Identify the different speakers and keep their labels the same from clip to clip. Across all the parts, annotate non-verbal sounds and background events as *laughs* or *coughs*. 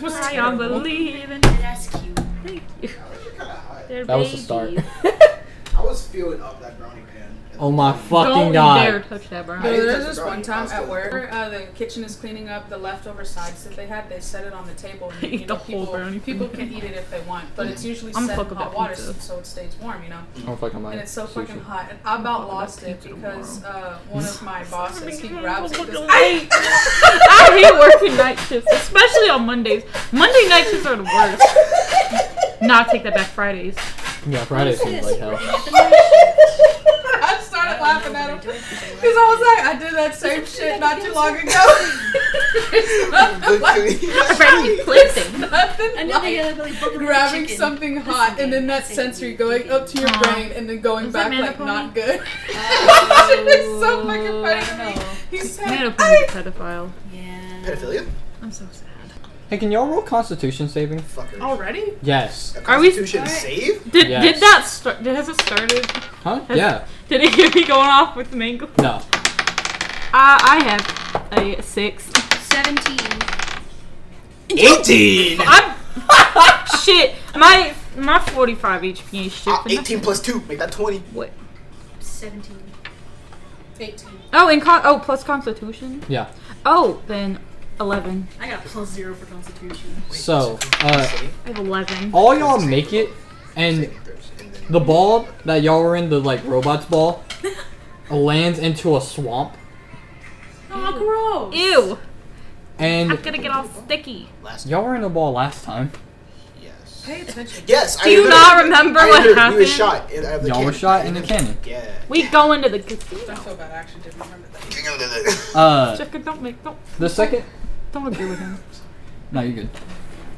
Speaker 1: was I don't believe in.
Speaker 2: That's cute.
Speaker 1: Thank you. They're
Speaker 3: That was the
Speaker 1: babies.
Speaker 3: start. *laughs*
Speaker 4: I was feeling up that brownie pan.
Speaker 3: Oh my fucking
Speaker 1: Don't
Speaker 3: god.
Speaker 1: dare touch that brown.
Speaker 4: I
Speaker 5: Yo,
Speaker 4: didn't
Speaker 5: there's
Speaker 4: touch
Speaker 5: this
Speaker 4: the
Speaker 5: one time
Speaker 4: brownie. I
Speaker 5: at
Speaker 4: was
Speaker 5: work, uh, the kitchen is cleaning up the leftover sides that they had. They set it on the table. And,
Speaker 1: *laughs* Eat
Speaker 5: you know,
Speaker 1: the whole
Speaker 5: people,
Speaker 1: brownie.
Speaker 5: people can eat it if they want, but it's usually
Speaker 1: I'm
Speaker 5: set
Speaker 1: fuck
Speaker 5: in
Speaker 1: with
Speaker 5: hot
Speaker 1: that
Speaker 5: water
Speaker 1: pizza.
Speaker 5: so it stays warm, you know.
Speaker 3: Oh fucking my.
Speaker 5: And it's so fucking
Speaker 3: sushi.
Speaker 5: hot. And I about lost it
Speaker 1: pizza
Speaker 5: because uh, one of
Speaker 1: *laughs*
Speaker 5: my bosses he
Speaker 1: Fucking
Speaker 5: grabs it. and goes,
Speaker 1: fucking late. I hate working night shifts, especially on Mondays. Monday night shifts are
Speaker 5: *laughs*
Speaker 1: the worst. Not take that back Fridays.
Speaker 3: Yeah, Friday seems like hell.
Speaker 5: *laughs* I just started laughing at him because I was like, I did that same shit not too long *laughs* ago.
Speaker 1: Friday placing.
Speaker 5: Nothing
Speaker 2: Another
Speaker 5: like
Speaker 2: yellow belly bubbly
Speaker 5: grabbing
Speaker 2: chicken.
Speaker 5: something hot and then that sensory going up to your
Speaker 1: Aw.
Speaker 5: brain and then going
Speaker 1: Is that
Speaker 5: back like
Speaker 1: Manaponi?
Speaker 5: not good. Oh. *laughs* it's so fucking funny to me. He
Speaker 1: Man,
Speaker 5: said,
Speaker 1: a pedophile.
Speaker 2: Yeah.
Speaker 4: Pedophilia?
Speaker 1: I'm so sad.
Speaker 3: Hey, can y'all roll Constitution saving?
Speaker 4: Fuckers.
Speaker 5: already?
Speaker 3: Yes.
Speaker 4: A
Speaker 1: Are we-
Speaker 4: Constitution
Speaker 2: Alright.
Speaker 1: *laughs*
Speaker 4: save?
Speaker 1: Did,
Speaker 3: Yes.
Speaker 1: did that start? Did, has it started?
Speaker 3: Huh? Yeah.
Speaker 1: Did it hear me going off with the mango?
Speaker 3: No.
Speaker 1: I, I have a six.
Speaker 5: *laughs*
Speaker 2: 17.
Speaker 4: 18!
Speaker 1: I'm *laughs* shit. My my 45 HP is shit.
Speaker 4: Uh,
Speaker 1: for
Speaker 5: Oh,
Speaker 4: 18
Speaker 1: nothing.
Speaker 4: plus 2, make that 20.
Speaker 1: What?
Speaker 2: 17.
Speaker 5: 18.
Speaker 1: Oh, and con- oh plus Constitution.
Speaker 3: Yeah.
Speaker 1: Oh, then 11.
Speaker 2: I got plus zero for constitution.
Speaker 3: So, uh,
Speaker 1: I have 11.
Speaker 3: all y'all make it, and
Speaker 4: Saving throws, and then-
Speaker 3: the ball that y'all were in, the like
Speaker 5: *laughs*
Speaker 3: robots ball, lands into a swamp,
Speaker 5: Oh, gross.
Speaker 1: Ew! I'm
Speaker 3: and
Speaker 1: gonna get all sticky.
Speaker 4: Last
Speaker 3: y'all were in the ball last time.
Speaker 4: Yes.
Speaker 5: Pay attention.
Speaker 4: Yes, I
Speaker 1: Do you
Speaker 4: remember.
Speaker 1: not remember
Speaker 4: I
Speaker 1: what
Speaker 4: remember. We
Speaker 1: happened?
Speaker 4: were shot. and I have the
Speaker 3: Y'all were
Speaker 4: cannon.
Speaker 3: shot in the cannon.
Speaker 4: Yeah.
Speaker 1: We go into the casino.
Speaker 5: I feel bad. I actually didn't remember that.
Speaker 3: Uh,
Speaker 1: Jessica, don't make don't
Speaker 3: the second.
Speaker 1: don't agree with him.
Speaker 3: No, you're good.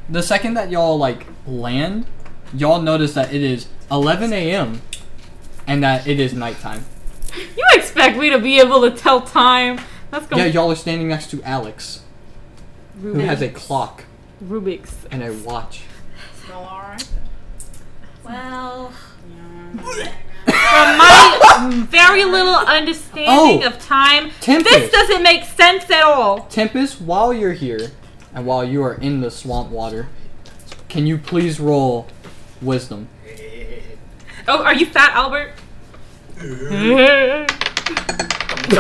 Speaker 3: The second that y'all like land, y'all notice that it is 11 a.m. and that it is nighttime.
Speaker 1: You expect me to be able to tell time? That's
Speaker 5: Oh.
Speaker 1: gonna
Speaker 3: Yeah, y'all are standing next to Alex, who has a clock
Speaker 1: Rubik's.
Speaker 3: and a watch.
Speaker 5: Y'all alright?
Speaker 2: Well,
Speaker 1: From my very little understanding
Speaker 3: Oh.
Speaker 1: of time, this
Speaker 3: Tempest.
Speaker 1: doesn't make sense at all.
Speaker 3: Tempest, while you're here and while you are in the swamp water, can you please roll wisdom?
Speaker 1: Oh, are you fat, Albert?
Speaker 4: *laughs*
Speaker 3: *laughs*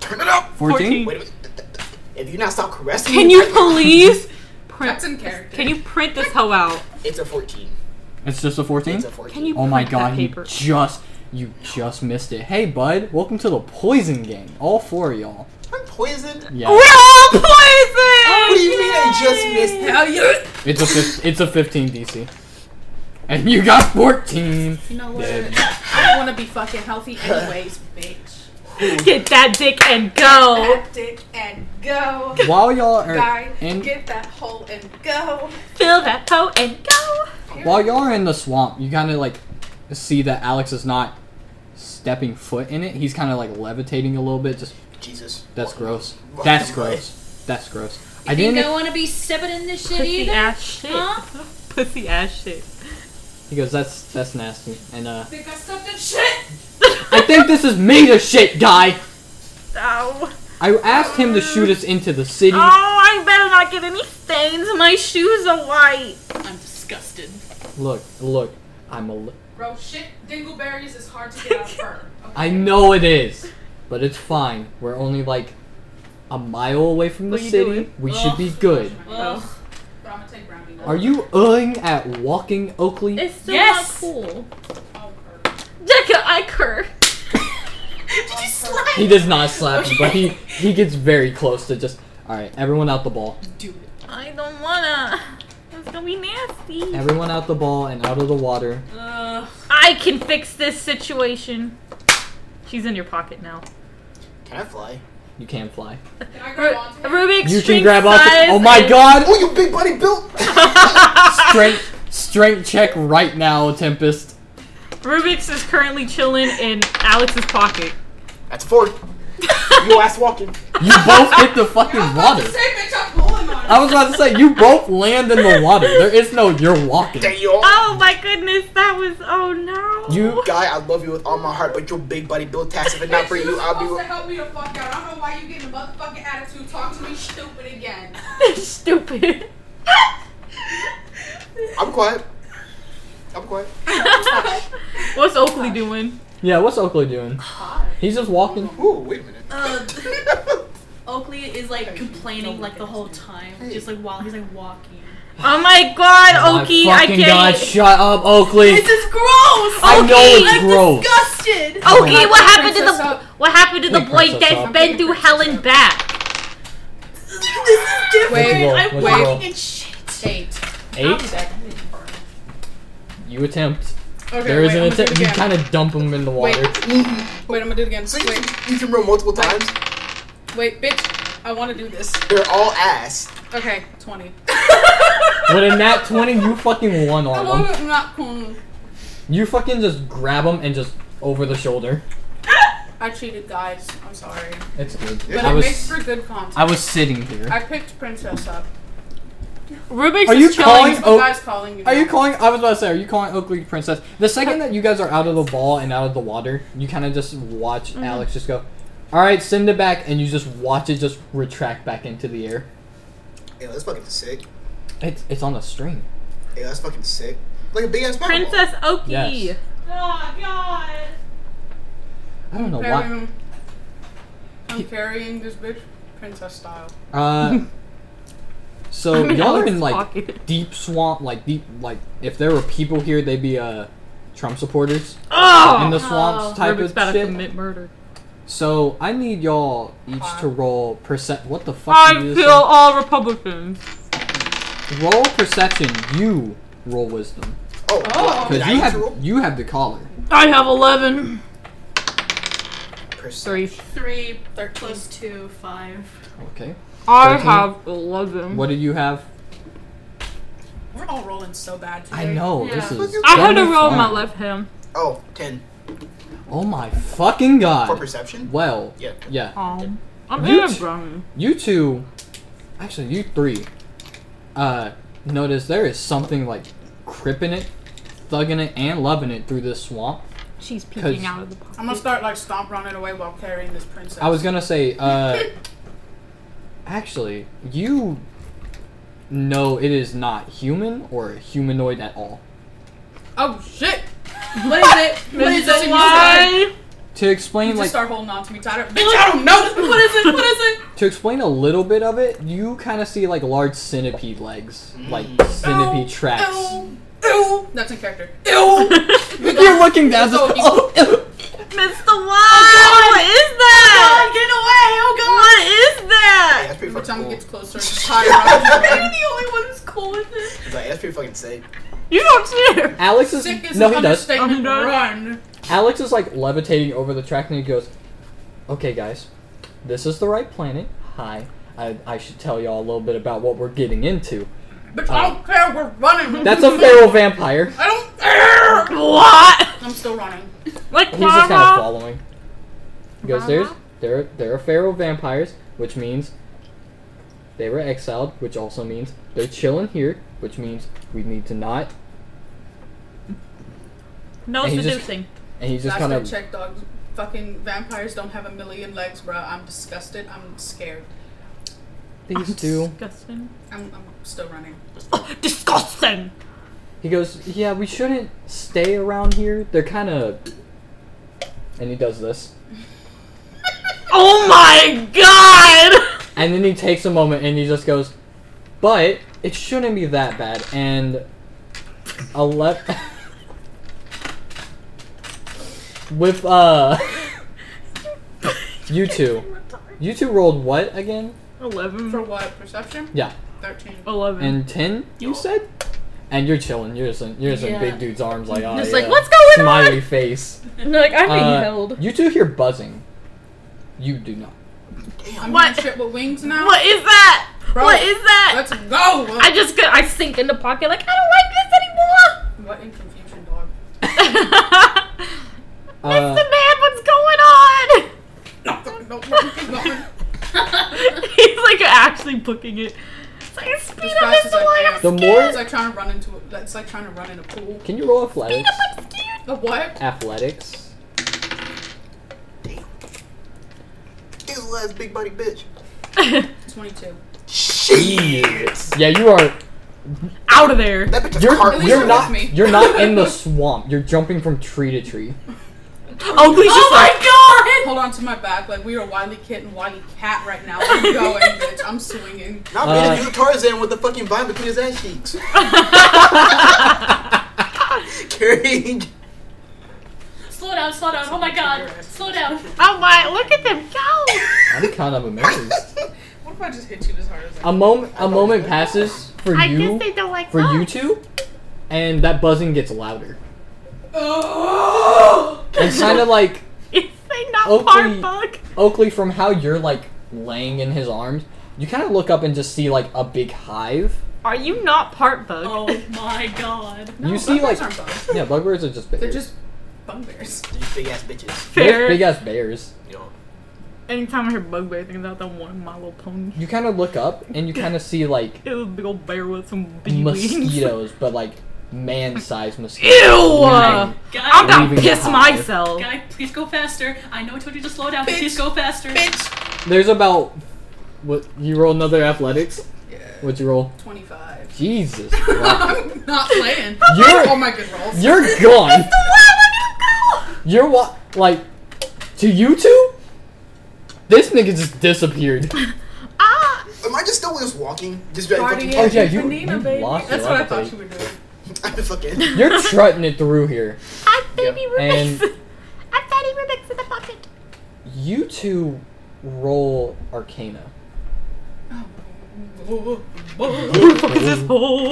Speaker 4: Turn it up!
Speaker 3: 14?
Speaker 4: Wait a minute. If you not stop caressing
Speaker 1: Can
Speaker 4: me,
Speaker 1: you
Speaker 4: I-
Speaker 1: please print?
Speaker 5: That's in character.
Speaker 1: Can you print this hoe out?
Speaker 4: It's a 14.
Speaker 3: It's just a 14?
Speaker 4: It's a 14.
Speaker 1: Can you?
Speaker 3: Oh my
Speaker 1: print that
Speaker 3: god, he
Speaker 1: paper?
Speaker 3: just you just missed it. Hey bud, welcome to the poison gang. All four of y'all.
Speaker 4: I'm poisoned?
Speaker 3: Yeah.
Speaker 1: We're all poisoned.
Speaker 4: What do you mean I just missed that?
Speaker 5: Hell yeah.
Speaker 3: It's a fif- it's a 15 DC. And you got 14.
Speaker 5: You know what?
Speaker 3: Dead.
Speaker 5: I want to be fucking healthy anyways, bitch.
Speaker 1: Get that dick and go.
Speaker 5: That dick and go.
Speaker 3: While y'all are
Speaker 5: Guy,
Speaker 3: in
Speaker 5: get that hole and go.
Speaker 1: Fill that hoe and go.
Speaker 3: while y'all are in the swamp, you kind of like see that Alex is not stepping foot in it. He's kind of like levitating a little bit. Just
Speaker 4: Jesus.
Speaker 3: that's gross.
Speaker 4: Why
Speaker 3: That's
Speaker 4: am
Speaker 3: gross. That's gross. I
Speaker 2: I think
Speaker 3: didn't.
Speaker 2: I want to be stepping in this shit
Speaker 1: Pussy
Speaker 2: either.
Speaker 1: ass shit.
Speaker 2: Huh?
Speaker 1: Pussy ass shit.
Speaker 3: He goes, that's that's nasty. And uh,
Speaker 5: Think I stepped in shit?
Speaker 3: I think this is made of shit, guy.
Speaker 1: Ow.
Speaker 3: I asked him to shoot us into the city.
Speaker 1: Oh, I better not get any stains. My shoes are white.
Speaker 2: I'm disgusted.
Speaker 3: Look, look. I'm a. Li-
Speaker 5: Bro, shit, dingleberries is hard to get out of fur.
Speaker 3: I know it is, but it's fine. We're only like a mile away from the
Speaker 1: What you
Speaker 3: city.
Speaker 1: doing?
Speaker 3: We
Speaker 2: Ugh.
Speaker 3: should be good.
Speaker 2: Ugh.
Speaker 5: But I'm gonna take brownie.
Speaker 3: Are you uhing at walking Oakley?
Speaker 1: It's still
Speaker 2: Yes.
Speaker 1: not cool.
Speaker 5: Oh,
Speaker 1: Jessica, I cur.
Speaker 5: Oh,
Speaker 2: Did you slap?
Speaker 3: He does not slap you, but he he gets very close to just. All right, everyone out the ball.
Speaker 5: do it.
Speaker 1: I don't wanna. It's gonna be nasty.
Speaker 3: Everyone out the ball and out of the water.
Speaker 2: Ugh.
Speaker 1: I can fix this situation. She's in your pocket now.
Speaker 4: Can I fly?
Speaker 3: You can fly.
Speaker 5: Can I
Speaker 1: Ru-
Speaker 5: grab onto him?
Speaker 1: Rubik's
Speaker 3: You
Speaker 1: string
Speaker 3: can grab onto.
Speaker 1: size
Speaker 3: Oh my
Speaker 1: is-
Speaker 3: God!
Speaker 4: *laughs* Oh, you big buddy built!
Speaker 3: Strength strength check right now, Tempest.
Speaker 1: Rubik's is currently chilling in Alex's pocket.
Speaker 4: That's a 4. You ass walking.
Speaker 3: You both hit the fucking
Speaker 5: I'm about
Speaker 3: water.
Speaker 5: to say, bitch, I'm pulling on
Speaker 3: I
Speaker 5: him.
Speaker 3: was about to say you both land in the water. There is no you're walking.
Speaker 4: Damn. you all-
Speaker 1: Oh my goodness, that was oh no. *laughs*
Speaker 3: You
Speaker 4: Guy, I love you with all my heart, but your big buddy built tax. If it not for
Speaker 5: Bitch,
Speaker 4: you,
Speaker 5: was
Speaker 4: I'll
Speaker 5: supposed to
Speaker 4: be.
Speaker 5: help me the fuck out. I don't know why you getting a motherfucking attitude. Talk to me stupid again.
Speaker 1: stupid.
Speaker 4: I'm quiet. I'm quiet.
Speaker 1: What's Oakley doing?
Speaker 3: Yeah, what's Oakley doing? He's just walking.
Speaker 4: Ooh, wait a *laughs* minute.
Speaker 2: Uh, Oakley is like complaining like the whole time, just like while he's like walking.
Speaker 1: Oh my god, Oakie,
Speaker 3: My
Speaker 1: I
Speaker 3: fucking
Speaker 1: can't.
Speaker 3: God, shut up, Oakley.
Speaker 2: This is gross.
Speaker 3: I know it's
Speaker 2: I'm
Speaker 3: gross.
Speaker 2: disgusted.
Speaker 1: Oakie, what happened to
Speaker 5: Princess
Speaker 1: the
Speaker 5: up.
Speaker 1: what happened to the
Speaker 3: Hey,
Speaker 1: boy
Speaker 3: Princess
Speaker 1: that's
Speaker 3: up.
Speaker 1: been through hell and back?
Speaker 2: This is different.
Speaker 5: Wait,
Speaker 3: roll?
Speaker 2: I'm
Speaker 3: What'd you roll?
Speaker 2: walking in shit.
Speaker 5: Eight. I'll be
Speaker 3: Eight.
Speaker 5: back. I'm leaving.
Speaker 3: You attempt.
Speaker 5: Okay,
Speaker 3: There
Speaker 5: wait,
Speaker 3: is
Speaker 5: I'm
Speaker 3: an
Speaker 5: gonna do it
Speaker 3: attempt. You
Speaker 5: again.
Speaker 3: kind of dump him in the water.
Speaker 5: *laughs* Wait, I'm gonna do it again.
Speaker 4: So you,
Speaker 5: Wait,
Speaker 4: can- you can roll multiple times.
Speaker 5: wait, bitch. I want to do this.
Speaker 4: They're all ass.
Speaker 5: Okay, twenty.
Speaker 3: But
Speaker 5: *laughs*
Speaker 3: in that twenty, you fucking one
Speaker 5: I
Speaker 3: on
Speaker 5: want
Speaker 3: him.
Speaker 5: it not cool.
Speaker 3: You fucking just grab him and just over the shoulder.
Speaker 5: I cheated, guys. I'm sorry,
Speaker 3: It's good.
Speaker 5: but
Speaker 3: I
Speaker 5: it
Speaker 3: was
Speaker 5: makes for good content.
Speaker 3: I was sitting
Speaker 5: I
Speaker 3: here.
Speaker 5: picked Princess up.
Speaker 1: Rubik's
Speaker 3: Are you
Speaker 1: is
Speaker 3: calling?
Speaker 1: chilling.
Speaker 5: You
Speaker 3: Oh,
Speaker 5: guys calling me?
Speaker 3: are you
Speaker 5: now.
Speaker 3: calling? I was about to say, are you calling Oakley Princess? The second that you guys are out of the ball and out of the water, you kind of just watch Alex just go. All right, send it back, and you just watch it just retract back into the air.
Speaker 4: Yeah, that's fucking sick.
Speaker 3: It's it's on the string.
Speaker 4: Yeah, that's fucking sick. Like a big ass
Speaker 1: Princess Oakie.
Speaker 3: Yes.
Speaker 2: Oh God.
Speaker 3: I don't know why.
Speaker 5: Carrying- I'm carrying this bitch, princess style.
Speaker 3: Uh,
Speaker 1: *laughs*
Speaker 3: so
Speaker 1: I'm in
Speaker 3: y'all are
Speaker 1: Alex's
Speaker 3: in
Speaker 1: *laughs*
Speaker 3: like
Speaker 1: pocket.
Speaker 3: deep swamp, like deep, like if there were people here, they'd be uh Trump supporters in the
Speaker 1: Oh,
Speaker 3: swamps
Speaker 2: Oh.
Speaker 3: type
Speaker 1: Rubik's
Speaker 3: of
Speaker 1: about to
Speaker 3: shit.
Speaker 1: commit murder.
Speaker 3: So I need y'all each to roll percep. What the fuck?
Speaker 1: I
Speaker 3: did you
Speaker 1: feel
Speaker 3: just
Speaker 1: all Republicans.
Speaker 3: say? Roll perception. You roll wisdom
Speaker 4: Oh,
Speaker 5: Oh.
Speaker 4: did
Speaker 3: because
Speaker 4: I
Speaker 3: you
Speaker 4: need to roll?
Speaker 3: have you have the collar.
Speaker 1: I have eleven.
Speaker 4: Perce-
Speaker 1: Three.
Speaker 2: Three plus two, five.
Speaker 3: Okay.
Speaker 1: I
Speaker 3: Thirteen.
Speaker 1: have eleven.
Speaker 3: What do you have?
Speaker 5: We're all rolling so bad today.
Speaker 3: I know this
Speaker 2: Yeah.
Speaker 3: is.
Speaker 1: I had to
Speaker 3: gonna be
Speaker 1: roll my
Speaker 3: fun.
Speaker 1: left hand.
Speaker 4: Oh, 10.
Speaker 3: Oh my fucking
Speaker 4: For
Speaker 3: god!
Speaker 4: perception?
Speaker 3: Well,
Speaker 4: Yeah.
Speaker 3: yeah.
Speaker 1: Um, I'm
Speaker 3: You
Speaker 1: in a
Speaker 3: t-
Speaker 1: brownie.
Speaker 3: You two, actually, you three, uh, notice there is something like cripping it, thugging it, and loving it through this swamp.
Speaker 1: She's
Speaker 3: Cause-
Speaker 1: peeking out of the pocket.
Speaker 5: I'm gonna start like stomp running away while carrying this princess.
Speaker 3: I was gonna say, uh, actually, you know it is not human or humanoid at all.
Speaker 5: Oh shit! *laughs* What is it? What is it?
Speaker 1: Why?
Speaker 3: To explain,
Speaker 5: You just
Speaker 3: like,
Speaker 5: start holding on to me tighter. Bitch, I don't know. What is it? What is it?
Speaker 3: to explain a little bit of it, you kind of see like large centipede legs,
Speaker 5: Mm.
Speaker 3: like
Speaker 5: Oh,
Speaker 3: centipede tracks.
Speaker 5: Ew. Ew. That's in character. Ew.
Speaker 3: *laughs* You're looking down.
Speaker 5: Oh,
Speaker 3: just- *laughs* oh,
Speaker 1: Mr.
Speaker 2: Oh,
Speaker 1: Wild, what is that?
Speaker 5: Get away! Oh god!
Speaker 1: What is
Speaker 4: Yeah,
Speaker 1: that?
Speaker 4: that's pretty
Speaker 5: Every
Speaker 4: fucking
Speaker 5: time it
Speaker 4: cool.
Speaker 5: gets closer, it's
Speaker 3: *laughs*
Speaker 5: higher.
Speaker 2: the only one who's cool with it.
Speaker 4: Like, that's pretty fucking sick.
Speaker 1: *laughs* You don't care.
Speaker 3: Alex is
Speaker 5: Sick is
Speaker 3: no,
Speaker 5: an
Speaker 3: he does.
Speaker 5: understatement.
Speaker 1: I'm done.
Speaker 5: Run.
Speaker 3: Alex is like levitating over the track and he goes, Okay, guys, this is the right planet. Hi. I, I should tell y'all a little bit about what we're getting into.
Speaker 5: Bitch, I don't care. We're running.
Speaker 3: That's a
Speaker 5: *laughs*
Speaker 3: feral vampire.
Speaker 5: I don't care.
Speaker 1: What?
Speaker 5: I'm still running.
Speaker 1: Like
Speaker 3: He's just kind of
Speaker 1: Clara?
Speaker 3: following. He goes, There's, there, there are feral vampires, which means they were exiled, which also means they're chilling here, which means we need to not.
Speaker 1: No
Speaker 3: And he just-
Speaker 1: seducing.
Speaker 3: And he just
Speaker 5: Last
Speaker 3: kind
Speaker 5: time
Speaker 3: of.
Speaker 5: check dogs. Fucking vampires don't have a million legs, bro. I'm disgusted. I'm scared.
Speaker 3: These two.
Speaker 1: Disgusting. Oh,
Speaker 5: I'm, I'm still running.
Speaker 1: Disgusting.
Speaker 3: *laughs* He goes, Yeah, we shouldn't stay around here. They're kind of. And he does this.
Speaker 1: Oh my god!
Speaker 3: And then he takes a moment and he just goes, "But it shouldn't be that bad." And eleven *laughs* with uh, *laughs* you two, you two rolled what again?
Speaker 5: For
Speaker 1: Eleven.
Speaker 5: what? Perception?
Speaker 3: Yeah,
Speaker 5: 13.
Speaker 1: Eleven.
Speaker 3: and ten. You said, and you're chilling. You're just in, you're just in
Speaker 2: Yeah.
Speaker 3: big dude's arms, like oh
Speaker 1: Just
Speaker 3: yeah.
Speaker 1: like, "What's going
Speaker 3: Smiley
Speaker 1: on?" *laughs*
Speaker 3: face.
Speaker 1: And they're like I'm being
Speaker 3: Uh,
Speaker 1: held.
Speaker 3: You two hear buzzing. You do not.
Speaker 5: I'm
Speaker 1: What?
Speaker 5: doing shit with wings now.
Speaker 1: What is that?
Speaker 5: Bro,
Speaker 1: what is that?
Speaker 5: Let's go.
Speaker 1: I just get, I sink in the pocket like I
Speaker 3: *laughs*
Speaker 1: don't
Speaker 5: what in confusion, dog?
Speaker 1: like this anymore. Mr.
Speaker 3: Uh,
Speaker 1: Man, what's going *laughs* on?
Speaker 5: No, no, no, keep going.
Speaker 1: He's like actually booking it. It's like speed
Speaker 5: As
Speaker 1: up,
Speaker 5: fast
Speaker 1: Mr.
Speaker 5: as I
Speaker 1: Wyatt.
Speaker 5: can.
Speaker 3: the more
Speaker 5: It's like trying to run into. A, it's like trying to run in a pool.
Speaker 3: can you roll athletics?
Speaker 1: I'm scared.
Speaker 5: The what?
Speaker 3: Athletics.
Speaker 4: Damn.
Speaker 1: *laughs*
Speaker 4: His last big body bitch.
Speaker 5: Twenty-two.
Speaker 4: Shit.
Speaker 3: Yeah, you are
Speaker 1: Out of there.
Speaker 4: That bitch is
Speaker 3: You're,
Speaker 4: cartwheeling.
Speaker 3: you're
Speaker 5: it
Speaker 3: not
Speaker 5: was me.
Speaker 3: you're not in the swamp. You're jumping from tree to tree.
Speaker 1: Oakley's Oh, just like,
Speaker 2: Oh
Speaker 1: *laughs*
Speaker 2: my
Speaker 5: Hold on to my back, like we are wily kid and wily cat right now. I'm going, bitch. I'm swinging.
Speaker 4: Not
Speaker 3: Uh,
Speaker 4: being a new Tarzan with the fucking vine between his ass cheeks. *laughs* Carrying.
Speaker 2: god! Slow down, slow down. Oh my god. Slow down.
Speaker 1: oh my, look at them go.
Speaker 3: I'm kind of amazed.
Speaker 5: What if I just hit you as hard as I
Speaker 3: A moment a moment passes for
Speaker 1: I
Speaker 3: you
Speaker 1: guess they don't like
Speaker 3: for
Speaker 1: us.
Speaker 3: you two, and that buzzing gets louder.
Speaker 5: Oh!
Speaker 3: It's kind of like
Speaker 1: *laughs* Is they not part
Speaker 3: Oakley-
Speaker 1: bug?
Speaker 3: Oakley from how you're like laying in his arms. You kind of look up and just see like a big hive.
Speaker 1: Are you not part bug?
Speaker 2: Oh my god.
Speaker 3: you see like
Speaker 5: aren't bugs.
Speaker 3: yeah, bugbirds are just bears.
Speaker 5: They're just bugbears.
Speaker 4: These big ass bitches.
Speaker 3: They're
Speaker 1: Fair.
Speaker 3: big ass bears.
Speaker 4: Yo.
Speaker 1: Anytime I hear bugbear, I think about that one My Little Pony.
Speaker 3: You kind of look up and you kind of see like
Speaker 1: It was a big old bear with some bee wings. Ew!
Speaker 3: mosquitoes, but like man-sized mosquitoes.
Speaker 1: Uh,
Speaker 3: Leaving-
Speaker 2: Guy,
Speaker 1: *laughs* I'm
Speaker 3: Leaving
Speaker 1: gonna
Speaker 3: the
Speaker 1: piss
Speaker 3: hive.
Speaker 1: myself.
Speaker 2: guy, please go faster. I know I told you to slow down, but
Speaker 5: Bitch.
Speaker 2: please go faster.
Speaker 5: Bitch.
Speaker 3: There's about what you roll another athletics.
Speaker 5: Yeah.
Speaker 3: What'd you roll?
Speaker 5: Twenty-five. *laughs*
Speaker 3: Jesus, Christ.
Speaker 5: I'm not playing.
Speaker 3: You're-
Speaker 5: oh my good rolls.
Speaker 3: you're gone. You're what? Like to you two? This nigga just disappeared.
Speaker 1: Ah,
Speaker 4: Am I just still just walking? Just very
Speaker 5: Party.
Speaker 4: fucking
Speaker 3: Oh
Speaker 4: talking? *laughs*
Speaker 3: yeah, you,
Speaker 5: Banana,
Speaker 3: you
Speaker 5: baby.
Speaker 3: lost
Speaker 5: That's
Speaker 3: your
Speaker 5: what I
Speaker 3: appetite.
Speaker 5: thought you were doing.
Speaker 4: I'm
Speaker 5: *laughs*
Speaker 4: fucking.
Speaker 3: You're trutting it through here.
Speaker 1: I baby
Speaker 3: And-
Speaker 1: Rubik's. I fatty Rubik's in the bucket.
Speaker 3: You two roll Arcana.
Speaker 1: Fuck is this hole?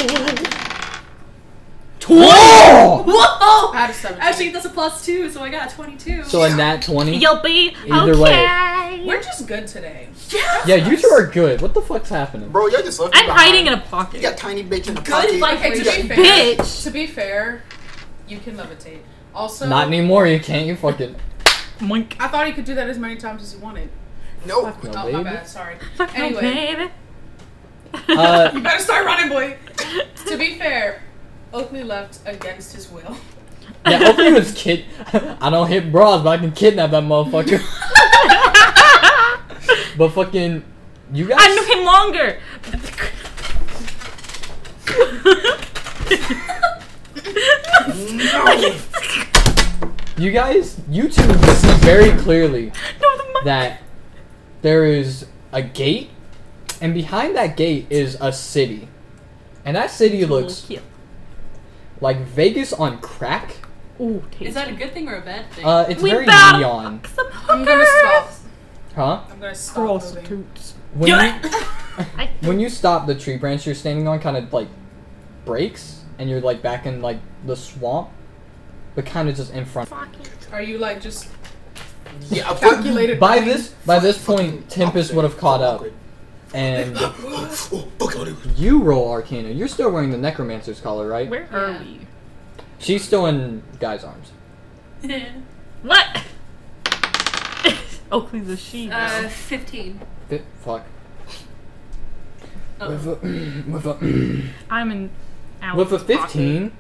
Speaker 3: Twelve.
Speaker 2: Whoa!
Speaker 5: I had a seven.
Speaker 2: Actually, that's a plus two, so I got a 22.
Speaker 3: So a nat twenty.
Speaker 1: You'll be
Speaker 3: Either way.
Speaker 1: okay.
Speaker 5: we're just good today.
Speaker 2: yeah.
Speaker 3: Yeah, you two are good. What the fuck's happening?
Speaker 4: Bro, you're just left
Speaker 1: I'm
Speaker 4: behind.
Speaker 1: hiding in a
Speaker 4: You
Speaker 1: pocket.
Speaker 4: got tiny bitch in the
Speaker 2: Good,
Speaker 4: pocket.
Speaker 2: like,
Speaker 5: Okay, to be fair,
Speaker 1: Bitch.
Speaker 5: to be fair, you can levitate. Also,
Speaker 3: Not anymore. You can't. You fucking.
Speaker 1: Moink.
Speaker 5: I thought you could do that as many times as you wanted.
Speaker 4: no.
Speaker 5: Fuck,
Speaker 3: No,
Speaker 5: oh, my
Speaker 3: baby.
Speaker 5: bad. Sorry.
Speaker 1: Fuck no,
Speaker 5: Anyway.
Speaker 1: baby.
Speaker 3: Uh,
Speaker 1: *laughs*
Speaker 5: *laughs* You better start running, boy. to be fair, Oakley left against his will.
Speaker 3: yeah, Oakley was kid. I don't hit bras, but I can kidnap
Speaker 1: *laughs*
Speaker 3: that motherfucker. but fucking, you guys.
Speaker 1: I knew him longer.
Speaker 4: No.
Speaker 3: You guys, you two see very clearly
Speaker 1: *laughs* no, the monkey.
Speaker 3: that there is a gate, and behind that gate is a city, and that city looks
Speaker 1: Cute.
Speaker 3: like Vegas on crack.
Speaker 1: Ooh, tasty.
Speaker 2: Is that a good thing or a bad thing? *laughs*
Speaker 3: Uh, it's
Speaker 1: we
Speaker 3: very
Speaker 1: found
Speaker 3: neon,
Speaker 1: some
Speaker 5: I'm gonna stop.
Speaker 1: hookers.
Speaker 3: huh?
Speaker 5: I'm gonna stop. Moving.
Speaker 1: Prostitutes.
Speaker 3: When you,
Speaker 1: *laughs* I,
Speaker 3: when you stop, the tree branch you're standing on kind of like breaks, and you're like back in like the swamp, but kind of just in front.
Speaker 5: Are you like just
Speaker 4: Yeah, I
Speaker 5: calculated?
Speaker 3: By
Speaker 5: running?
Speaker 3: this by this point, Tempest would have caught up, and
Speaker 4: *gasps* Oh, fuck, I'll do it.
Speaker 3: you roll Arcana. You're still wearing the Necromancer's collar, right?
Speaker 1: where are
Speaker 5: Yeah.
Speaker 1: we?
Speaker 3: She's still in guy's arms.
Speaker 1: What? *laughs* Oakley's a she.
Speaker 2: uh, 15.
Speaker 3: Fit, fuck.
Speaker 2: Oh.
Speaker 3: With a, *clears throat* with a, *clears throat*
Speaker 1: I'm in. Alex's
Speaker 3: with a
Speaker 1: pocket.
Speaker 3: 15,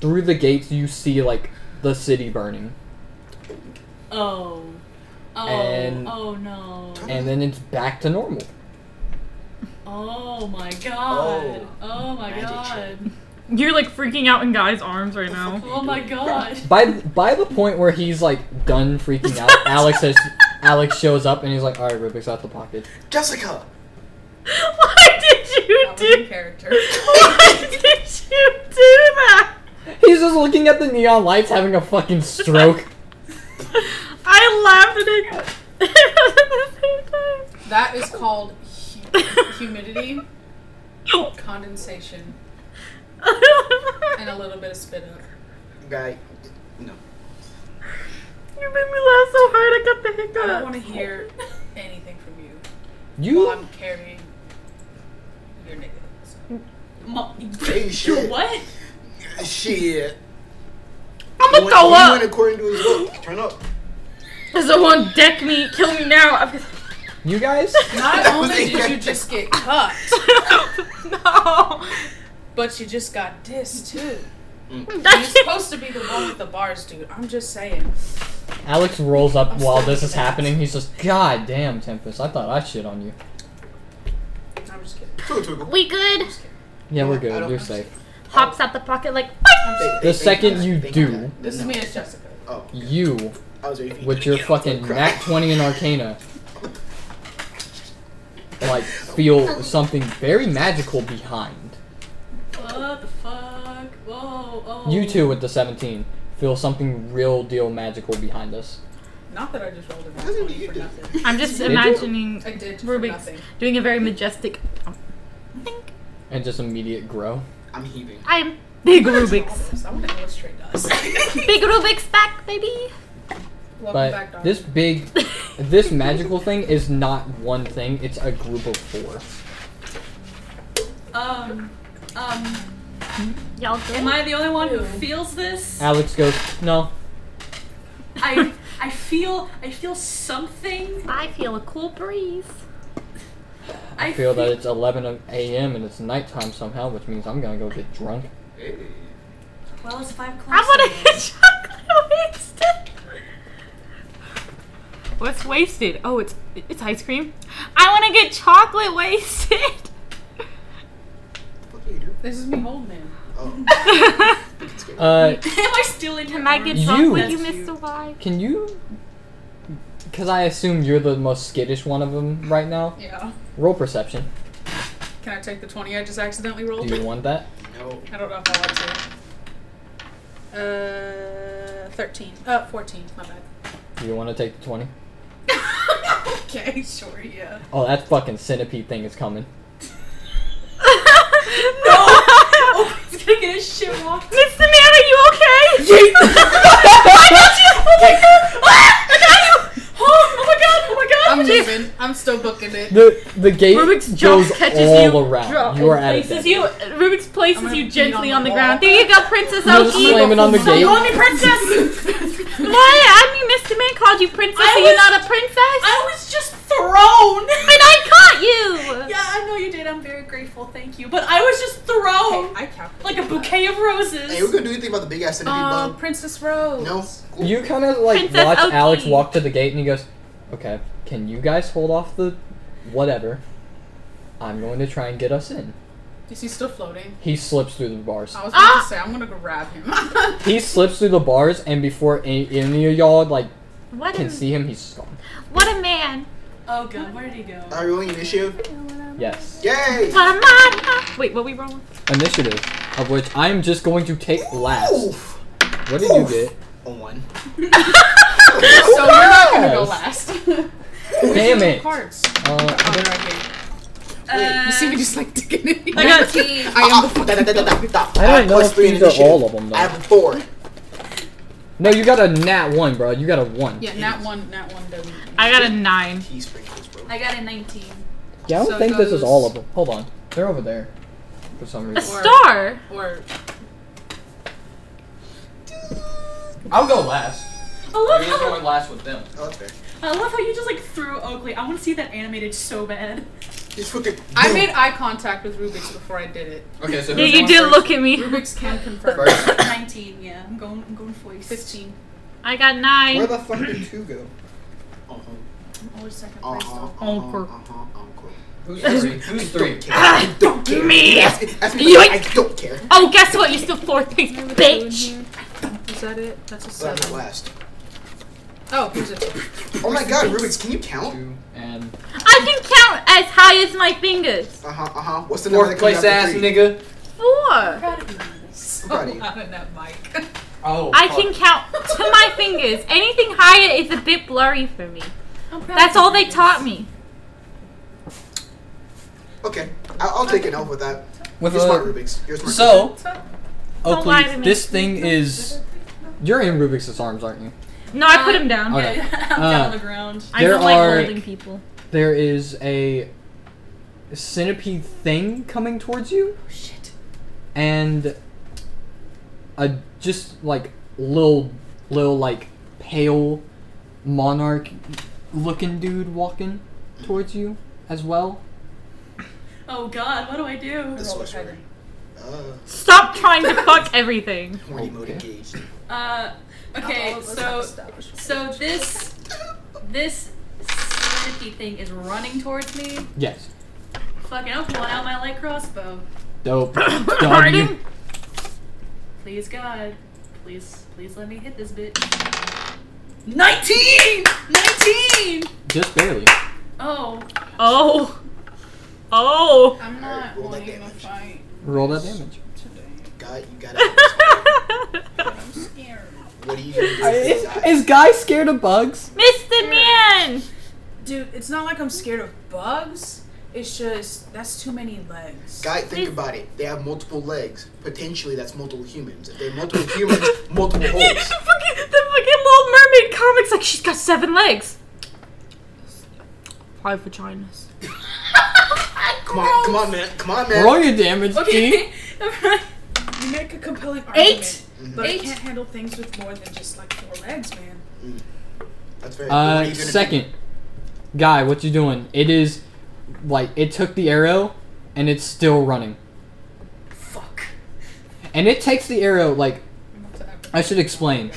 Speaker 3: through the gates you see like the city burning,
Speaker 2: Oh. Oh.
Speaker 3: And-
Speaker 2: oh no.
Speaker 3: and then it's back to normal.
Speaker 2: Oh my god. Oh, my
Speaker 4: Magic
Speaker 2: god.
Speaker 1: You're like freaking out in Guy's arms right now.
Speaker 2: Oh my god.
Speaker 3: By by the point where he's like done freaking
Speaker 2: *laughs*
Speaker 3: out, Alex has Alex shows up and he's like, "All right, Rubik's out the pocket."
Speaker 4: Jessica.
Speaker 1: *laughs* Why did you
Speaker 5: That was in
Speaker 1: do?
Speaker 5: character.
Speaker 1: Why did you do that?
Speaker 3: He's just looking at the neon lights, having a fucking stroke.
Speaker 1: *laughs* I laughed at it *laughs* at the
Speaker 5: That is called hu-
Speaker 1: same time.
Speaker 5: humidity, condensation, and a little bit of spit up.
Speaker 4: Guy. No.
Speaker 1: You made me laugh so hard I got the
Speaker 5: I don't want
Speaker 1: hiccups.
Speaker 5: to hear anything from you
Speaker 3: You
Speaker 5: while I'm carrying your nigga. So,
Speaker 2: Mo- *laughs*
Speaker 4: Hey, shit.
Speaker 2: what?
Speaker 4: Shit.
Speaker 1: I'm
Speaker 4: He
Speaker 1: gonna
Speaker 4: went-
Speaker 1: go
Speaker 4: he went
Speaker 1: up.
Speaker 4: according to his book. Turn up.
Speaker 1: Someone deck me, kill me now. I'm-
Speaker 5: *laughs*
Speaker 1: *laughs*
Speaker 3: you guys,
Speaker 4: *laughs*
Speaker 5: Not
Speaker 4: That was
Speaker 5: only did you
Speaker 4: incorrect.
Speaker 5: just
Speaker 4: *laughs*
Speaker 5: get cut,
Speaker 1: no.
Speaker 5: but you just got dissed too. You're
Speaker 1: That's
Speaker 5: supposed to be the one with the bars, dude. I'm just saying.
Speaker 3: *laughs* Alex rolls up
Speaker 5: I'm
Speaker 3: while
Speaker 5: still
Speaker 3: this is
Speaker 5: upset.
Speaker 3: happening. He's just, "God damn, Tempest! I thought I shit on you."
Speaker 5: I'm just kidding.
Speaker 4: Tugga, tugga.
Speaker 1: We good?
Speaker 3: Yeah, we're
Speaker 4: Yeah, I
Speaker 3: good.
Speaker 4: don't-
Speaker 3: You're safe.
Speaker 1: Hops out the pocket like.
Speaker 4: They- they-
Speaker 3: The second you
Speaker 4: they-
Speaker 3: do,
Speaker 5: This is me as Jessica.
Speaker 4: Oh,
Speaker 3: you
Speaker 4: I was ready for you *laughs*
Speaker 3: with
Speaker 4: to
Speaker 3: your
Speaker 4: get out
Speaker 3: fucking
Speaker 4: and cry.
Speaker 3: nat 20 in Arcana,
Speaker 4: *laughs*
Speaker 3: like, feel something very magical behind.
Speaker 2: What the fuck? Whoa, oh.
Speaker 3: You two with the 17 feel something real deal magical behind us.
Speaker 5: Not that I just rolled it
Speaker 4: Doesn't mean
Speaker 5: out
Speaker 4: you
Speaker 5: for
Speaker 4: do.
Speaker 5: nothing.
Speaker 1: I'm just
Speaker 3: Did you?
Speaker 1: imagining
Speaker 5: I did for
Speaker 1: Rubik's-
Speaker 5: nothing.
Speaker 1: doing a very majestic.
Speaker 3: And just immediate grow.
Speaker 4: I'm heaving.
Speaker 1: I'm big Rubik's.
Speaker 5: I want to illustrate us.
Speaker 1: Big Rubik's back, baby.
Speaker 5: Welcome back,
Speaker 3: But
Speaker 5: Donna.
Speaker 3: this big, this magical thing is not one thing, it's a group of four.
Speaker 2: Um, um,
Speaker 1: Y'all good?
Speaker 2: am I the only one who feels this?
Speaker 3: Alex goes, No,
Speaker 2: I, I feel, I feel something.
Speaker 1: I feel a cool breeze.
Speaker 2: I,
Speaker 3: I feel that it's 11 of a.m. and it's nighttime somehow, which means I'm gonna go get drunk.
Speaker 2: Well, it's five o'clock.
Speaker 1: I *laughs* want to get chocolate wasted. What's wasted? Oh, it's it's ice cream. I want to get chocolate wasted. *laughs*
Speaker 4: What do you do?
Speaker 5: This is me holding him. *laughs*
Speaker 4: Oh,
Speaker 3: Uh,
Speaker 2: *laughs* Am
Speaker 1: *laughs*
Speaker 2: I still in?
Speaker 1: Can I get
Speaker 3: You-
Speaker 1: some with you,
Speaker 2: That's you.
Speaker 1: Mr. *laughs* Y?
Speaker 3: can you? Because I assume you're the most skittish one of them right now.
Speaker 5: Yeah.
Speaker 3: Roll perception.
Speaker 5: Can I take the 20 I just accidentally rolled?
Speaker 3: Do you want that?
Speaker 4: no.
Speaker 5: I don't know if I want to. Uh, 13. Uh, 14. My bad. *laughs*
Speaker 3: Do you want to take the 20?
Speaker 5: okay, sure, yeah.
Speaker 3: Oh, that fucking centipede thing is coming.
Speaker 1: no.
Speaker 2: It's gonna get his shit walked.
Speaker 1: Mr. Man, are you *laughs* okay? *laughs* Oh
Speaker 5: *laughs* I'm leaving. I'm still booking *laughs* it.
Speaker 3: The the gate
Speaker 1: Rubik's
Speaker 3: goes
Speaker 1: jump catches
Speaker 3: all
Speaker 1: you,
Speaker 3: around.
Speaker 1: drop,
Speaker 3: you are
Speaker 1: and
Speaker 3: at a
Speaker 1: places
Speaker 3: dead
Speaker 1: you.
Speaker 3: end.
Speaker 1: Rubik's places
Speaker 5: I'm gonna
Speaker 1: you
Speaker 5: beat
Speaker 1: gently
Speaker 5: on
Speaker 1: on the
Speaker 5: the
Speaker 1: ground.
Speaker 5: wall.
Speaker 1: There you go, Princess
Speaker 3: You're just
Speaker 1: Oki.
Speaker 3: slamming on the
Speaker 1: So
Speaker 3: gate.
Speaker 1: call me
Speaker 5: *laughs*
Speaker 1: princess. What? I mean, Mr. Man called you princess.
Speaker 2: I
Speaker 1: Are you
Speaker 2: was-
Speaker 1: not a princess?
Speaker 2: I was just thrown. *laughs*
Speaker 1: and I caught you.
Speaker 2: Yeah, I know you did. I'm very grateful. Thank you. But I was just thrown
Speaker 5: I calculated.
Speaker 2: like a bouquet of roses.
Speaker 4: Hey, we're gonna do anything about the big ass centipede
Speaker 5: Uh,
Speaker 4: bug.
Speaker 5: Princess Rose.
Speaker 4: No. Cool.
Speaker 3: You kind of like
Speaker 1: Princess
Speaker 3: watch
Speaker 1: Oki.
Speaker 3: Alex walk to the gate and he goes, "Okay, can you guys hold off the whatever? I'm going to try and get us in."
Speaker 5: Is he still floating?
Speaker 3: He slips through the bars.
Speaker 5: I was about
Speaker 1: Ah!
Speaker 5: to say, I'm gonna grab him. *laughs*
Speaker 3: He slips through the bars, and before any, any of y'all like
Speaker 1: What
Speaker 3: can
Speaker 1: a
Speaker 3: see him, he's just gone.
Speaker 1: what a man.
Speaker 2: Oh god, where did he go?
Speaker 4: Are we rolling initiative?
Speaker 3: Yes,
Speaker 4: Yay!
Speaker 1: What a man. Wait, what we rolling?
Speaker 3: initiative of which I am just going to take last.
Speaker 4: Oof.
Speaker 3: What did you
Speaker 4: Oof.
Speaker 3: get?
Speaker 4: A one.
Speaker 5: so we're not gonna go
Speaker 3: Yes.
Speaker 5: last. *laughs*
Speaker 3: Damn it!
Speaker 5: Cards.
Speaker 3: Uh,
Speaker 5: Oh, they're right here.
Speaker 2: Uh,
Speaker 5: you see me just like digging in.
Speaker 1: I got tea.
Speaker 5: *laughs* I am the
Speaker 4: Ah, da, da, da, da, da, da.
Speaker 3: I don't
Speaker 4: have
Speaker 3: know
Speaker 4: plus
Speaker 3: if
Speaker 4: three in
Speaker 3: these are
Speaker 4: initiative.
Speaker 3: all of them
Speaker 4: I
Speaker 3: though.
Speaker 4: have a four.
Speaker 3: No, you got a nat one, bro. You got a one.
Speaker 5: Yeah, not one, not one doesn't.
Speaker 1: I got a nine.
Speaker 4: He sprinkles, bro.
Speaker 2: I got a 19.
Speaker 3: Yeah, I don't
Speaker 5: So
Speaker 3: think this is
Speaker 5: those-
Speaker 3: all of them. Hold on, they're over there for some
Speaker 1: A *laughs*
Speaker 3: reason.
Speaker 1: star.
Speaker 5: Or
Speaker 3: I'll go last.
Speaker 2: I love how
Speaker 3: last with them.
Speaker 4: Oh, that's fair.
Speaker 2: I love how you just like threw Oakley. I want to see that animated so bad. *laughs*
Speaker 4: He's fucking.
Speaker 5: I made eye contact with Rubik's before I did it.
Speaker 3: Okay, so
Speaker 1: Yeah, you
Speaker 5: one
Speaker 1: did
Speaker 5: first?
Speaker 1: look at me.
Speaker 5: Rubik's can confirm.
Speaker 3: First.
Speaker 2: 19, yeah. I'm going. I'm going for you.
Speaker 5: 15.
Speaker 1: I got nine.
Speaker 5: *laughs*
Speaker 4: the fuck did two go? Uh-huh.
Speaker 2: I'm always second
Speaker 4: Uh-huh.
Speaker 2: place. though.
Speaker 4: uh-huh,
Speaker 1: Encore.
Speaker 4: uh-huh, encore.
Speaker 3: Who's three? Who's
Speaker 4: Don't care.
Speaker 5: Ah,
Speaker 4: I don't care.
Speaker 1: Me.
Speaker 4: That's, that's me.
Speaker 1: Yoink.
Speaker 4: I don't care.
Speaker 1: Oh, guess what? You're still fourth place, bitch.
Speaker 5: Is that it? That's a
Speaker 4: But I'm
Speaker 5: 7.
Speaker 4: last.
Speaker 5: Oh, here's a 2.
Speaker 4: Oh my god, Rubik's, can you count?
Speaker 3: Two and
Speaker 1: I can count as high as my fingers.
Speaker 4: Uh huh, uh huh. What's the number that
Speaker 3: fourth
Speaker 4: comes
Speaker 3: place ass
Speaker 4: after three?
Speaker 3: nigga.
Speaker 1: Four.
Speaker 2: Proud of you, guys.
Speaker 4: Proud of you.
Speaker 5: out of Oh, that *laughs* mic.
Speaker 3: Oh,
Speaker 1: I can count to my fingers. Anything higher is a bit blurry for me.
Speaker 2: I'm proud
Speaker 1: That's
Speaker 2: of you
Speaker 1: all they
Speaker 2: guys.
Speaker 1: taught me.
Speaker 4: Okay, I'll, I'll take an L with that.
Speaker 3: With
Speaker 4: You're smart,
Speaker 3: a,
Speaker 4: Rubik's. You're smart.
Speaker 3: so
Speaker 1: Don't lie to
Speaker 3: Oakley,
Speaker 1: me.
Speaker 3: this thing is. You're in Rubik's arms, aren't you?
Speaker 1: No, I
Speaker 2: Uh,
Speaker 1: put him down.
Speaker 3: Okay.
Speaker 2: Yeah, I'm
Speaker 3: Uh,
Speaker 2: down on the ground.
Speaker 1: I
Speaker 3: There
Speaker 1: don't like
Speaker 3: are-
Speaker 2: *laughs*
Speaker 1: holding people.
Speaker 3: There is a centipede thing coming towards you,
Speaker 2: Oh, shit.
Speaker 3: and a just like little, little like pale monarch looking dude walking towards you as well.
Speaker 2: Oh god, what do I do?
Speaker 4: This was weird. Uh,
Speaker 1: Stop trying to fuck
Speaker 3: *coughs*
Speaker 1: everything.
Speaker 4: horny mode
Speaker 3: Okay.
Speaker 4: engaged.
Speaker 2: Uh, okay, so so this this centipede thing is running towards me.
Speaker 3: Yes.
Speaker 2: fucking I'm pulling out my light crossbow.
Speaker 3: Dope.
Speaker 1: Pardon?
Speaker 3: W.
Speaker 2: Please God, please please let me hit this bitch.
Speaker 5: 19! 19!
Speaker 3: Just barely.
Speaker 2: Oh,
Speaker 1: Oh. Oh. *laughs*
Speaker 5: I'm
Speaker 4: not
Speaker 5: not
Speaker 4: Roll
Speaker 5: wanting
Speaker 4: that wanting
Speaker 5: to
Speaker 4: damage. to
Speaker 5: fight
Speaker 3: Roll that damage.
Speaker 5: today,
Speaker 4: God, you got it.
Speaker 5: but I'm scared.
Speaker 4: What are you gonna do? with
Speaker 3: *laughs* Is,
Speaker 4: this eye?
Speaker 3: is Guy scared of bugs?
Speaker 2: *laughs*
Speaker 1: Mr. Man!
Speaker 5: Dude, it's not like I'm scared of bugs. It's just, that's too many legs.
Speaker 4: Guy, think about it. They have multiple legs. Potentially, that's multiple humans. If they have multiple humans, *laughs* multiple
Speaker 1: Yeah, the
Speaker 4: holes.
Speaker 1: fucking, the fucking Little Mermaid comics, like, she's got seven legs.
Speaker 2: *laughs*
Speaker 1: Five vaginas.
Speaker 4: Come on, come on, man. Come on, man.
Speaker 3: Roll your damage, G.
Speaker 2: *laughs*
Speaker 3: Uh,
Speaker 2: okay. Alright.
Speaker 5: You make a compelling argument.
Speaker 1: Eight?
Speaker 5: But
Speaker 2: Eight.
Speaker 5: I can't handle things with more than just like four legs, man.
Speaker 4: That's very. what are
Speaker 3: Uh,
Speaker 4: you gonna do?
Speaker 3: second. Guy, what you doing? It is, like, it took the arrow, and it's still running.
Speaker 2: Fuck.
Speaker 3: And it takes the arrow, like, I should explain.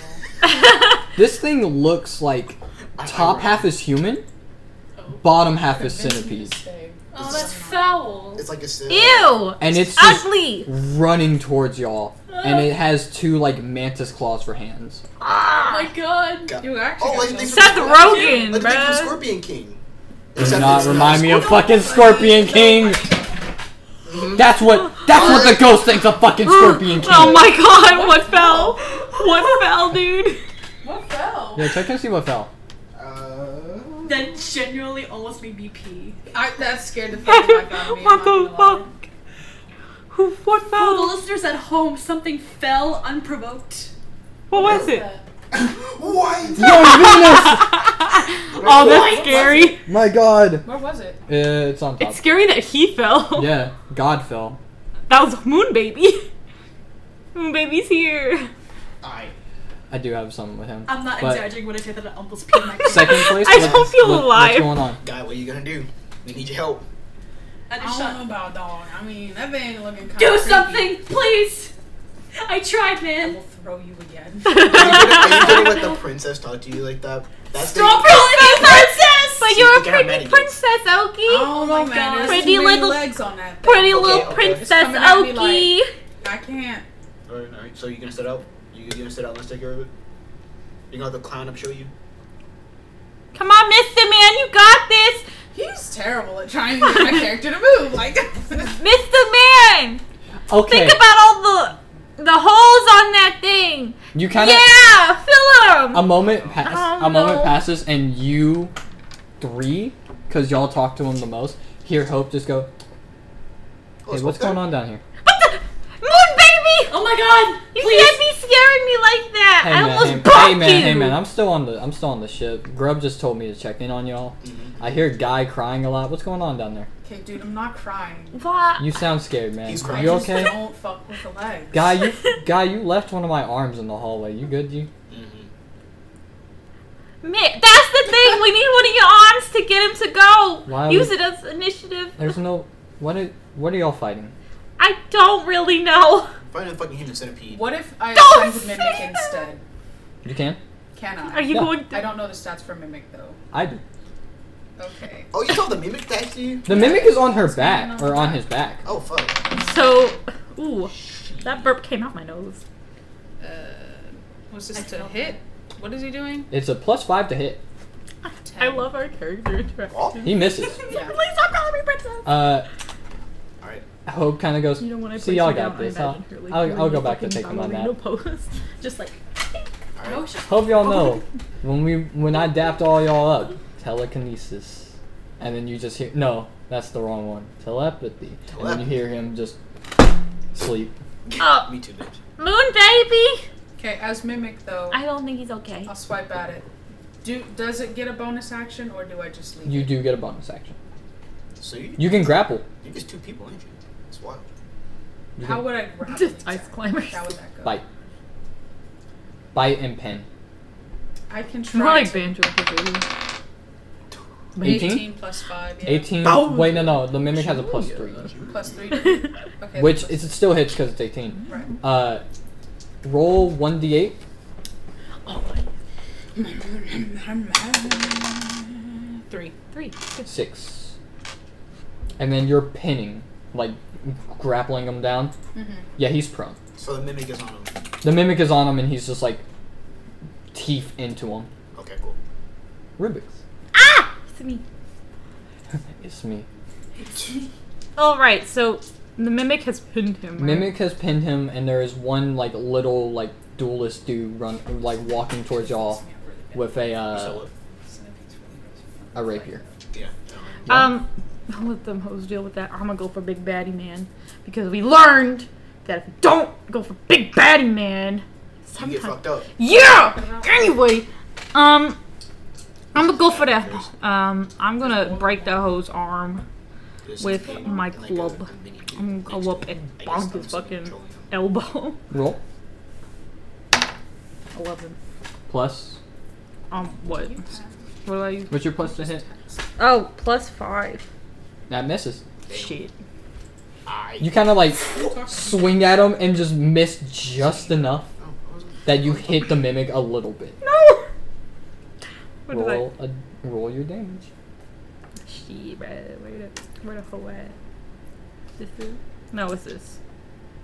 Speaker 3: This thing looks like top half is human, bottom half is centipede.
Speaker 2: Oh, that's foul.
Speaker 4: It's like a.
Speaker 1: *laughs*
Speaker 4: sin.
Speaker 1: Ew!
Speaker 3: And it's just
Speaker 1: Ugly!
Speaker 3: running towards y'all.
Speaker 2: Uh.
Speaker 3: And it has two, like, mantis claws for hands.
Speaker 2: Oh my god.
Speaker 4: God.
Speaker 5: You actually
Speaker 4: Oh,
Speaker 5: got
Speaker 4: like the
Speaker 5: those-
Speaker 4: thing
Speaker 1: Seth
Speaker 4: from-
Speaker 1: Rogen,
Speaker 4: Like the thing from
Speaker 1: bruh.
Speaker 4: Scorpion King.
Speaker 3: Do
Speaker 4: Except
Speaker 3: not
Speaker 4: it's
Speaker 3: remind me of
Speaker 4: Scorpion-
Speaker 3: fucking Scorpion King. That's what that's what the ghost thinks of fucking Scorpion King.
Speaker 1: Mm-hmm. Oh my god, what fell? What fell, dude?
Speaker 5: What fell?
Speaker 3: Yeah, check and see what fell.
Speaker 4: Uh, *laughs*
Speaker 2: That genuinely almost made me pee.
Speaker 5: I, that scared *laughs* the fuck out of me.
Speaker 1: what
Speaker 5: I'm not
Speaker 1: the
Speaker 5: gonna lie.
Speaker 1: fuck? Who, what
Speaker 2: For Oh, the
Speaker 1: fell?
Speaker 2: listeners at home, something fell unprovoked.
Speaker 1: What was it?
Speaker 4: what?
Speaker 3: Yo, Venus!
Speaker 1: *laughs* Oh, that's scary.
Speaker 3: My god.
Speaker 5: Where was it?
Speaker 3: Uh, it's on top.
Speaker 1: It's scary that he fell.
Speaker 3: Yeah, God fell.
Speaker 1: *laughs* That was Moon Baby. Moon Baby's here.
Speaker 4: I.
Speaker 3: I do have something with him.
Speaker 2: I'm not
Speaker 3: But-
Speaker 2: exaggerating when I say that I almost peed my pants.
Speaker 3: Second place.
Speaker 1: Um, *laughs* I
Speaker 3: what-
Speaker 1: don't feel
Speaker 3: what-
Speaker 1: alive.
Speaker 3: What's going on?
Speaker 4: Guy, what are you gonna do? We need
Speaker 5: *laughs*
Speaker 4: your help.
Speaker 2: I
Speaker 5: I
Speaker 2: just
Speaker 5: don't
Speaker 2: shot.
Speaker 5: know about dog. I mean, that thing looking kind
Speaker 2: Do something, please. I tried,
Speaker 5: I
Speaker 2: man.
Speaker 5: will throw you
Speaker 1: *laughs*
Speaker 5: again.
Speaker 1: Oh
Speaker 4: Are you gonna, are you gonna let the princess talk to you like that? That's the-
Speaker 2: Stop calling me princess.
Speaker 1: But you're a
Speaker 4: Get out
Speaker 1: pretty
Speaker 4: of bed again.
Speaker 1: princess, Okie.
Speaker 5: Oh,
Speaker 2: my
Speaker 5: my
Speaker 2: God.
Speaker 5: man, there's
Speaker 1: Pretty
Speaker 5: too many
Speaker 1: little-
Speaker 5: legs on that. Thing.
Speaker 1: Pretty little
Speaker 4: okay.
Speaker 1: princess,
Speaker 5: It's coming at me
Speaker 1: Okie.
Speaker 5: I can't.
Speaker 4: Alright, alright. So you gonna sit out? You, you gonna sit out? Let's take care of it. You gonna have the clown up show you?
Speaker 1: Come on, Mr. Man, you got this.
Speaker 5: He's terrible at trying to get
Speaker 1: *laughs*
Speaker 5: my character to move. Like, *laughs*
Speaker 1: Mr. Man,
Speaker 3: Okay,
Speaker 1: think about all the the holes on that thing.
Speaker 3: you kind of
Speaker 1: yeah, fill them.
Speaker 3: a moment pass
Speaker 1: Oh,
Speaker 3: a moment
Speaker 1: no.
Speaker 3: passes and you three because y'all talk to him the most hear hope just go
Speaker 4: Oh,
Speaker 3: hey
Speaker 4: it's
Speaker 3: what's
Speaker 4: okay.
Speaker 3: going on down here
Speaker 1: what the? Moon Baby,
Speaker 2: Oh my god.
Speaker 1: you
Speaker 2: Please.
Speaker 1: can't be scaring me like that.
Speaker 3: hey
Speaker 1: I
Speaker 3: man
Speaker 1: almost
Speaker 3: hey,
Speaker 1: bumped
Speaker 3: hey, man
Speaker 1: you.
Speaker 3: hey man i'm still on the i'm still on the ship grub just told me to check in on y'all
Speaker 4: Mm-hmm.
Speaker 3: i hear guy crying a lot what's going on down there
Speaker 5: okay, dude, I'm not crying.
Speaker 1: Why-
Speaker 3: you sound scared man
Speaker 4: He's
Speaker 3: Are
Speaker 4: crying.
Speaker 3: you
Speaker 5: Just
Speaker 4: *laughs*
Speaker 3: okay
Speaker 5: Don't fuck with the legs.
Speaker 3: guy you guy you left one of my arms in the hallway you good you
Speaker 4: Mm-hmm.
Speaker 1: Man, that's the thing. We need one of your arms to get him to go.
Speaker 3: Why
Speaker 1: Use
Speaker 3: would-
Speaker 1: it as initiative.
Speaker 3: there's no what are, what are y'all fighting
Speaker 1: I don't really know.
Speaker 4: Find a fucking human centipede.
Speaker 5: What if I
Speaker 1: Don't
Speaker 5: attempt
Speaker 1: say
Speaker 5: mimic
Speaker 1: that.
Speaker 5: instead?
Speaker 3: you can
Speaker 5: Can I?
Speaker 1: Are you
Speaker 3: Yeah.
Speaker 1: going?
Speaker 5: I don't know the stats for mimic though.
Speaker 3: i do
Speaker 5: Okay.
Speaker 4: Oh, you told the mimic to attack you?
Speaker 3: the mimic is on her back or on his back
Speaker 4: Oh fuck.
Speaker 1: So, ooh, that burp came out my nose.
Speaker 5: Uh, was this to hit? What is he doing?
Speaker 3: it's a plus five to hit
Speaker 1: I love our character interaction.
Speaker 4: Oh.
Speaker 3: he
Speaker 1: *laughs*
Speaker 3: misses
Speaker 5: Yeah.
Speaker 1: Please stop calling me princess.
Speaker 3: uh
Speaker 4: Alright.
Speaker 3: Hope kind of goes.
Speaker 1: You know when I
Speaker 3: See,
Speaker 1: put
Speaker 3: y'all
Speaker 1: you down,
Speaker 3: got
Speaker 1: I
Speaker 3: this. I'll,
Speaker 1: imagine her, like,
Speaker 3: I'll,
Speaker 1: doing
Speaker 3: I'll go
Speaker 1: the
Speaker 3: back to
Speaker 1: fucking
Speaker 3: taking on that.
Speaker 1: ballerina
Speaker 3: *laughs*
Speaker 1: pose. Just like
Speaker 4: Alright.
Speaker 3: Hope y'all know when we when I dapped all y'all up, telekinesis, and then you just hear no, that's the wrong one, telepathy, and then you hear him just sleep.
Speaker 1: oh,
Speaker 4: Me too, bitch.
Speaker 1: moon baby.
Speaker 5: Okay, as mimic though,
Speaker 1: I don't think he's okay.
Speaker 4: Oh.
Speaker 5: I'll swipe at it. Do does it get a bonus action or do I just leave?
Speaker 3: You do get a bonus action.
Speaker 4: So you
Speaker 3: You can grapple.
Speaker 4: you just two people, ain't you? That's wild.
Speaker 3: You
Speaker 5: How
Speaker 3: can
Speaker 5: would I *laughs* grab
Speaker 1: *laughs* Just ice climbers.
Speaker 5: How would that go?
Speaker 3: bite, bite and pen.
Speaker 5: I can
Speaker 1: More
Speaker 5: try.
Speaker 1: like
Speaker 5: to-
Speaker 1: banjo kazooie.
Speaker 3: 18?
Speaker 5: 18 plus 5, yeah.
Speaker 3: Eighteen.
Speaker 4: Bow.
Speaker 3: Wait, no, no. The mimic has a plus three,
Speaker 5: Plus *laughs* 3. Okay.
Speaker 1: Maybe.
Speaker 5: that's
Speaker 3: which
Speaker 5: plus-
Speaker 3: is, it still hits because it's eighteen.
Speaker 5: Right.
Speaker 3: Uh, roll one d8.
Speaker 1: oh,
Speaker 5: *laughs* Three.
Speaker 1: *laughs* three.
Speaker 3: Six. and then you're pinning, like grappling him down. Yeah, he's prone.
Speaker 4: So the mimic is on him.
Speaker 3: The mimic is on him, and he's just like teeth into him.
Speaker 4: Okay, cool.
Speaker 3: Rubik's. *laughs*
Speaker 1: It's me.
Speaker 3: It's me.
Speaker 1: All right, so the mimic has pinned him. right?
Speaker 3: Mimic has pinned him, and there is one like little like duelist dude run like walking towards y'all with a
Speaker 4: so
Speaker 3: uh,
Speaker 4: what?
Speaker 3: a rapier.
Speaker 4: Yeah.
Speaker 3: Yeah.
Speaker 1: Um, I'll let them hoes deal with that. I'm gonna go for Big Baddie Man because we learned that if you don't go for Big Baddie Man,
Speaker 4: You get
Speaker 1: sometimes
Speaker 4: fucked up.
Speaker 1: yeah. Anyway, um, I'm gonna go for that. Um, I'm gonna break that hoe's arm
Speaker 4: This is
Speaker 1: with
Speaker 4: the-
Speaker 1: my
Speaker 4: and I go
Speaker 1: club.
Speaker 4: to the mini game.
Speaker 1: I'm gonna go up and
Speaker 4: I guess
Speaker 1: bonk
Speaker 4: I'm
Speaker 1: his
Speaker 4: still
Speaker 1: fucking
Speaker 4: controlling him.
Speaker 1: elbow.
Speaker 3: Roll
Speaker 1: Eleven.
Speaker 3: plus.
Speaker 1: Um, what? What do I use?
Speaker 3: What's your plus to hit?
Speaker 1: Oh, plus five.
Speaker 3: That misses.
Speaker 1: Shit.
Speaker 4: I-
Speaker 3: You kind of like swing at him and just miss just enough
Speaker 4: Oh, I wasn't-
Speaker 3: that you hit the mimic a little bit.
Speaker 1: No. What did I?
Speaker 3: Roll a roll your damage.
Speaker 1: Shit, bro. Where the, where the hoe at? This is? No, it's this.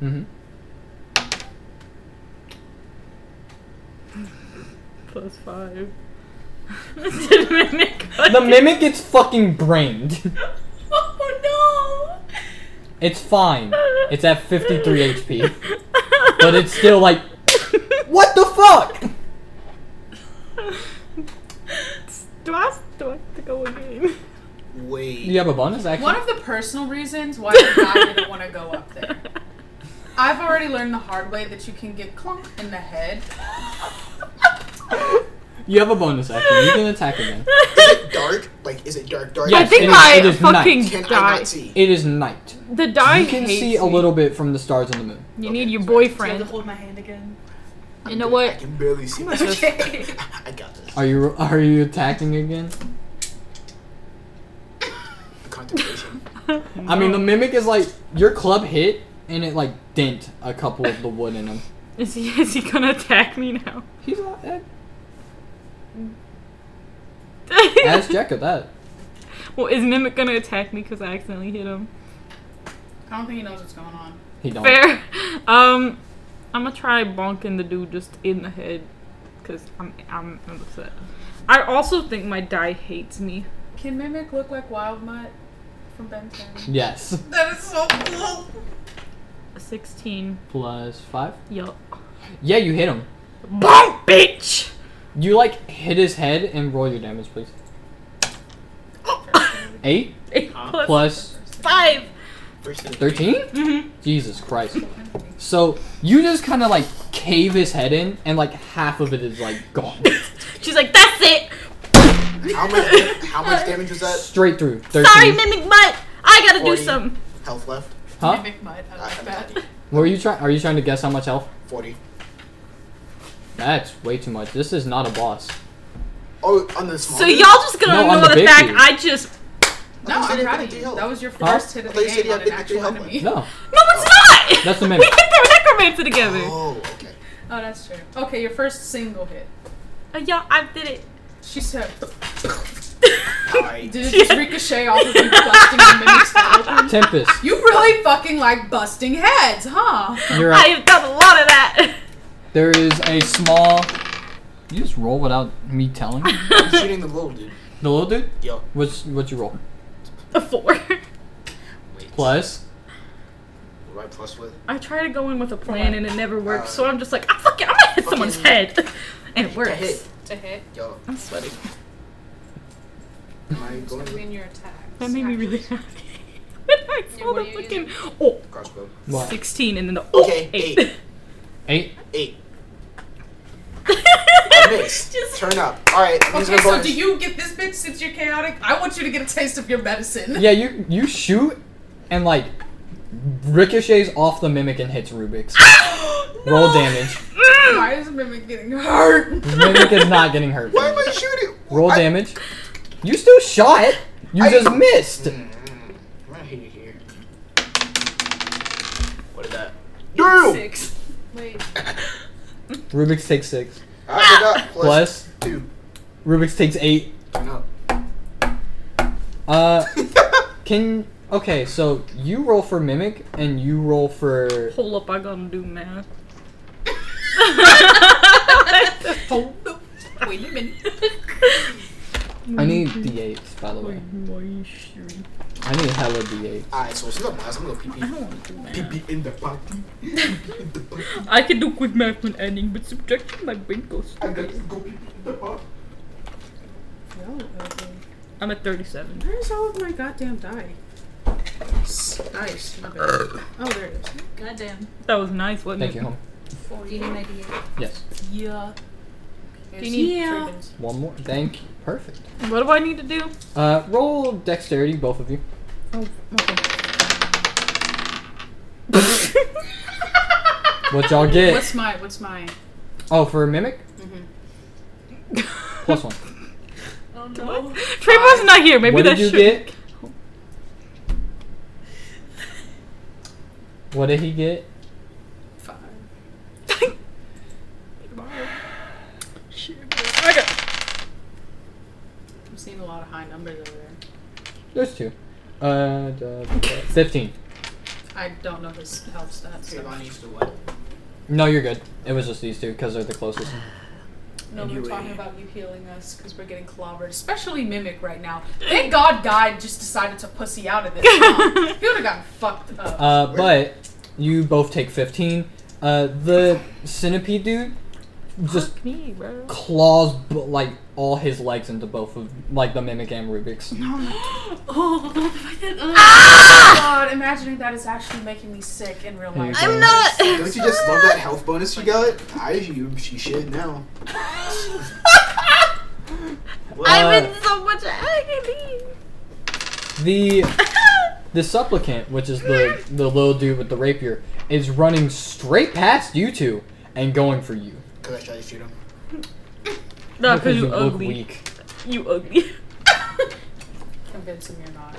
Speaker 3: Mm-hmm.
Speaker 1: Plus five. Did mimic
Speaker 3: The mimic gets fucking brained. *laughs*
Speaker 2: Oh no!
Speaker 3: It's fine. It's
Speaker 1: *laughs*
Speaker 3: at 53 HP,
Speaker 1: Oh,
Speaker 3: but it's still like, what the fuck?
Speaker 1: Do I, do I have to go again?
Speaker 4: Wait.
Speaker 3: You have a bonus action.
Speaker 5: One of the personal reasons why I didn't want to go up there. I've already learned the hard way that you can get clunk in the head.
Speaker 3: You have a bonus action. You can attack again.
Speaker 4: Is it dark? Like, is it dark? Dark?
Speaker 1: I
Speaker 3: *laughs* Yes,
Speaker 1: think
Speaker 3: it is-
Speaker 1: my
Speaker 3: it is
Speaker 1: fucking
Speaker 3: night.
Speaker 4: Can I
Speaker 1: die.
Speaker 4: not see?
Speaker 3: It is night.
Speaker 1: The die
Speaker 3: You can
Speaker 1: hates
Speaker 3: see a
Speaker 1: me.
Speaker 3: little bit from the stars and the moon.
Speaker 1: You need your
Speaker 2: Do you have to
Speaker 1: boyfriend.
Speaker 2: hold my hand again?
Speaker 1: You know
Speaker 4: I
Speaker 1: what?
Speaker 4: can barely see. myself.
Speaker 2: Okay.
Speaker 4: *laughs* I got this.
Speaker 3: Are you are you attacking again?
Speaker 4: Contemplation.
Speaker 3: I mean, the mimic is like your club hit and it like dent a couple of the wood in him.
Speaker 1: Is he is he gonna attack me now?
Speaker 3: He's eh, not dead. Ask Jack of that.
Speaker 1: *laughs* well, is Mimic gonna attack me because I accidentally hit him?
Speaker 5: I don't think he knows what's going on.
Speaker 3: He don't.
Speaker 1: Fair. Um, I'm gonna try bonking the dude just in the head because I'm I'm upset. I also think my die hates me.
Speaker 5: Can Mimic look like Wild Mutt from Ben 10?
Speaker 3: Yes.
Speaker 5: That is so cool.
Speaker 1: Sixteen.
Speaker 3: Plus five.
Speaker 1: Yup.
Speaker 3: Yeah, you hit him.
Speaker 1: Bonk, bitch. *gasps*
Speaker 3: You like hit his head and roll your damage, please. Eight
Speaker 1: Eight plus
Speaker 3: plus
Speaker 1: five.
Speaker 4: First of the-
Speaker 3: 13
Speaker 1: Mhm.
Speaker 3: Jesus Christ. So you just kind of like cave his head in, and like half of it is like gone,
Speaker 1: She's like, that's it.
Speaker 4: How much? How much damage was that?
Speaker 3: straight through. Thirteen.
Speaker 1: Sorry, Mimic Mutt. I gotta do
Speaker 4: Forty.
Speaker 1: some.
Speaker 4: Health left.
Speaker 3: Huh?
Speaker 5: Mimic Mutt, I
Speaker 4: I
Speaker 5: like
Speaker 4: have
Speaker 5: that.
Speaker 4: no idea.
Speaker 3: What are you trying? Are you trying to guess how much health?
Speaker 4: Forty.
Speaker 3: That's way too much. This is not a boss.
Speaker 4: Oh, on the small.
Speaker 1: So y'all just gonna
Speaker 3: No, on
Speaker 1: ignore
Speaker 3: the
Speaker 1: the,
Speaker 3: big
Speaker 1: fact
Speaker 3: dude.
Speaker 1: I just.
Speaker 5: No,
Speaker 4: I thought
Speaker 5: I'm
Speaker 4: you said
Speaker 5: proud
Speaker 4: it
Speaker 5: of
Speaker 4: did
Speaker 5: you.
Speaker 4: help.
Speaker 5: That was your
Speaker 3: Huh?
Speaker 5: first hit
Speaker 4: I
Speaker 5: of
Speaker 4: thought
Speaker 5: the
Speaker 4: you said
Speaker 5: game
Speaker 4: you
Speaker 5: on
Speaker 4: had
Speaker 5: an
Speaker 4: fifty-three
Speaker 5: actual
Speaker 4: health left.
Speaker 5: enemy.
Speaker 3: No,
Speaker 1: No, it's not.
Speaker 3: That's the Mimic.
Speaker 1: *laughs* we hit the necromancer together.
Speaker 4: Oh, okay.
Speaker 5: Oh, that's true. Okay, your first single hit.
Speaker 1: Uh, y'all, I did it.
Speaker 5: She *laughs* said,
Speaker 4: I
Speaker 5: did it just ricochet off of you busting the mimic's head open?
Speaker 3: Tempest.
Speaker 5: You really fucking like busting heads, huh?
Speaker 3: You're
Speaker 1: *laughs* I
Speaker 3: up.
Speaker 1: have done a lot of that. *laughs*
Speaker 3: There is a small. You just roll without me
Speaker 4: *laughs*
Speaker 3: telling.
Speaker 4: I'm shooting the little dude.
Speaker 3: The little dude.
Speaker 4: Yo.
Speaker 3: What's what you roll?
Speaker 1: A four.
Speaker 4: Wait.
Speaker 3: Plus.
Speaker 4: What do I plus with?
Speaker 1: I try to go in with a plan and it never works,
Speaker 4: Uh,
Speaker 1: so I'm just like, ah, fuck it, I'm gonna hit someone's
Speaker 4: fucking-
Speaker 1: head. *laughs* and it
Speaker 4: To hit.
Speaker 1: works.
Speaker 5: To hit.
Speaker 4: Yo.
Speaker 1: I'm sweating.
Speaker 4: Am I going
Speaker 5: Between
Speaker 4: with
Speaker 5: your attacks.
Speaker 1: That made me really *laughs* happy. I
Speaker 5: Yeah, what
Speaker 1: saw the
Speaker 5: are you
Speaker 1: fucking oh,
Speaker 4: crossbow?
Speaker 3: What?
Speaker 1: 16 and then the oh,
Speaker 4: Okay,
Speaker 1: eight. *laughs*
Speaker 4: eight.
Speaker 3: Eight.
Speaker 4: Eight. I
Speaker 1: *laughs*
Speaker 4: missed. Turn up. All right. I'm
Speaker 5: Okay,
Speaker 4: using a
Speaker 5: so
Speaker 4: bonus.
Speaker 5: do you get this bitch since you're chaotic? I want you to get a taste of your medicine.
Speaker 3: Yeah, you you shoot, and like ricochets off the mimic and
Speaker 4: *laughs*
Speaker 3: hits Rubik's. Roll
Speaker 5: *laughs*
Speaker 3: damage.
Speaker 1: mm.
Speaker 5: Why is Mimic getting hurt?
Speaker 3: Mimic is not getting hurt.
Speaker 4: Why am I shooting?
Speaker 3: Roll
Speaker 4: I-
Speaker 3: damage. You still shot. You
Speaker 4: I-
Speaker 3: just missed.
Speaker 4: Mm, I'm gonna hit you here. What is that? Dude.
Speaker 5: Six. Wait.
Speaker 3: Rubik's takes six.
Speaker 4: I got plus,
Speaker 3: Plus.
Speaker 4: two. *laughs*
Speaker 3: Rubik's takes eight.
Speaker 4: Turn up.
Speaker 3: Uh, can Okay, so you roll for mimic and you roll for
Speaker 1: Hold up, I gotta do math.
Speaker 5: Hold up. Wait a minute.
Speaker 3: I need
Speaker 4: Mm-hmm.
Speaker 3: d8s by the way. I need hella d8.
Speaker 4: Alright, so what's up, guys? I'm gonna pee
Speaker 1: I
Speaker 4: pee.
Speaker 1: don't want to do
Speaker 4: Pee
Speaker 1: math.
Speaker 4: pee in the party. In the party.
Speaker 1: I can do quick math when adding, but subtracting my brain goes.
Speaker 4: I gotta go pee pee in the party.
Speaker 1: I'm at 37.
Speaker 5: Where's all of my goddamn die? Dice. my bad. Oh, there it is.
Speaker 2: Goddamn.
Speaker 1: That was nice, wasn't
Speaker 3: Thank
Speaker 1: it?
Speaker 3: you, home.
Speaker 2: Do you need my D8?
Speaker 3: Yes.
Speaker 2: Yeah.
Speaker 5: Here's
Speaker 1: need-
Speaker 5: three
Speaker 2: Yeah.
Speaker 5: bins.
Speaker 3: One more. Thank. Perfect.
Speaker 1: What do I need to do?
Speaker 3: Uh, roll dexterity, both of you.
Speaker 1: Oh,
Speaker 3: What y'all get?
Speaker 5: What's my, what's my,
Speaker 3: Oh, for mimic,
Speaker 1: okay.
Speaker 3: plus one.
Speaker 2: Oh no.
Speaker 1: Trayvon's not here. *laughs* Maybe
Speaker 3: what
Speaker 1: that
Speaker 3: did you
Speaker 1: should.
Speaker 3: get? What did he get?
Speaker 5: five.
Speaker 1: Shit, bro. I got.
Speaker 5: I'm seeing a lot of high numbers over there.
Speaker 3: There's two. Uh, da-
Speaker 1: *laughs*
Speaker 3: da- da- fifteen.
Speaker 5: I don't know if this helps that. So.
Speaker 4: Trayvon used to what?
Speaker 3: No, you're good. It was just these two because they're the closest.
Speaker 5: No,
Speaker 4: Anyway.
Speaker 5: we're talking about you healing us because we're getting clobbered, especially Mimic right *laughs* now. Thank God Guy just decided to pussy out *laughs* of this. Huh? he would have gotten fucked up.
Speaker 3: Uh, but you both take fifteen. Uh, the centipede dude just
Speaker 1: Fuck me, bro.
Speaker 3: claws b- like all his legs into both of like the mimic and Rubik's.
Speaker 2: Oh, the fact that. Ugh.
Speaker 5: Ah! God, imagining that is actually making me sick in real life.
Speaker 3: I'm
Speaker 5: not.
Speaker 4: Don't
Speaker 1: *laughs*
Speaker 4: you just love that health bonus you got? I you she should now.
Speaker 3: I'm in
Speaker 1: so much agony. *laughs*
Speaker 3: The the supplicant, which is the the little dude with the rapier, is running straight past you two and going for you.
Speaker 4: Cause I tried to shoot him.
Speaker 1: Nah, cause you
Speaker 3: look
Speaker 1: ugly.
Speaker 3: weak.
Speaker 1: You ugly. *laughs*
Speaker 5: Convince him you're not.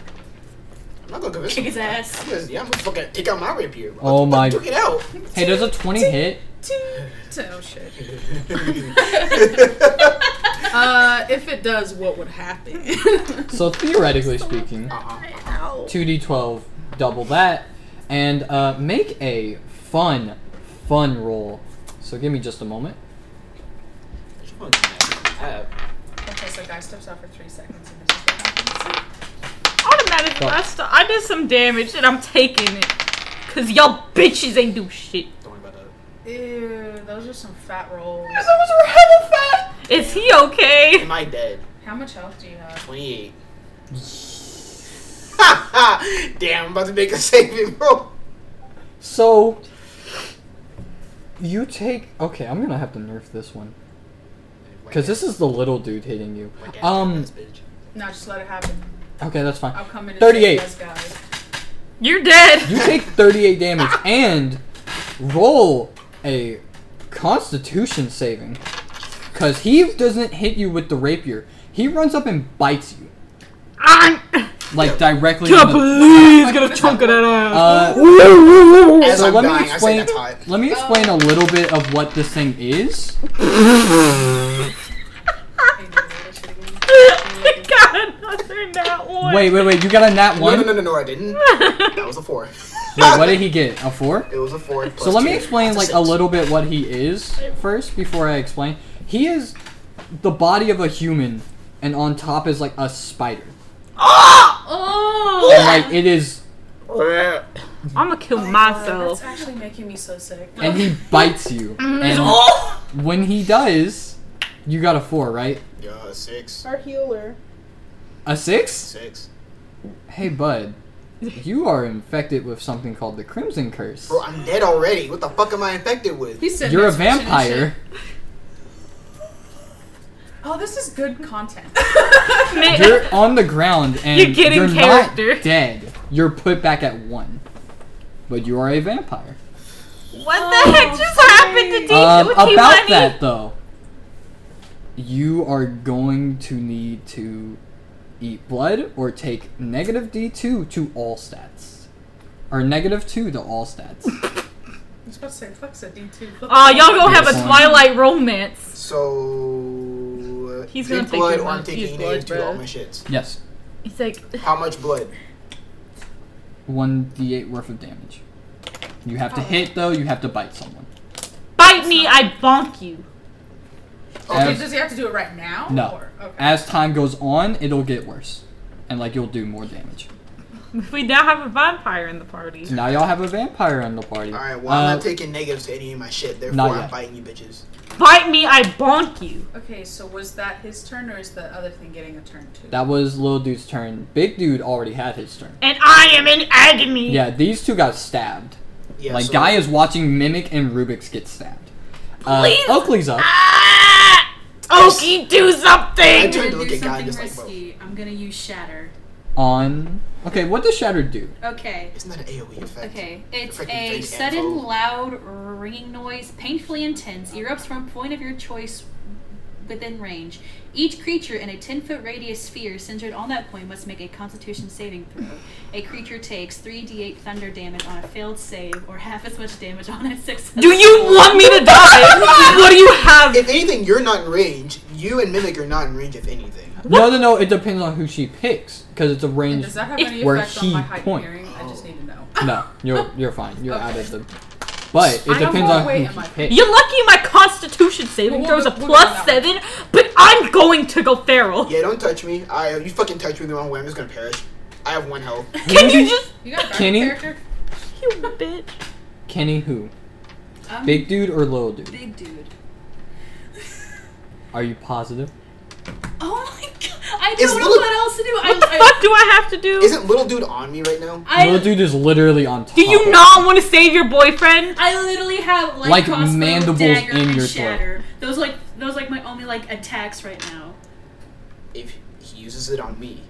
Speaker 4: I'm not gonna go this
Speaker 2: Kick his
Speaker 4: way.
Speaker 2: ass.
Speaker 4: I'm gonna, yeah, I'm gonna fucking take out my rapier. bro.
Speaker 3: Oh my-
Speaker 4: Took it out.
Speaker 3: Hey, does a twenty hit?
Speaker 5: *laughs* Oh shit. *laughs* Uh, if it does, what would *laughs* happen?
Speaker 3: So theoretically speaking,
Speaker 4: uh-huh.
Speaker 3: two d twelve, double that, and uh, make a fun fun roll. So give me just a moment.
Speaker 5: okay, so Guy steps out for three seconds and this is what happens.
Speaker 1: Automatic
Speaker 3: Go.
Speaker 1: blast. I did some damage and I'm taking it. Cause y'all bitches ain't do *laughs* shit.
Speaker 4: Don't worry about that.
Speaker 5: Ew, those are some fat rolls.
Speaker 1: Is he okay?
Speaker 4: Am I dead?
Speaker 5: How much health do you have?
Speaker 4: 28. *laughs* Damn, I'm about to make a saving roll.
Speaker 3: So you take okay. I'm gonna have to nerf this one because this is the little dude hitting you. Um.
Speaker 5: No, just let it happen.
Speaker 3: Okay, that's fine.
Speaker 5: I'll come in and
Speaker 3: 38.
Speaker 5: save you guys,
Speaker 1: You're dead. *laughs*
Speaker 3: You take 38 damage and roll a constitution saving. Because he doesn't hit you with the rapier. He runs up and bites you.
Speaker 1: I'm.
Speaker 3: Like, directly. in
Speaker 1: Gonna
Speaker 3: the-
Speaker 1: please get a chunk of that ass.
Speaker 3: Uh,
Speaker 4: As
Speaker 3: so
Speaker 4: I'm
Speaker 3: let me
Speaker 4: dying,
Speaker 3: explain.
Speaker 4: I say that's hot.
Speaker 3: Let me explain a little bit of what this thing is.
Speaker 5: guys.
Speaker 1: I *laughs* got another nat one.
Speaker 3: Wait, wait, wait! You got a nat
Speaker 4: No,
Speaker 3: one.
Speaker 4: no, no, no, no, I didn't. That was a 4.
Speaker 3: Wait, what did he get? A four?
Speaker 4: *laughs* It was a 4. plus
Speaker 3: So let me
Speaker 4: two.
Speaker 3: explain
Speaker 4: That's
Speaker 3: like a little bit what he is first before I explain. He is the body of a human, and on top is like a spider.
Speaker 2: Oh.
Speaker 3: And like it is
Speaker 4: six.
Speaker 1: I'm gonna kill
Speaker 5: Uh, That's
Speaker 1: myself.
Speaker 5: actually making me so sick.
Speaker 3: and he bites you. And
Speaker 1: Oh!
Speaker 3: when he does, you got a four, right?
Speaker 4: Yeah, 6.
Speaker 5: Our healer.
Speaker 3: A six?
Speaker 4: 6.
Speaker 3: Hey bud, you are infected with something called the Crimson Curse.
Speaker 4: Bro, I'm dead already. What the fuck am I infected with?
Speaker 5: He said
Speaker 3: You're a
Speaker 5: next person and
Speaker 3: vampire.
Speaker 5: shit. Oh, this is good content. *laughs*
Speaker 1: Man,
Speaker 3: You're on the ground and
Speaker 1: You're getting
Speaker 3: you're
Speaker 1: character.
Speaker 3: not dead. You're put back at one. But you are a vampire.
Speaker 1: what the heck just happened to DJ
Speaker 3: Um,
Speaker 1: with
Speaker 3: about
Speaker 1: Kimani?
Speaker 3: that though, you are going to need to eat blood or take negative D two to all stats, or negative two to
Speaker 5: *laughs*
Speaker 3: all stats.
Speaker 5: I was about to say, fuck's a D2.
Speaker 1: Aw, y'all gonna have a
Speaker 3: Yes.
Speaker 1: Twilight romance.
Speaker 4: So.
Speaker 1: He's
Speaker 4: take
Speaker 1: gonna take
Speaker 4: blood
Speaker 1: your
Speaker 4: or I'm
Speaker 1: money. He's
Speaker 4: taking
Speaker 1: blood,
Speaker 4: negative 2 to all
Speaker 1: bro.
Speaker 4: my shits.
Speaker 3: yes.
Speaker 1: It's like,
Speaker 4: How much blood?
Speaker 3: 1d8 worth of damage. You have to
Speaker 5: Oh.
Speaker 3: hit, though, you have to bite someone.
Speaker 1: Bite me, I bonk you. *laughs*
Speaker 5: Okay,
Speaker 3: As-
Speaker 5: does he have to do it right now?
Speaker 3: No.
Speaker 5: Or, okay.
Speaker 3: As time goes on, it'll get worse. And, like, you'll do more damage.
Speaker 1: We now have a vampire in the party.
Speaker 3: Now y'all have a vampire in the party.
Speaker 4: Alright, well, I'm
Speaker 3: Uh,
Speaker 4: not taking negatives to any of my shit. Therefore,
Speaker 3: not
Speaker 4: I'm
Speaker 3: yet.
Speaker 4: biting you bitches.
Speaker 1: Bite me, I bonk you.
Speaker 5: Okay, so was that his turn or is the other thing getting a turn too?
Speaker 3: That was little dude's turn. Big dude already had his turn.
Speaker 1: And I am in agony.
Speaker 3: Yeah, these two got stabbed.
Speaker 4: Yeah,
Speaker 3: like,
Speaker 4: so-
Speaker 3: Guy is watching Mimic and Rubik's get stabbed.
Speaker 1: Please.
Speaker 3: Uh, Oakley's up.
Speaker 1: Ah!
Speaker 4: Oh,
Speaker 1: Okie, do
Speaker 4: I
Speaker 1: something!
Speaker 4: tried
Speaker 2: gonna
Speaker 4: to look
Speaker 2: do
Speaker 4: at God
Speaker 2: something
Speaker 4: and just like, bro,
Speaker 2: risky. I'm gonna use shatter.
Speaker 3: On. Okay, what does Shattered do?
Speaker 6: Okay.
Speaker 4: isn't that an AoE effect?
Speaker 6: Okay, it's
Speaker 4: Freaking
Speaker 6: a
Speaker 4: face
Speaker 6: sudden,
Speaker 4: info.
Speaker 6: loud, ringing noise, painfully intense, erupts from a point of your choice within range. Each creature in a 10 foot radius sphere centered on that point must make a constitution saving throw. A creature takes 3d8 thunder damage on a failed save or half as much damage on a successful
Speaker 1: Do you want me to die? what do you have?
Speaker 4: If anything, you're not in range. You and Mimic are not in range, if anything.
Speaker 3: No, no, no. It depends on who she picks because it's a
Speaker 5: And
Speaker 3: range.
Speaker 5: does that have any
Speaker 3: Where
Speaker 5: effect on
Speaker 3: he
Speaker 5: my height and
Speaker 3: point.
Speaker 5: hearing? I just need to know.
Speaker 3: No, you're you're fine. You're
Speaker 5: Okay.
Speaker 3: out of the. But it
Speaker 5: I don't
Speaker 3: depends
Speaker 5: know
Speaker 3: on
Speaker 5: what weight
Speaker 3: who
Speaker 5: am I
Speaker 3: she picks.
Speaker 1: You're lucky my constitution saving
Speaker 5: We'll-
Speaker 1: throws a
Speaker 5: we'll- we'll do
Speaker 1: plus
Speaker 5: that
Speaker 1: seven, but I'm going to go feral.
Speaker 4: Yeah, don't touch me. I you fucking touch me the wrong way, I'm just gonna perish. I have one
Speaker 6: *laughs*
Speaker 4: health.
Speaker 1: Can you just.
Speaker 5: You got a backup
Speaker 3: Kenny?
Speaker 5: character?
Speaker 1: You bitch.
Speaker 3: Kenny who?
Speaker 6: Um,
Speaker 3: Big dude or little dude?
Speaker 6: Big dude.
Speaker 3: Are you positive?
Speaker 6: *laughs* Oh my god! I
Speaker 4: Is
Speaker 6: don't know
Speaker 4: little-
Speaker 6: what else to do. I,
Speaker 1: What the
Speaker 6: I,
Speaker 1: fuck do I have to do?
Speaker 4: Isn't little dude on me right now?
Speaker 6: I,
Speaker 3: little dude is literally on top.
Speaker 1: Do you
Speaker 3: of-
Speaker 1: not want to save your boyfriend?
Speaker 6: I literally have like,
Speaker 3: Like
Speaker 6: crossbow,
Speaker 3: mandibles
Speaker 6: dagger,
Speaker 3: in
Speaker 6: and
Speaker 3: your throat.
Speaker 6: shatter. Those like those like my only like attacks right now.
Speaker 4: If he uses it on me.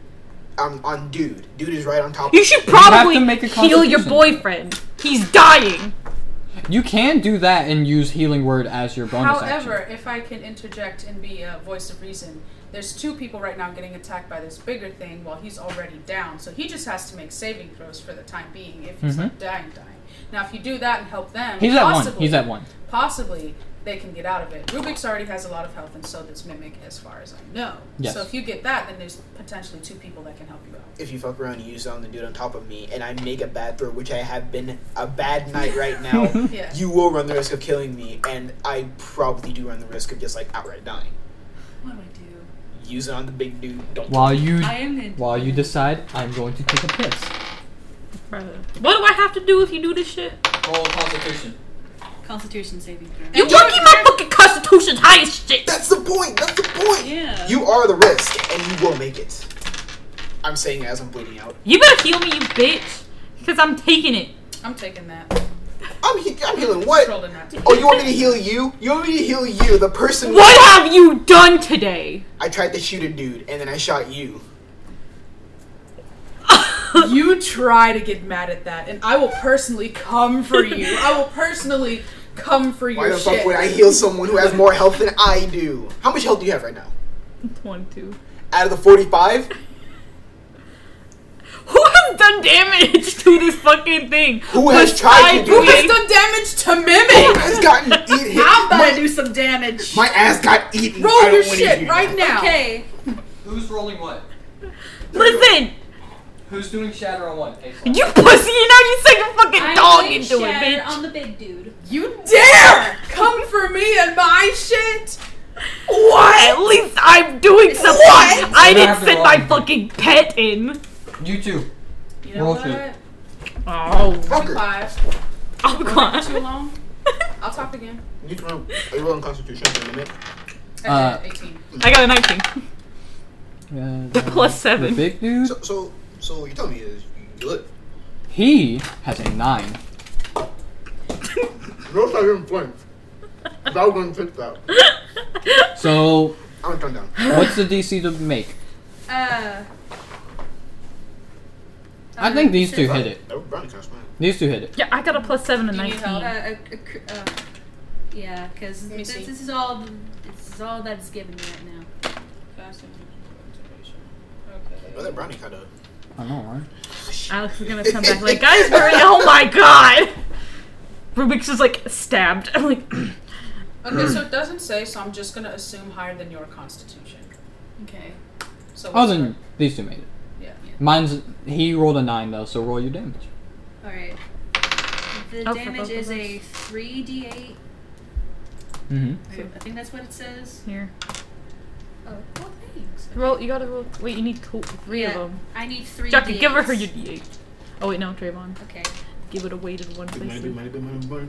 Speaker 4: I'm on dude. Dude is right on top
Speaker 1: You should
Speaker 3: have to
Speaker 1: probably
Speaker 3: make a
Speaker 1: heal your
Speaker 3: constitution.
Speaker 1: boyfriend. He's dying.
Speaker 3: You can do that and use healing word as your bonus
Speaker 5: However,
Speaker 3: action.
Speaker 5: if I can interject and be a voice of reason, there's two people right now getting attacked by this bigger thing while he's already down. So he just has to make saving throws for the time being if he's like dying, dying. Now, if you do that and help them,
Speaker 3: Mm-hmm. He's at
Speaker 5: possibly,
Speaker 3: one. He's at one.
Speaker 5: Possibly they can get out of it. Rubik's already has a lot of health, and so does Mimic, as far as I know.
Speaker 3: Yes.
Speaker 5: So if you get that, then there's potentially two people that can help you out.
Speaker 4: if you fuck around and use it on the dude on top of me and I make a bad throw, which I have been a bad night right now,
Speaker 5: Yeah.
Speaker 4: you will run the risk of killing me, and I probably do run the risk of just like outright dying.
Speaker 6: What do I
Speaker 4: Use it on the big dude. Don't
Speaker 3: While you
Speaker 6: do? I am gonna.
Speaker 3: while you decide, I'm going to take a piss.
Speaker 1: What do I have to do if you do this shit?
Speaker 7: Roll Constitution.
Speaker 6: Constitution saving throw.
Speaker 1: You lucky my fucking constitution's high as shit.
Speaker 4: That's the point. That's the point.
Speaker 6: Yeah.
Speaker 4: You are the risk, and you will make it. I'm saying it as I'm bleeding out.
Speaker 1: You better heal me, you bitch, because I'm taking it.
Speaker 5: I'm taking that.
Speaker 4: I'm he- I'm healing
Speaker 5: Just
Speaker 4: what?
Speaker 5: rolled a nat
Speaker 4: Oh, you want me to heal you? You want me to heal you, the person?
Speaker 1: What have you done today?
Speaker 4: I tried to shoot a dude, and then I shot you.
Speaker 5: You try to get mad at that, and I will personally come for you. I will personally come for your
Speaker 4: Why the
Speaker 5: shit.
Speaker 4: fuck would I heal someone who has more health than I do? How much health do you have right now?
Speaker 1: Twenty-two.
Speaker 4: Out of the forty-five.
Speaker 1: Who has done damage to this fucking thing?
Speaker 4: Who has tried to do
Speaker 5: Who has
Speaker 4: it?
Speaker 5: done damage to
Speaker 4: My
Speaker 5: Mimic?
Speaker 4: ass gotten eaten.
Speaker 5: I'm about to
Speaker 4: My,
Speaker 5: do some damage.
Speaker 4: my ass got eaten. I
Speaker 5: Roll
Speaker 4: don't
Speaker 5: your
Speaker 4: wanna
Speaker 5: shit
Speaker 4: hear
Speaker 5: right now.
Speaker 6: Okay.
Speaker 3: Who's rolling what?
Speaker 1: Listen,
Speaker 3: Who's doing shatter on what?
Speaker 1: you pussy. You know you sent your fucking
Speaker 6: I'm
Speaker 1: dog
Speaker 6: going
Speaker 1: into it,
Speaker 6: shatter
Speaker 1: bitch.
Speaker 6: on the big dude.
Speaker 5: You dare come for me and my shit?
Speaker 1: What? At least I'm doing something. I
Speaker 3: You
Speaker 1: didn't
Speaker 3: have the
Speaker 1: send my
Speaker 3: wrong-
Speaker 1: fucking pet in.
Speaker 3: You too.
Speaker 5: You know
Speaker 3: Roll
Speaker 5: what?
Speaker 3: shit.
Speaker 1: Oh,
Speaker 4: Fucker.
Speaker 5: Five.
Speaker 1: oh
Speaker 5: Too
Speaker 1: god.
Speaker 5: long. I'll talk again.
Speaker 4: You throw- Are you rolling Constitution for a minute?
Speaker 5: Okay,
Speaker 3: *laughs* Uh,
Speaker 5: 18.
Speaker 1: I got a nineteen.
Speaker 3: Uh,
Speaker 1: Plus
Speaker 3: the
Speaker 1: *laughs* seven.
Speaker 3: big dude.
Speaker 4: So, so, so what you tell me is you look.
Speaker 3: He has a nine.
Speaker 4: No, not even flinch. That was gonna fix that.
Speaker 3: So
Speaker 4: I'm gonna turn down.
Speaker 3: what's the DC to make?
Speaker 6: Uh.
Speaker 5: Um,
Speaker 3: I think these two hit it.
Speaker 4: That was brownie kind of smile.
Speaker 3: These two hit it.
Speaker 1: Yeah, I got a plus seven and
Speaker 5: You need help?
Speaker 6: Uh,
Speaker 1: nineteen.
Speaker 6: uh, uh, uh, yeah, because
Speaker 5: Let me
Speaker 6: this,
Speaker 5: see.
Speaker 6: this is all this is all that's given me right now.
Speaker 4: Oh, that brownie kind of.
Speaker 3: I know, right?
Speaker 1: Alex is gonna come back like, guys, we're in. Oh my god! Rubik's is like stabbed. *laughs* I'm like, *clears throat*
Speaker 5: Okay,
Speaker 3: *clears throat*
Speaker 5: so it doesn't say, so I'm just gonna assume higher than your constitution.
Speaker 6: Okay.
Speaker 5: So
Speaker 3: Oh,
Speaker 5: what's your-
Speaker 3: then these two made it.
Speaker 5: Yeah. yeah.
Speaker 3: Mine's he rolled a nine though, so roll your damage.
Speaker 6: All right. The
Speaker 1: Oh, for both
Speaker 6: damage
Speaker 1: of
Speaker 6: is a
Speaker 1: us.
Speaker 6: 3d8.
Speaker 3: Mm-hmm.
Speaker 6: So I think that's what it says.
Speaker 1: Here.
Speaker 6: Oh, well, thanks.
Speaker 1: Roll. You gotta roll. Wait, you need two, three
Speaker 6: Yeah,
Speaker 1: of them.
Speaker 6: I need three.
Speaker 1: Jackie, give her her
Speaker 6: D8s.
Speaker 1: your d8. Oh wait, no, Trayvon,
Speaker 6: Okay.
Speaker 1: give it away to the one
Speaker 4: Big money,
Speaker 1: place.
Speaker 4: big money, big money, big money.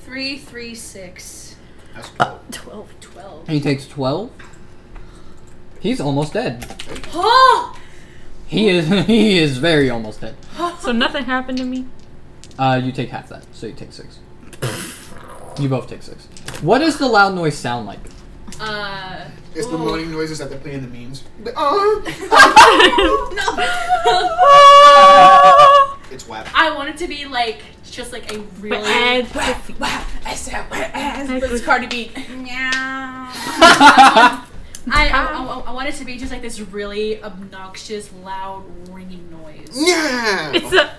Speaker 6: Three, three, six, Oh,
Speaker 4: That's cool.
Speaker 1: Twelve.
Speaker 6: twelve.
Speaker 3: He takes twelve. He's almost dead.
Speaker 6: Oh!
Speaker 3: He is *laughs* he is very almost dead.
Speaker 1: So nothing happened to *laughs* me.
Speaker 3: Uh, you take half that, so you take six. you both take six. What does the loud noise sound like?
Speaker 6: *gasps*
Speaker 3: *laughs*
Speaker 6: Uh.
Speaker 4: It's the
Speaker 6: ooh.
Speaker 4: moaning noises that they play in the memes. But, oh, it's whack.
Speaker 6: I want it to be like, just like a really.
Speaker 5: Wow, I said, but it's Cardi B.
Speaker 6: Meow. I, I, I, I want it to be just like this really obnoxious, loud, ringing noise.
Speaker 4: Yeah.
Speaker 1: It's *laughs* a.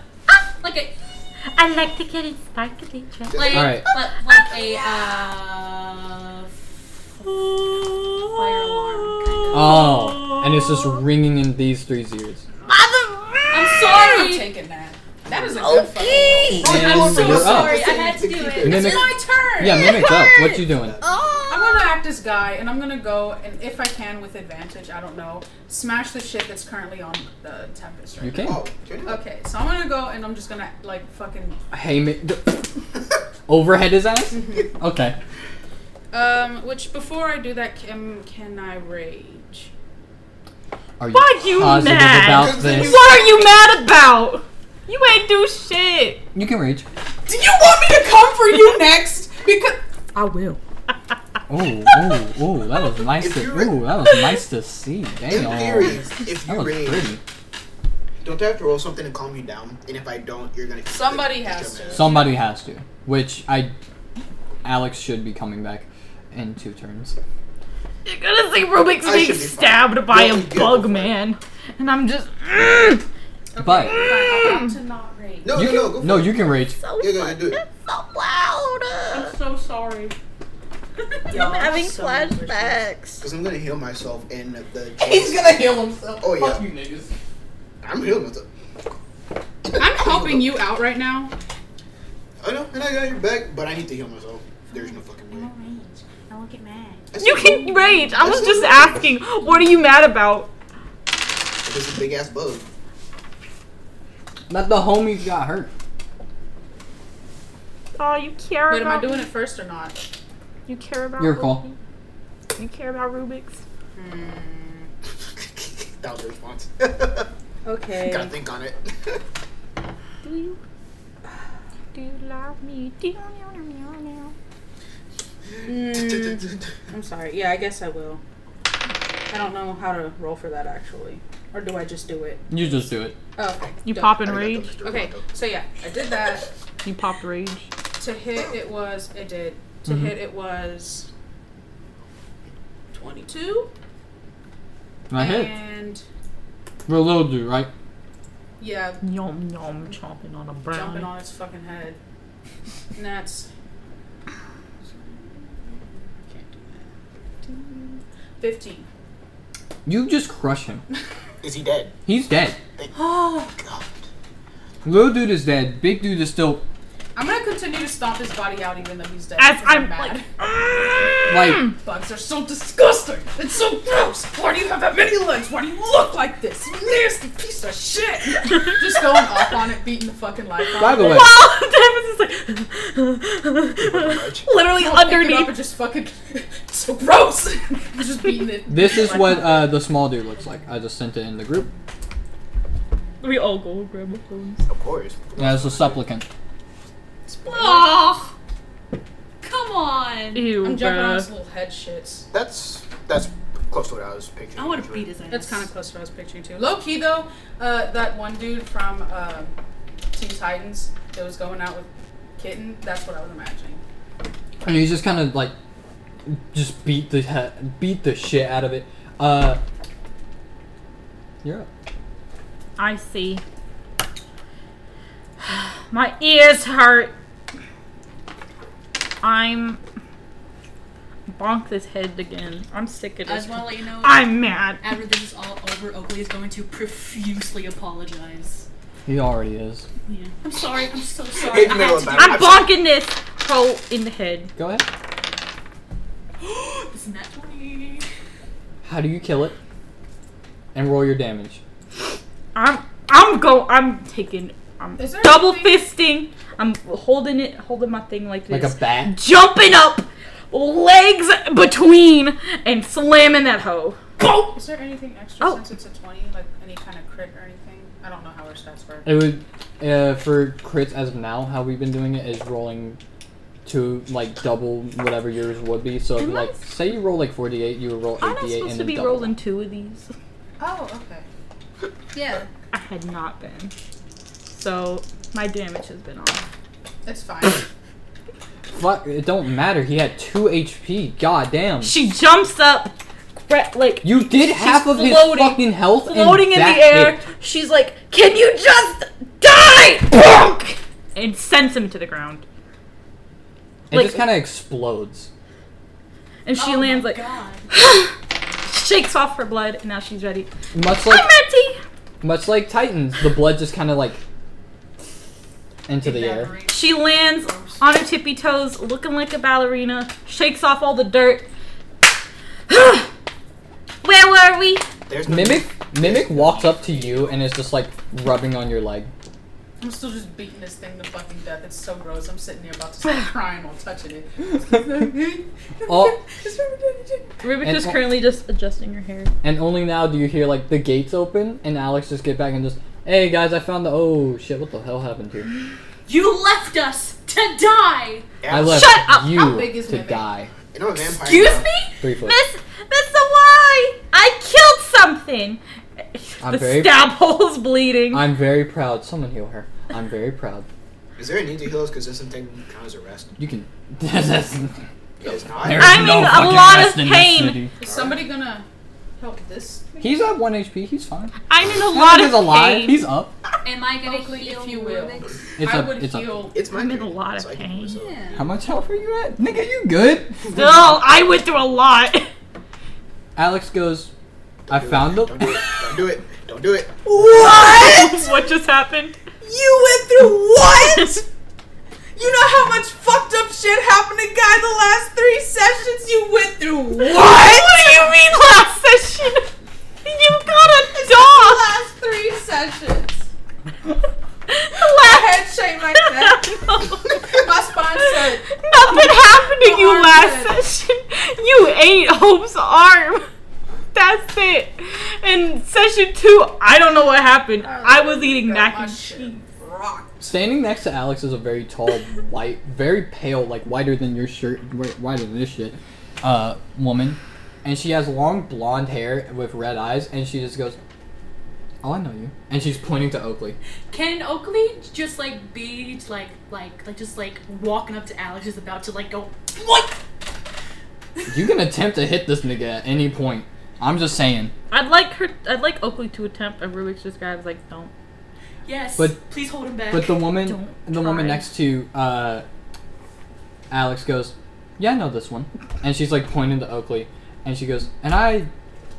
Speaker 6: Like a.
Speaker 1: I like to get it sparkly. Trey.
Speaker 6: Like,
Speaker 3: All right.
Speaker 6: like, like a. Uh, fire alarm kind of.
Speaker 3: Oh, and it's just ringing in these three's ears.
Speaker 6: I'm
Speaker 5: I'm
Speaker 6: sorry!
Speaker 5: taking that. That is a
Speaker 4: Oh.
Speaker 5: good fucking roll.
Speaker 3: And
Speaker 6: I'm so
Speaker 3: you're up.
Speaker 6: sorry. I had to do it.
Speaker 3: Mimic,
Speaker 5: It's my turn.
Speaker 3: yeah, mimic's up. What you doing?
Speaker 5: Oh. I'm gonna act as guy, and I'm gonna go, and if I can with advantage, I don't know, smash the shit that's currently on the tempest right
Speaker 3: You
Speaker 5: now.
Speaker 3: can.
Speaker 4: Oh, turn it up.
Speaker 5: Okay, so I'm gonna go, and I'm just gonna like fucking.
Speaker 3: Hey, mi- d- overhead his ass.
Speaker 5: Mm-hmm.
Speaker 3: Okay.
Speaker 5: Um, which before I do that, can can I rage?
Speaker 3: Are you
Speaker 1: Why you
Speaker 3: positive
Speaker 1: mad?
Speaker 3: about this?
Speaker 1: What are you mad about? You ain't do shit.
Speaker 3: You can rage.
Speaker 5: Do you want me to come for you next? Because
Speaker 1: I will.
Speaker 3: Oh, oh, oh! That was nice
Speaker 4: If
Speaker 3: to.
Speaker 4: you ra-
Speaker 3: Ooh, that was nice to see.
Speaker 4: In
Speaker 3: Damn.
Speaker 4: theory,
Speaker 3: That
Speaker 4: if you
Speaker 3: was
Speaker 4: rage,
Speaker 3: pretty.
Speaker 4: don't I have to roll something to calm you down? And if I don't, you're gonna.
Speaker 5: Somebody has to.
Speaker 3: Somebody has to. Which I, Alex should be coming back in two turns.
Speaker 1: You're gonna see Rubik's
Speaker 4: I
Speaker 1: being
Speaker 4: should be fine.
Speaker 1: stabbed by
Speaker 4: You'll
Speaker 1: a
Speaker 4: be good
Speaker 1: bug
Speaker 4: before.
Speaker 1: man, and I'm just. Mm,
Speaker 3: But
Speaker 5: I want to not rage.
Speaker 4: No, no,
Speaker 3: you can.
Speaker 4: no, go for
Speaker 3: no,
Speaker 4: it.
Speaker 3: you
Speaker 4: *laughs*
Speaker 3: can rage.
Speaker 1: so
Speaker 4: Yeah, go ahead, do it.
Speaker 1: fucking so loud.
Speaker 2: I'm so sorry.
Speaker 6: *laughs*
Speaker 1: I'm having
Speaker 5: so
Speaker 1: flashbacks.
Speaker 4: Because I'm gonna heal myself in
Speaker 3: *laughs*
Speaker 4: the.
Speaker 3: heal himself.
Speaker 4: Oh, Fuck yeah.
Speaker 3: you niggas.
Speaker 4: I'm healing myself.
Speaker 5: I'm helping you out right now.
Speaker 4: I know, and I got your back, but I need to heal myself. There's no fucking way.
Speaker 6: I won't get mad.
Speaker 4: That's
Speaker 1: You
Speaker 4: cool.
Speaker 1: can rage. I was
Speaker 4: That's
Speaker 1: just
Speaker 4: cool.
Speaker 1: asking, what are you mad about?
Speaker 4: If It's a big ass bug. *laughs*
Speaker 3: That the homies got hurt.
Speaker 1: Oh, you care
Speaker 5: Wait, am
Speaker 1: about.
Speaker 5: I doing it first or not?
Speaker 1: You care about.
Speaker 3: Your call.
Speaker 1: Rubik? You care about Rubik's.
Speaker 5: Hmm.
Speaker 4: that was the response. *laughs* Gotta
Speaker 5: Okay.
Speaker 4: think on it. *laughs*
Speaker 1: Do you? Do you love me? Do you meow, meow, meow, meow?
Speaker 5: hmm, I'm sorry. Yeah, I guess I will. I don't know how to roll for that actually, or do I just do it?
Speaker 3: You just do it.
Speaker 5: Oh, okay.
Speaker 1: You
Speaker 5: Dope.
Speaker 1: pop and rage.
Speaker 5: Okay, so yeah, I did that.
Speaker 1: You pop rage.
Speaker 5: To hit, it was. It did. To
Speaker 3: Mhm.
Speaker 5: hit, it was. 22?
Speaker 3: I hit.
Speaker 5: And.
Speaker 3: We're a little dude, right?
Speaker 5: Yeah,
Speaker 1: Yum yum, chomping on a brownie.
Speaker 5: jumping
Speaker 1: *laughs*
Speaker 5: on its fucking head. And that's. Can't do that. 15.
Speaker 3: You just crush him.
Speaker 4: Is he dead?
Speaker 3: He's dead.
Speaker 4: Oh god.
Speaker 3: Little dude is dead. Big dude is still
Speaker 5: I'm gonna continue to stomp his body out even though he's dead.
Speaker 1: As
Speaker 5: because
Speaker 1: I'm
Speaker 5: mad.
Speaker 1: like.
Speaker 3: like.
Speaker 5: Bugs are so disgusting. It's so gross. Why do you have that many legs? Why do you look like this? You nasty piece of shit. Just
Speaker 1: *laughs*
Speaker 5: going off on it, beating the fucking life out.
Speaker 3: By
Speaker 5: of
Speaker 3: the
Speaker 5: it.
Speaker 4: *laughs*
Speaker 3: way,
Speaker 1: Davis is like *laughs* literally
Speaker 5: I'll pick it up
Speaker 1: underneath.
Speaker 5: and just fucking *laughs* it's so *laughs* gross. I'm just beating it.
Speaker 3: this is
Speaker 5: Like,
Speaker 3: what uh, the small dude looks like. I just sent it in the group.
Speaker 1: We all go grab our phones.
Speaker 4: Of course.
Speaker 3: As a supplicant.
Speaker 6: Oh, come on.
Speaker 1: Ew,
Speaker 5: I'm jumping on his little head shits.
Speaker 4: That's that's close to what I was picturing.
Speaker 6: I want to beat his ass.
Speaker 5: That's kind of close to what I was picturing too. Low key though, uh, that one dude from um Teen Titans that was going out with Kitten. That's what I was imagining.
Speaker 3: and he's just kind of like just beat the he- beat the shit out of it. Uh, you're up.
Speaker 1: I see. My ears hurt. I'm bonk this head again. I'm sick of
Speaker 6: I just
Speaker 1: this.
Speaker 6: want to let you know,
Speaker 1: I'm mad.
Speaker 6: after this is all over, Oakley is going to profusely apologize.
Speaker 3: He already is.
Speaker 6: Yeah. I'm sorry.
Speaker 3: *laughs*
Speaker 6: I'm so sorry.
Speaker 4: In
Speaker 6: I
Speaker 4: the middle
Speaker 6: had
Speaker 4: of
Speaker 6: to
Speaker 4: battle.
Speaker 1: I'm bonking this hole in the head.
Speaker 3: Go ahead.
Speaker 6: *gasps* this nat 20.
Speaker 3: How do you kill it? And roll your damage.
Speaker 1: I'm I'm go I'm taking I'm
Speaker 5: Is there
Speaker 1: double
Speaker 5: anything-
Speaker 1: fisting. I'm holding it holding my thing like this.
Speaker 3: Like a bat.
Speaker 1: jumping up, legs between, and slamming that hoe.
Speaker 5: Is there anything extra
Speaker 1: Oh.
Speaker 5: since it's a 20? Like any kind of crit or anything? I don't know how our stats work.
Speaker 3: It would uh, for crits as of now. How we've been doing it is rolling to like double whatever yours would be. So
Speaker 1: Am I-
Speaker 3: like, say you roll like forty-eight, you would roll
Speaker 1: I'm not
Speaker 3: eighty-eight
Speaker 1: supposed
Speaker 3: and
Speaker 1: to
Speaker 3: then
Speaker 1: be
Speaker 3: double.
Speaker 1: rolling two of these.
Speaker 5: Oh, okay.
Speaker 6: Yeah.
Speaker 1: I had not been. So my damage has been off.
Speaker 5: It's fine.
Speaker 3: Fuck! It don't matter. He had two HP. God damn.
Speaker 1: She jumps up, gra- like
Speaker 3: You did half of his
Speaker 1: floating-
Speaker 3: fucking health. and
Speaker 1: floating in the
Speaker 3: that
Speaker 1: air.
Speaker 3: hit.
Speaker 1: She's like, "Can you just die?" Bonk! And sends him to the ground.
Speaker 3: It
Speaker 1: Like-
Speaker 3: just kind of explodes.
Speaker 1: And she
Speaker 6: Oh
Speaker 1: lands
Speaker 6: my
Speaker 1: like,
Speaker 6: God.
Speaker 1: *gasps* shakes off her blood, and now she's ready.
Speaker 3: Much
Speaker 1: I'm
Speaker 3: like
Speaker 1: ready.
Speaker 3: much like Titans, the blood just kind of like into the air.
Speaker 5: Evaporate.
Speaker 1: She lands on her tippy toes, looking like a ballerina, shakes off all the dirt. *sighs* Where were we?
Speaker 4: There's no
Speaker 3: Mimic Mimic walks up to you and is just like rubbing on
Speaker 1: *laughs*
Speaker 3: your leg.
Speaker 5: *coughs* I'm still just beating this thing to fucking death. It's so gross. I'm sitting here about to start crying while touching it.
Speaker 3: Oh.
Speaker 1: Rubik
Speaker 3: And-
Speaker 1: is currently just adjusting her hair.
Speaker 3: And only now do you hear like the gates open and Alex just get back and just, hey guys, I found the oh shit, what the hell happened here?
Speaker 6: You left us to die.
Speaker 4: Yeah.
Speaker 3: I left
Speaker 1: Shut up!
Speaker 3: you
Speaker 5: How big is
Speaker 3: to
Speaker 5: Mimic?
Speaker 3: die.
Speaker 4: You know a vampire.
Speaker 1: Excuse
Speaker 4: now.
Speaker 1: me,
Speaker 3: Three foot.
Speaker 1: Miss Miss Why? I killed something.
Speaker 3: I'm
Speaker 1: the
Speaker 3: very-
Speaker 1: stab hole's bleeding.
Speaker 3: I'm very proud. Someone heal her. I'm very proud.
Speaker 4: Is there a need to heal us because this thing count as a rest?
Speaker 3: You can. *laughs* That's-
Speaker 4: It's not.
Speaker 3: there's
Speaker 1: I'm in a
Speaker 3: fucking
Speaker 1: lot of
Speaker 3: rest in this
Speaker 1: pain.
Speaker 3: city.
Speaker 5: Is somebody gonna help this? thing?
Speaker 3: He's at one HP. He's fine.
Speaker 1: I'm in a lot
Speaker 3: he's
Speaker 1: of
Speaker 3: alive.
Speaker 1: pain.
Speaker 3: He's up.
Speaker 6: Am I gonna
Speaker 5: Oakley,
Speaker 6: heal
Speaker 5: if you will.
Speaker 6: Rubik's?
Speaker 3: It's
Speaker 5: I
Speaker 3: up.
Speaker 5: would
Speaker 3: it's
Speaker 5: *laughs*
Speaker 3: up.
Speaker 5: heal.
Speaker 4: It's my
Speaker 1: I'm in a
Speaker 4: turn,
Speaker 1: lot of
Speaker 4: so I can
Speaker 1: pain.
Speaker 4: heal myself.
Speaker 3: How
Speaker 6: Yeah.
Speaker 3: much health are you at, nigga? You good?
Speaker 1: Still, I went through a lot.
Speaker 3: Alex goes. I
Speaker 4: Do it.
Speaker 3: found
Speaker 4: Don't
Speaker 3: the.
Speaker 4: do it.
Speaker 3: *laughs*
Speaker 4: Don't do it.
Speaker 1: *laughs*
Speaker 4: Don't do it.
Speaker 1: what just happened?
Speaker 7: You went through
Speaker 1: *laughs*
Speaker 7: what? you know how much fucked up shit happened to Guy the last three sessions? You went through what?
Speaker 1: What do you mean last session? You got a
Speaker 7: The
Speaker 1: dog.
Speaker 7: last three sessions.
Speaker 1: *laughs* The
Speaker 7: My
Speaker 1: last
Speaker 3: *laughs*
Speaker 7: head shaved like that.
Speaker 1: *laughs*
Speaker 7: My sponsor.
Speaker 1: Nothing happened to
Speaker 7: The
Speaker 1: you
Speaker 7: arm
Speaker 1: last
Speaker 7: hit.
Speaker 1: session. You ate Hope's arm. That's it. And session two, I don't know what happened. I was eating mac
Speaker 5: My
Speaker 1: and
Speaker 5: Oh, shit
Speaker 1: cheese.
Speaker 5: rocked.
Speaker 3: Standing next to Alex is a very tall, white, very pale, like whiter than your shirt, wi- whiter than this shit, uh, woman, and she has long blonde hair with red eyes, and she just goes, "Oh, I know you," and she's pointing to Oakley.
Speaker 6: Can Oakley just like be like like like just like walking up to Alex, just about to like go what?
Speaker 3: You can attempt to hit this nigga at any point. I'm just saying.
Speaker 1: I'd like her. I'd like Oakley to attempt a Rubik's just guy was like, don't.
Speaker 6: Yes.
Speaker 3: But-
Speaker 6: please hold him back.
Speaker 3: But the woman,
Speaker 1: Don't
Speaker 3: the woman
Speaker 1: try.
Speaker 3: next to uh, Alex goes, "Yeah, I know this one," and she's like pointing to Oakley, and she goes, "And I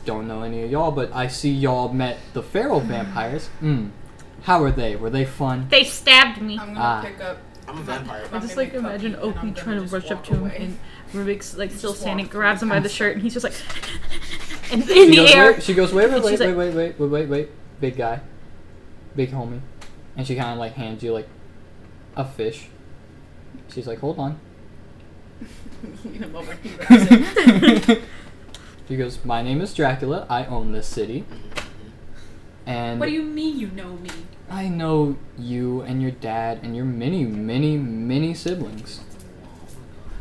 Speaker 3: don't know any of y'all, but I see y'all met the feral vampires. Mm. How were they? Were they fun?"
Speaker 1: They stabbed me.
Speaker 5: I'm gonna
Speaker 3: Ah.
Speaker 5: pick up.
Speaker 4: I'm a vampire.
Speaker 1: I
Speaker 5: my
Speaker 1: just like
Speaker 5: mimic
Speaker 1: imagine
Speaker 5: puppy, and
Speaker 1: Oakley
Speaker 5: I'm gonna
Speaker 1: trying to
Speaker 5: just
Speaker 1: rush up
Speaker 5: walk
Speaker 1: to him,
Speaker 5: away.
Speaker 1: and Rubik's like still
Speaker 5: Just
Speaker 1: standing,
Speaker 5: walk
Speaker 1: grabs him by the shirt, and he's just like, *laughs* and
Speaker 3: She
Speaker 1: in the
Speaker 3: goes,
Speaker 1: air.
Speaker 3: Wait, she goes, "Wait, wait,
Speaker 1: And
Speaker 3: wait,
Speaker 1: she's
Speaker 3: wait,
Speaker 1: like-
Speaker 3: wait, wait, wait, wait, wait, big guy, big homie," and she kind of like hands you like a fish. She's like, "Hold on."
Speaker 5: Lean *laughs* him
Speaker 1: *laughs*
Speaker 5: over. He grabs it.
Speaker 3: She goes, "My name is Dracula. I own this city." And
Speaker 6: what do you mean you know me?
Speaker 3: I know you and your dad and your many, many, many siblings.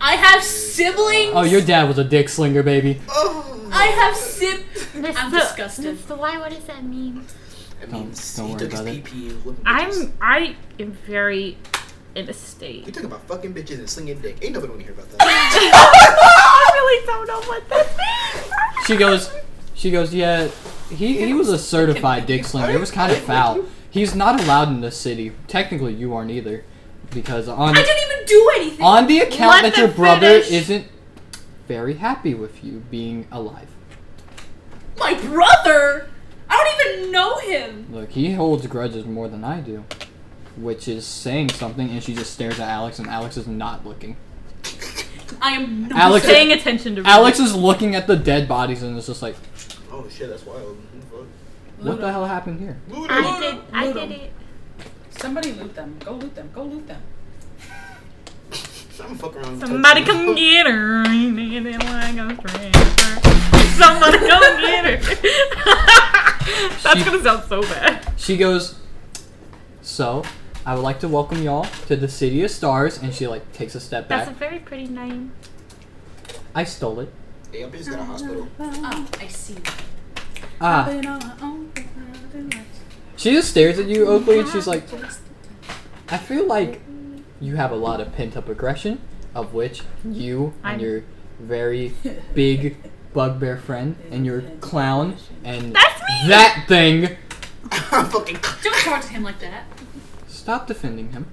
Speaker 6: I have siblings.
Speaker 3: Oh, your dad was a dick slinger, baby.
Speaker 1: Oh.
Speaker 6: I have sib.
Speaker 1: Mr.
Speaker 6: I'm disgusted.
Speaker 1: Mr. Why? What does that mean?
Speaker 4: It
Speaker 3: Don't-
Speaker 4: means
Speaker 3: don't
Speaker 4: he
Speaker 3: worry
Speaker 4: took his
Speaker 3: about it.
Speaker 4: PP and whipping bitches.
Speaker 1: I'm. I am very in a
Speaker 4: You
Speaker 1: state.
Speaker 4: talking about fucking bitches and slinging dick. Ain't nobody want to hear about
Speaker 1: *laughs*
Speaker 4: that.
Speaker 1: I really don't know what that means.
Speaker 3: She goes, she goes, yeah, he, he was a certified dick slinger. It was kind of foul. He's not allowed in this city. Technically, you aren't either. Because on,
Speaker 6: I didn't even do anything.
Speaker 3: on the account
Speaker 1: Let
Speaker 3: that your
Speaker 1: them
Speaker 3: brother
Speaker 1: finish.
Speaker 3: isn't. very happy with you being alive.
Speaker 6: My brother? I don't even know him.
Speaker 3: Look, he holds grudges more than I do, which is saying something, and she just stares at Alex, and Alex is not looking.
Speaker 6: I am not.
Speaker 3: Alex-
Speaker 1: Paying attention to
Speaker 3: Alex is looking at the dead bodies and is just like,
Speaker 4: Oh shit, that's wild. What
Speaker 3: what the hell happened here?
Speaker 4: the fuck?
Speaker 8: I did. I did it.
Speaker 5: Somebody loot them. Go loot them. Go loot them.
Speaker 4: *laughs* I'm fucking around. with
Speaker 1: Somebody
Speaker 4: Tokyo.
Speaker 1: come get her. Ain't it like a transfer? Somebody come get her. *laughs* That's
Speaker 3: She-
Speaker 1: gonna sound so bad.
Speaker 3: She goes, so I would like to welcome y'all to the City of Stars, and she like takes a step
Speaker 8: That's a
Speaker 3: back.
Speaker 8: very pretty name.
Speaker 3: I stole it.
Speaker 4: Hey, I'm busy at a hospital.
Speaker 6: Oh, I see.
Speaker 3: Ah, she just stares at you, Oakley, and she's like, I feel like you have a lot of pent up aggression, of which you
Speaker 1: I'm-
Speaker 3: and your very big bugbear friend and your clown and
Speaker 8: That's me.
Speaker 3: that thing.
Speaker 4: *laughs* I'm fucking.
Speaker 6: Don't talk to him like that.
Speaker 3: Stop defending him.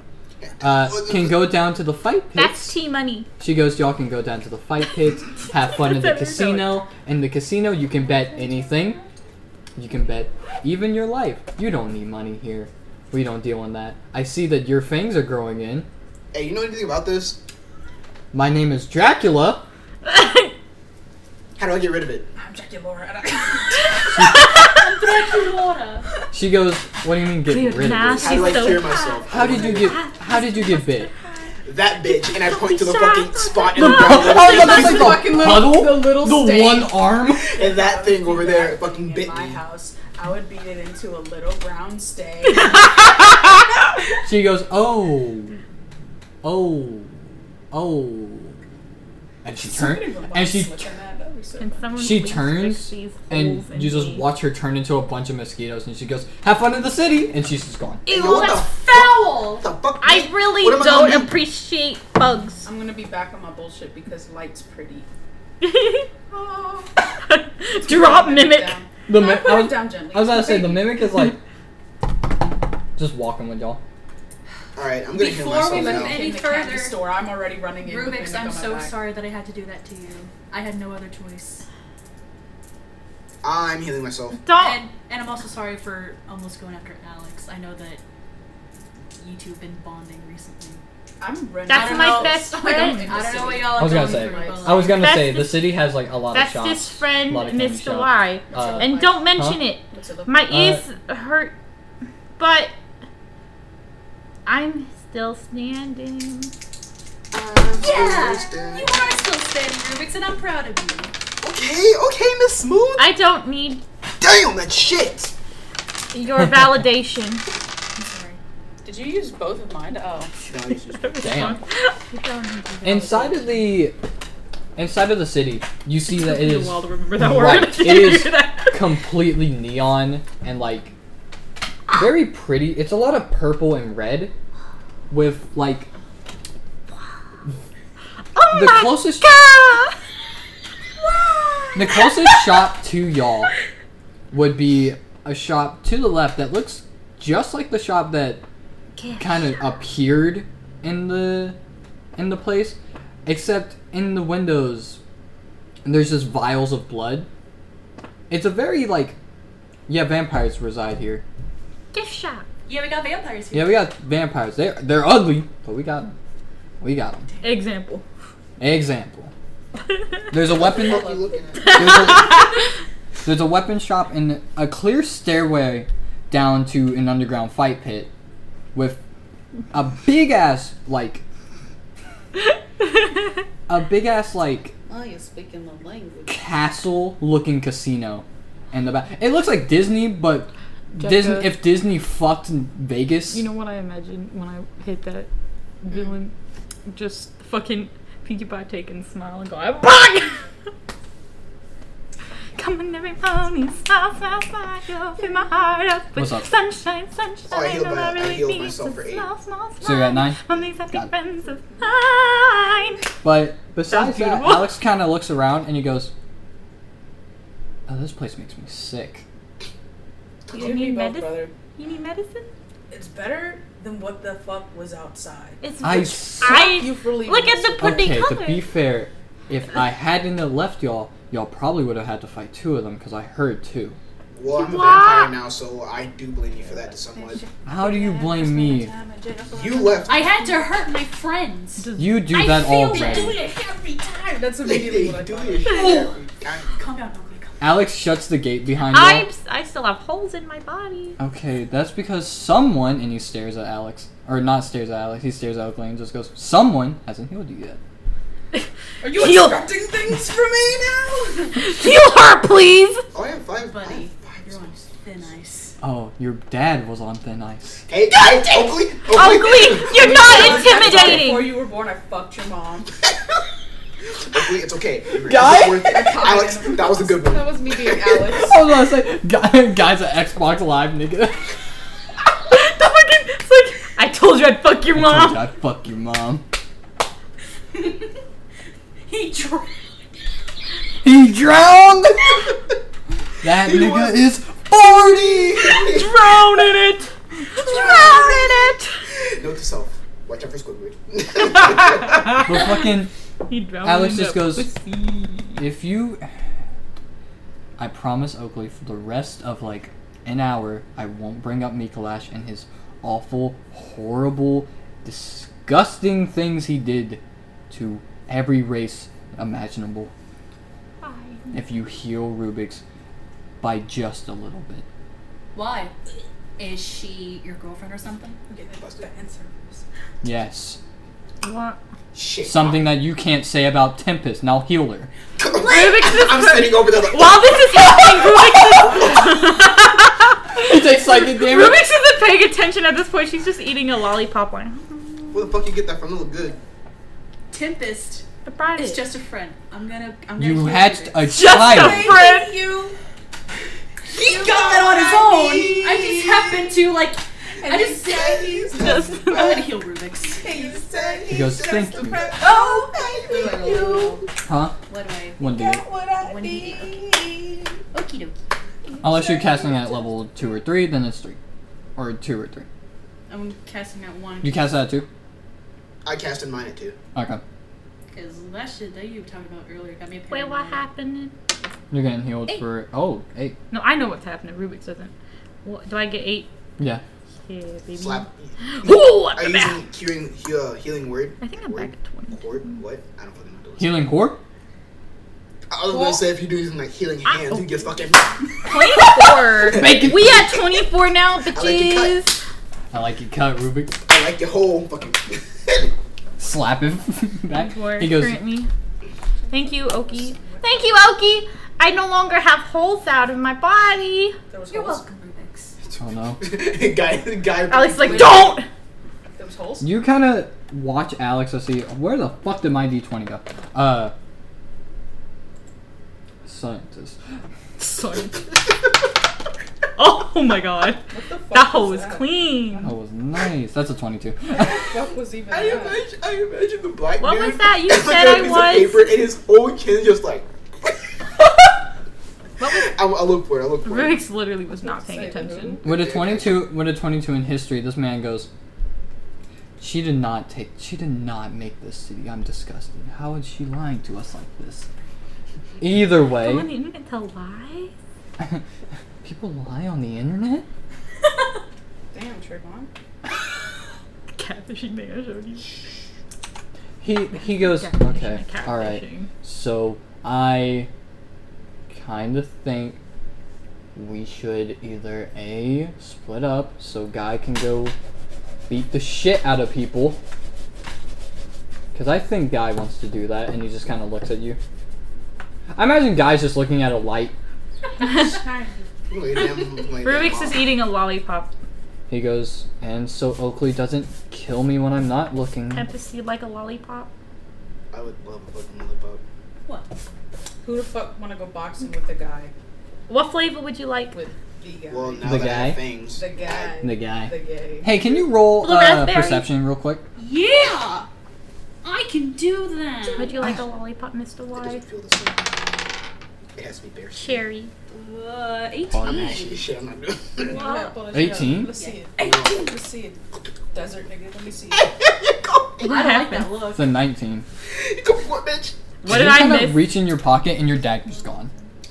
Speaker 3: Uh, can go down to the fight
Speaker 8: That's
Speaker 3: pits.
Speaker 8: T money.
Speaker 3: She goes, y'all can go down to the fight pits, have fun
Speaker 7: *laughs*
Speaker 3: in the
Speaker 1: That's
Speaker 3: casino. In the casino, you can bet anything. You can bet even your life. You don't need money here. We don't deal in that. I see that your fangs are growing in.
Speaker 4: Hey, you know anything about this?
Speaker 3: My name is Dracula.
Speaker 4: How do I get rid of it?
Speaker 5: I'm Jackie Laura. And
Speaker 1: *laughs*
Speaker 5: I- *laughs*
Speaker 3: She goes, what do you mean get
Speaker 8: Dude,
Speaker 3: rid
Speaker 8: nah,
Speaker 3: of it?
Speaker 4: How do I
Speaker 8: She's so
Speaker 4: cure myself?
Speaker 3: How did you get? How did you get
Speaker 7: *laughs*
Speaker 3: bit?
Speaker 4: that bitch? And I point to the
Speaker 8: Shut
Speaker 4: fucking
Speaker 8: up.
Speaker 4: spot in
Speaker 3: The
Speaker 4: the ground,
Speaker 3: *laughs* oh, that's like
Speaker 7: fucking
Speaker 3: the
Speaker 7: little-
Speaker 3: puddle,
Speaker 7: the little
Speaker 3: the
Speaker 7: stain.
Speaker 3: one arm.
Speaker 7: *laughs*
Speaker 4: and that thing over there fucking
Speaker 5: in
Speaker 4: bit
Speaker 5: my
Speaker 4: me.
Speaker 5: house, I would beat it into a little brown
Speaker 1: *laughs*
Speaker 5: stay.
Speaker 3: She goes, oh, oh, oh, and she turns and she
Speaker 1: And someone *laughs*
Speaker 3: She
Speaker 1: please
Speaker 3: turns
Speaker 1: fix these
Speaker 3: and
Speaker 1: holes in
Speaker 3: you just
Speaker 1: me.
Speaker 3: watch her turn into a bunch of mosquitoes, and she goes, "Have fun in the city," and she's just gone.
Speaker 8: Ew,
Speaker 4: Yo, what
Speaker 8: that's
Speaker 4: the
Speaker 8: foul.
Speaker 4: What the fuck?
Speaker 8: I really
Speaker 4: What am I
Speaker 8: don't
Speaker 4: gonna do?
Speaker 8: appreciate bugs. *laughs*
Speaker 5: I'm gonna be back on my bullshit because light's pretty. Oh,
Speaker 1: Drop
Speaker 5: put it
Speaker 1: mimic.
Speaker 5: down.
Speaker 3: The
Speaker 5: No,
Speaker 3: mi-
Speaker 5: put
Speaker 3: I
Speaker 5: it
Speaker 3: was,
Speaker 5: down gently.
Speaker 3: I was gonna say the
Speaker 5: Okay.
Speaker 3: mimic is like just walking with y'all.
Speaker 4: All right, I'm gonna heal
Speaker 6: Before we
Speaker 4: myself
Speaker 6: move
Speaker 4: now.
Speaker 6: in-
Speaker 5: any
Speaker 6: Any
Speaker 5: further
Speaker 6: further?
Speaker 5: store. I'm already running in. with
Speaker 6: Rubix,
Speaker 5: mimic
Speaker 6: I'm
Speaker 5: on my
Speaker 6: so
Speaker 5: back.
Speaker 6: sorry that I had to do that to you. I had no other choice.
Speaker 4: I'm healing myself.
Speaker 1: Don't.
Speaker 6: And, and I'm also sorry for almost going after Alex. I know that you two have been bonding recently.
Speaker 5: I'm running.
Speaker 8: That's
Speaker 5: I don't
Speaker 8: my
Speaker 5: know.
Speaker 8: best
Speaker 5: I don't-
Speaker 8: friend.
Speaker 5: in the
Speaker 6: I don't know what
Speaker 5: city.
Speaker 6: y'all
Speaker 3: I was
Speaker 6: are
Speaker 3: gonna
Speaker 6: going
Speaker 3: say-
Speaker 6: through, but
Speaker 3: I was gonna
Speaker 1: That's
Speaker 3: say the
Speaker 1: this-
Speaker 3: city has like a lot
Speaker 8: That's
Speaker 3: of shops.
Speaker 8: his friend,
Speaker 3: lot of candy
Speaker 8: Mr.
Speaker 3: shops.
Speaker 8: Y.
Speaker 3: Uh,
Speaker 8: And don't mention
Speaker 3: Huh? Uh,
Speaker 8: it.
Speaker 5: What's it look
Speaker 8: My
Speaker 5: like?
Speaker 8: ears hurt, but I'm still standing.
Speaker 6: yeah, you are still standing, Rubix, and I'm proud of you.
Speaker 4: Okay, okay, Miss Smooth.
Speaker 8: I don't need
Speaker 4: Damn, that shit.
Speaker 8: your
Speaker 3: *laughs*
Speaker 8: validation.
Speaker 5: Did you use both of mine? Oh.
Speaker 3: Damn.
Speaker 8: I don't need your
Speaker 3: Inside of the inside of the city, you see that it
Speaker 1: Took me
Speaker 3: is
Speaker 1: a while to remember that *laughs*
Speaker 3: Right.
Speaker 1: word.
Speaker 3: It is-
Speaker 1: That.
Speaker 3: completely neon and like very pretty. It's a lot of purple and red with like
Speaker 8: Oh
Speaker 3: the
Speaker 8: my
Speaker 3: closest
Speaker 8: god!
Speaker 3: The closest shop to y'all would be a shop to the left that looks just like the shop that kind of appeared in the in the place, except in the windows there's just vials of blood. It's a very like yeah, vampires reside here.
Speaker 8: Gift shop.
Speaker 6: Yeah, we got vampires here.
Speaker 3: Yeah, we got vampires. They they're ugly, but we got 'em. We got them.
Speaker 8: *laughs*
Speaker 1: Example.
Speaker 3: Example. There's a weapon
Speaker 4: What the fuck you looking at?
Speaker 3: there's a, there's a weapon shop and a clear stairway down to an underground fight pit with a big ass like a big ass like
Speaker 5: Oh, you're speaking the language.
Speaker 3: castle looking casino in the back. It looks like Disney, but Disney
Speaker 1: Jekka.
Speaker 3: if Disney fucked Vegas.
Speaker 1: You know what I imagine when I hit that villain? Just fucking Pinkie Pie taking smile and go, "I'm back!"
Speaker 8: *laughs* Come on, everybody, smile, smile, smile. You'll fill my heart up with
Speaker 3: What's up?
Speaker 8: sunshine, sunshine.
Speaker 4: Oh, I healed my- I
Speaker 8: really
Speaker 4: healed
Speaker 8: need
Speaker 4: myself
Speaker 8: some
Speaker 4: for eight.
Speaker 8: Smile, smile, smile.
Speaker 3: So you're at nine?
Speaker 8: From these happy
Speaker 3: Got it.
Speaker 8: friends of mine.
Speaker 3: But besides that,
Speaker 1: beautiful.
Speaker 3: Alex kind of looks around and he goes, "Oh, this place makes me sick."
Speaker 8: You need medicine? You need medicine?
Speaker 5: It's better than what the fuck was outside.
Speaker 8: It's
Speaker 3: I
Speaker 8: rich.
Speaker 3: suck
Speaker 8: I
Speaker 5: You've really
Speaker 8: look at the pretty
Speaker 3: okay,
Speaker 8: color.
Speaker 3: to be fair, If I hadn't have left y'all, y'all probably would have had to fight two of them because I heard two.
Speaker 4: Well, I'm a vampire now, so I do blame you for that to somewhat.
Speaker 3: How do you blame me?
Speaker 4: You
Speaker 6: *laughs*
Speaker 4: left.
Speaker 6: I had to hurt my friends.
Speaker 3: You do
Speaker 6: I
Speaker 3: that
Speaker 6: feel
Speaker 3: all
Speaker 6: you
Speaker 3: day.
Speaker 6: do it every time.
Speaker 5: That's immediately
Speaker 4: They
Speaker 5: what I
Speaker 4: *laughs* do
Speaker 5: thought.
Speaker 4: your shit every time.
Speaker 6: Calm down, Oakley. Calm
Speaker 3: Alex shuts the gate behind
Speaker 8: I
Speaker 3: y'all.
Speaker 8: I still have holes in my
Speaker 3: *laughs*
Speaker 8: body.
Speaker 3: Okay, that's because someone, and he stares at Alex. Or not stares at Alex, he stares at Oakley and just goes, Someone hasn't healed you yet.
Speaker 5: Are you
Speaker 8: Heal.
Speaker 5: expecting things from me now?
Speaker 8: Heal her, please.
Speaker 4: Oh, I have five. I
Speaker 2: Buddy,
Speaker 4: have five
Speaker 2: you're on
Speaker 4: spots.
Speaker 2: thin ice.
Speaker 3: Oh, your dad was on thin ice. *laughs*
Speaker 4: Hey, hey, Oakley, Oakley, *laughs*
Speaker 8: Oakley, you're not intimidating.
Speaker 5: Before you were born, I fucked your mom.
Speaker 4: Oakley, it's okay. It's
Speaker 3: Guy?
Speaker 4: worth it. Alex, that was a good
Speaker 5: That
Speaker 4: one.
Speaker 5: was me being
Speaker 3: *laughs*
Speaker 5: Alex.
Speaker 3: I was gonna say, guy, guys at Xbox Live, nigga. *laughs*
Speaker 8: the fucking, it's like, I told you I'd fuck your
Speaker 3: I told
Speaker 8: mom.
Speaker 3: you I'd fuck your mom.
Speaker 6: *laughs* He drowned.
Speaker 3: He drowned. *laughs* that nigga is *laughs* forty.
Speaker 8: Drown in it. Drown in it.
Speaker 4: Note to self: watch out for Squidward.
Speaker 3: But *laughs* fucking,
Speaker 1: He drowned
Speaker 3: Alex
Speaker 1: in
Speaker 3: just
Speaker 1: the
Speaker 3: goes-
Speaker 1: pussy.
Speaker 3: if you, I promise Oakley for the rest of like an hour, I won't bring up Mikalash and his awful, horrible, disgusting things he did to every race imaginable. If you heal Rubik's by just a little bit.
Speaker 6: Why? Is she your girlfriend or something?
Speaker 4: Busted.
Speaker 3: Yes.
Speaker 1: What?
Speaker 4: Shit.
Speaker 3: Something that you can't say about Tempest. Now heal her.
Speaker 4: *laughs* I'm sitting over there like,
Speaker 3: "Oh,
Speaker 1: While this is *laughs* happening, Rubik's is,
Speaker 3: It takes psychic damage.
Speaker 1: Rubik's isn't paying attention at this point. She's just eating a lollipop line.
Speaker 4: where the fuck you get that from? It look good.
Speaker 6: Tempest
Speaker 1: The bride
Speaker 6: is just a friend. I'm gonna. I'm gonna.
Speaker 3: You uh,
Speaker 6: heal
Speaker 3: hatched
Speaker 6: her.
Speaker 3: a
Speaker 1: just a
Speaker 3: child.
Speaker 1: friend.
Speaker 5: you.
Speaker 6: He got that on his own. I just happened to like. I just.
Speaker 1: Just
Speaker 6: *laughs* I'm gonna heal Rubik's.
Speaker 3: He goes, thank you.
Speaker 6: Oh.
Speaker 3: Huh?
Speaker 6: What do I?
Speaker 3: One day.
Speaker 6: When do you? Okay. Okie dokie.
Speaker 3: Unless you're casting at level 2 or 3, then it's 3. Or 2 or 3.
Speaker 6: I'm casting out one
Speaker 3: You cast that at 2?
Speaker 4: I cast in mine at two.
Speaker 3: Okay.
Speaker 6: because that shit that you were talking about earlier got me.
Speaker 8: Wait, what
Speaker 6: paranoid.
Speaker 8: happened?
Speaker 3: You're getting healed
Speaker 6: Eight.
Speaker 3: for. Oh, 8.
Speaker 1: no, I know what's happening. Rubik's doesn't. What, do I get eight?
Speaker 3: Yeah.
Speaker 1: Yeah, baby.
Speaker 4: Slap.
Speaker 1: Ooh, at
Speaker 4: Are
Speaker 1: the
Speaker 4: you
Speaker 1: back.
Speaker 4: using healing, he- uh, healing word?
Speaker 1: I think I'm
Speaker 4: word?
Speaker 1: back at twenty.
Speaker 4: Word? What? I don't fucking know.
Speaker 3: Healing Horde?
Speaker 4: I was gonna say if you do using like healing hands, you get fucking.
Speaker 8: Twenty-four.
Speaker 3: *laughs* Make it.
Speaker 8: we at twenty-four now,
Speaker 4: it
Speaker 8: bitches.
Speaker 3: I like it. Cut, Rubik.
Speaker 4: I like your whole fucking. *laughs*
Speaker 3: Slap him *laughs* back.
Speaker 1: Four.
Speaker 3: He goes,
Speaker 1: Grant me.
Speaker 8: Thank you, Oki. Thank you, Oki. I no longer have holes out of my body.
Speaker 5: There was
Speaker 6: You're
Speaker 5: holes.
Speaker 6: welcome, Rubik's.
Speaker 3: oh no.
Speaker 4: guy, guy.
Speaker 1: Alex
Speaker 4: *laughs*
Speaker 1: is like, don't.
Speaker 5: There was holes.
Speaker 3: You kind of watch Alex to see where the fuck did my D20 go? Uh. Scientist.
Speaker 1: Sorry. *laughs* oh my
Speaker 5: What
Speaker 1: god,
Speaker 5: the fuck
Speaker 1: that hole was
Speaker 5: that?
Speaker 1: clean.
Speaker 3: That was nice. That's a *laughs* 22.
Speaker 5: What was even
Speaker 4: I
Speaker 5: that?
Speaker 4: imagine, I imagine the black
Speaker 8: What
Speaker 4: dude.
Speaker 8: was that you
Speaker 4: It's like
Speaker 8: said
Speaker 4: a
Speaker 8: I
Speaker 4: piece of
Speaker 8: was?
Speaker 4: Paper and his whole chin just like. *laughs* I'll, I'll look for it. I'll look for it.
Speaker 1: Rubik's literally was not paying
Speaker 5: Say the
Speaker 1: attention.
Speaker 3: with a 22, with a 22 in history, this man goes. She did not take. She did not make this city. I'm disgusted. How is she lying to us like this? Either
Speaker 8: Go on
Speaker 3: way,
Speaker 8: the internet to lie.
Speaker 3: *laughs* people lie on the internet.
Speaker 5: Damn, Trayvon.
Speaker 1: Catfishing thing
Speaker 8: *laughs*
Speaker 1: I showed you.
Speaker 3: He he goes.
Speaker 1: Definition of
Speaker 3: Okay, all right.
Speaker 1: catfishing.
Speaker 3: So I kind of think we should either a split up so guy can go beat the shit out of people. Cause I think guy wants to do that, and he just kind of looks at you. I imagine guy's just looking at a light.
Speaker 1: Rubik's is eating a lollipop.
Speaker 3: He goes, and so Oakley doesn't kill me when I'm not looking.
Speaker 8: Empathy like a lollipop.
Speaker 4: I would love a fucking lollipop.
Speaker 5: Who the fuck want to go boxing with the guy?
Speaker 8: What flavor would you like?
Speaker 5: With the guy.
Speaker 4: Well, now
Speaker 3: The
Speaker 4: that I
Speaker 3: guy?
Speaker 4: have fangs,
Speaker 5: the guy.
Speaker 3: The guy.
Speaker 5: The gay.
Speaker 3: Hey, can you roll
Speaker 8: Blue
Speaker 3: uh,
Speaker 8: raspberry.
Speaker 3: perception real quick?
Speaker 6: Yeah, I can do that.
Speaker 8: Would you like a lollipop, Mr.
Speaker 4: it
Speaker 8: Y?
Speaker 4: doesn't feel the same. It has to be bear shit.
Speaker 8: Cherry.
Speaker 6: Uh,
Speaker 3: Pardon?
Speaker 6: eighteen.
Speaker 4: Shit, shit, I'm not doing. *laughs*
Speaker 5: Give me that bullshit.
Speaker 3: 18?
Speaker 5: Let's see it.
Speaker 4: No.
Speaker 5: Let's see it.
Speaker 6: *laughs*
Speaker 5: Desert nigga. Let me see it.
Speaker 8: What
Speaker 6: I don't like
Speaker 8: happened?
Speaker 6: that look.
Speaker 3: It's a 19.
Speaker 4: You go for it, bitch.
Speaker 1: What did I
Speaker 3: kinda
Speaker 1: miss?
Speaker 3: Reach in your pocket and your dagger's *laughs* gone.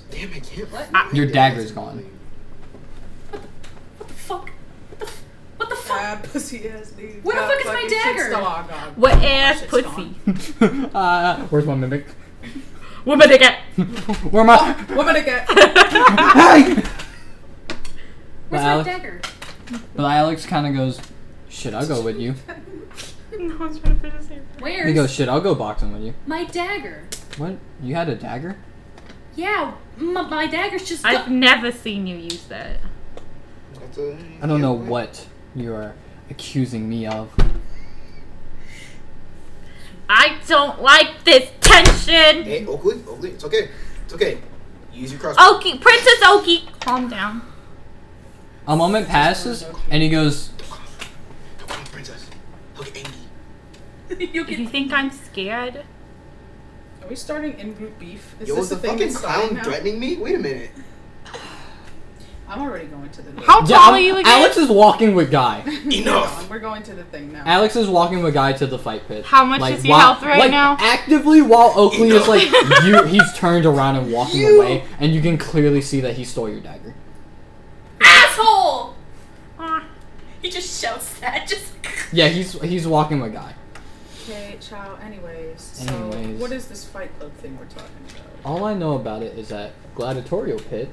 Speaker 4: Damn, I can't.
Speaker 3: Your dagger's gone.
Speaker 6: Fuck. What the, f- what the fuck?
Speaker 7: Ah, pussy ass nigga.
Speaker 6: Where the
Speaker 5: Uh,
Speaker 6: fuck is my
Speaker 5: fucking shit's
Speaker 6: dagger?
Speaker 5: still all gone.
Speaker 1: What ass
Speaker 5: shit's
Speaker 1: pussy?
Speaker 5: gone.
Speaker 3: uh, where's my mimic?
Speaker 1: Woman
Speaker 8: *laughs*
Speaker 1: dick *laughs* at?
Speaker 3: *laughs* Where my?
Speaker 5: Woman again.
Speaker 3: Hey! But
Speaker 6: Where's my
Speaker 3: Alex,
Speaker 6: dagger?
Speaker 3: but Alex kind of goes, "Shit, I'll go with you."
Speaker 1: No, I was trying to finish it.
Speaker 6: Where's
Speaker 3: He goes, "Shit, I'll go boxing with you."
Speaker 6: my dagger?
Speaker 3: What? You had a dagger?
Speaker 6: Yeah, my, my dagger's just.
Speaker 1: I've
Speaker 6: Go-
Speaker 1: never seen you use that.
Speaker 4: That's a-
Speaker 3: I don't know
Speaker 4: yeah,
Speaker 3: what you are accusing me of.
Speaker 1: I don't like this tension.
Speaker 4: Hey, Oakley, Oakley, it's okay. It's okay. Use your
Speaker 8: Oh.
Speaker 4: crossbow.
Speaker 1: Oki, Princess Oki, calm down.
Speaker 3: A moment passes, and he goes,
Speaker 4: Don't come. Don't come, princess. Look at Amy.
Speaker 6: *laughs*
Speaker 3: *laughs*
Speaker 1: If you think I'm scared,
Speaker 5: Are we starting in group beef? Is
Speaker 4: Yo,
Speaker 5: this
Speaker 4: is the
Speaker 5: a thing
Speaker 4: fucking
Speaker 5: that's starting
Speaker 4: clown
Speaker 5: now?
Speaker 4: threatening me? Wait a minute.
Speaker 5: I'm already going to the.
Speaker 1: how tall
Speaker 3: Yeah,
Speaker 1: are you again?
Speaker 3: Alex is walking with Guy.
Speaker 4: Enough.
Speaker 5: We're going to the thing now.
Speaker 3: Alex is walking with Guy to the fight pit.
Speaker 1: How much is your health right
Speaker 3: like,
Speaker 1: now?
Speaker 3: Actively, while Oakley
Speaker 1: *laughs*
Speaker 3: is like, you, he's turned around and walking away, and you can clearly see that he stole your dagger.
Speaker 6: asshole!
Speaker 1: Ah.
Speaker 6: He just shouts that. Just. *laughs*
Speaker 3: Yeah, he's he's walking with Guy.
Speaker 5: Okay, ciao. Anyways,
Speaker 3: Anyways.
Speaker 5: so what is this Fight Club thing we're talking about?
Speaker 3: All I know about it is that gladiatorial pit,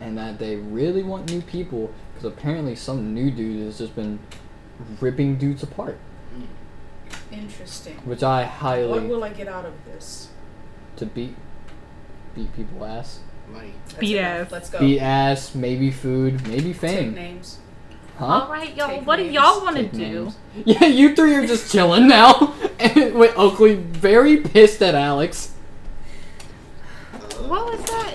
Speaker 3: and that they really want new people because apparently some new dude has just been ripping dudes apart,
Speaker 4: Mm,
Speaker 5: Interesting.
Speaker 3: which I
Speaker 5: What
Speaker 3: highly
Speaker 5: will I get out of this?
Speaker 3: to beat beat people ass,
Speaker 4: Money.
Speaker 5: That's
Speaker 1: Beat
Speaker 5: enough.
Speaker 1: ass.
Speaker 5: Let's go.
Speaker 3: beat ass, maybe food, maybe
Speaker 5: Take
Speaker 3: fame,
Speaker 5: names.
Speaker 3: huh?
Speaker 1: Alright, y'all,
Speaker 5: Take
Speaker 1: what do
Speaker 5: names,
Speaker 1: y'all want to
Speaker 3: Take
Speaker 1: do?
Speaker 3: names. *laughs* Yeah, you three are just chilling now. *laughs* And with Oakley very pissed at Alex.
Speaker 1: What was that?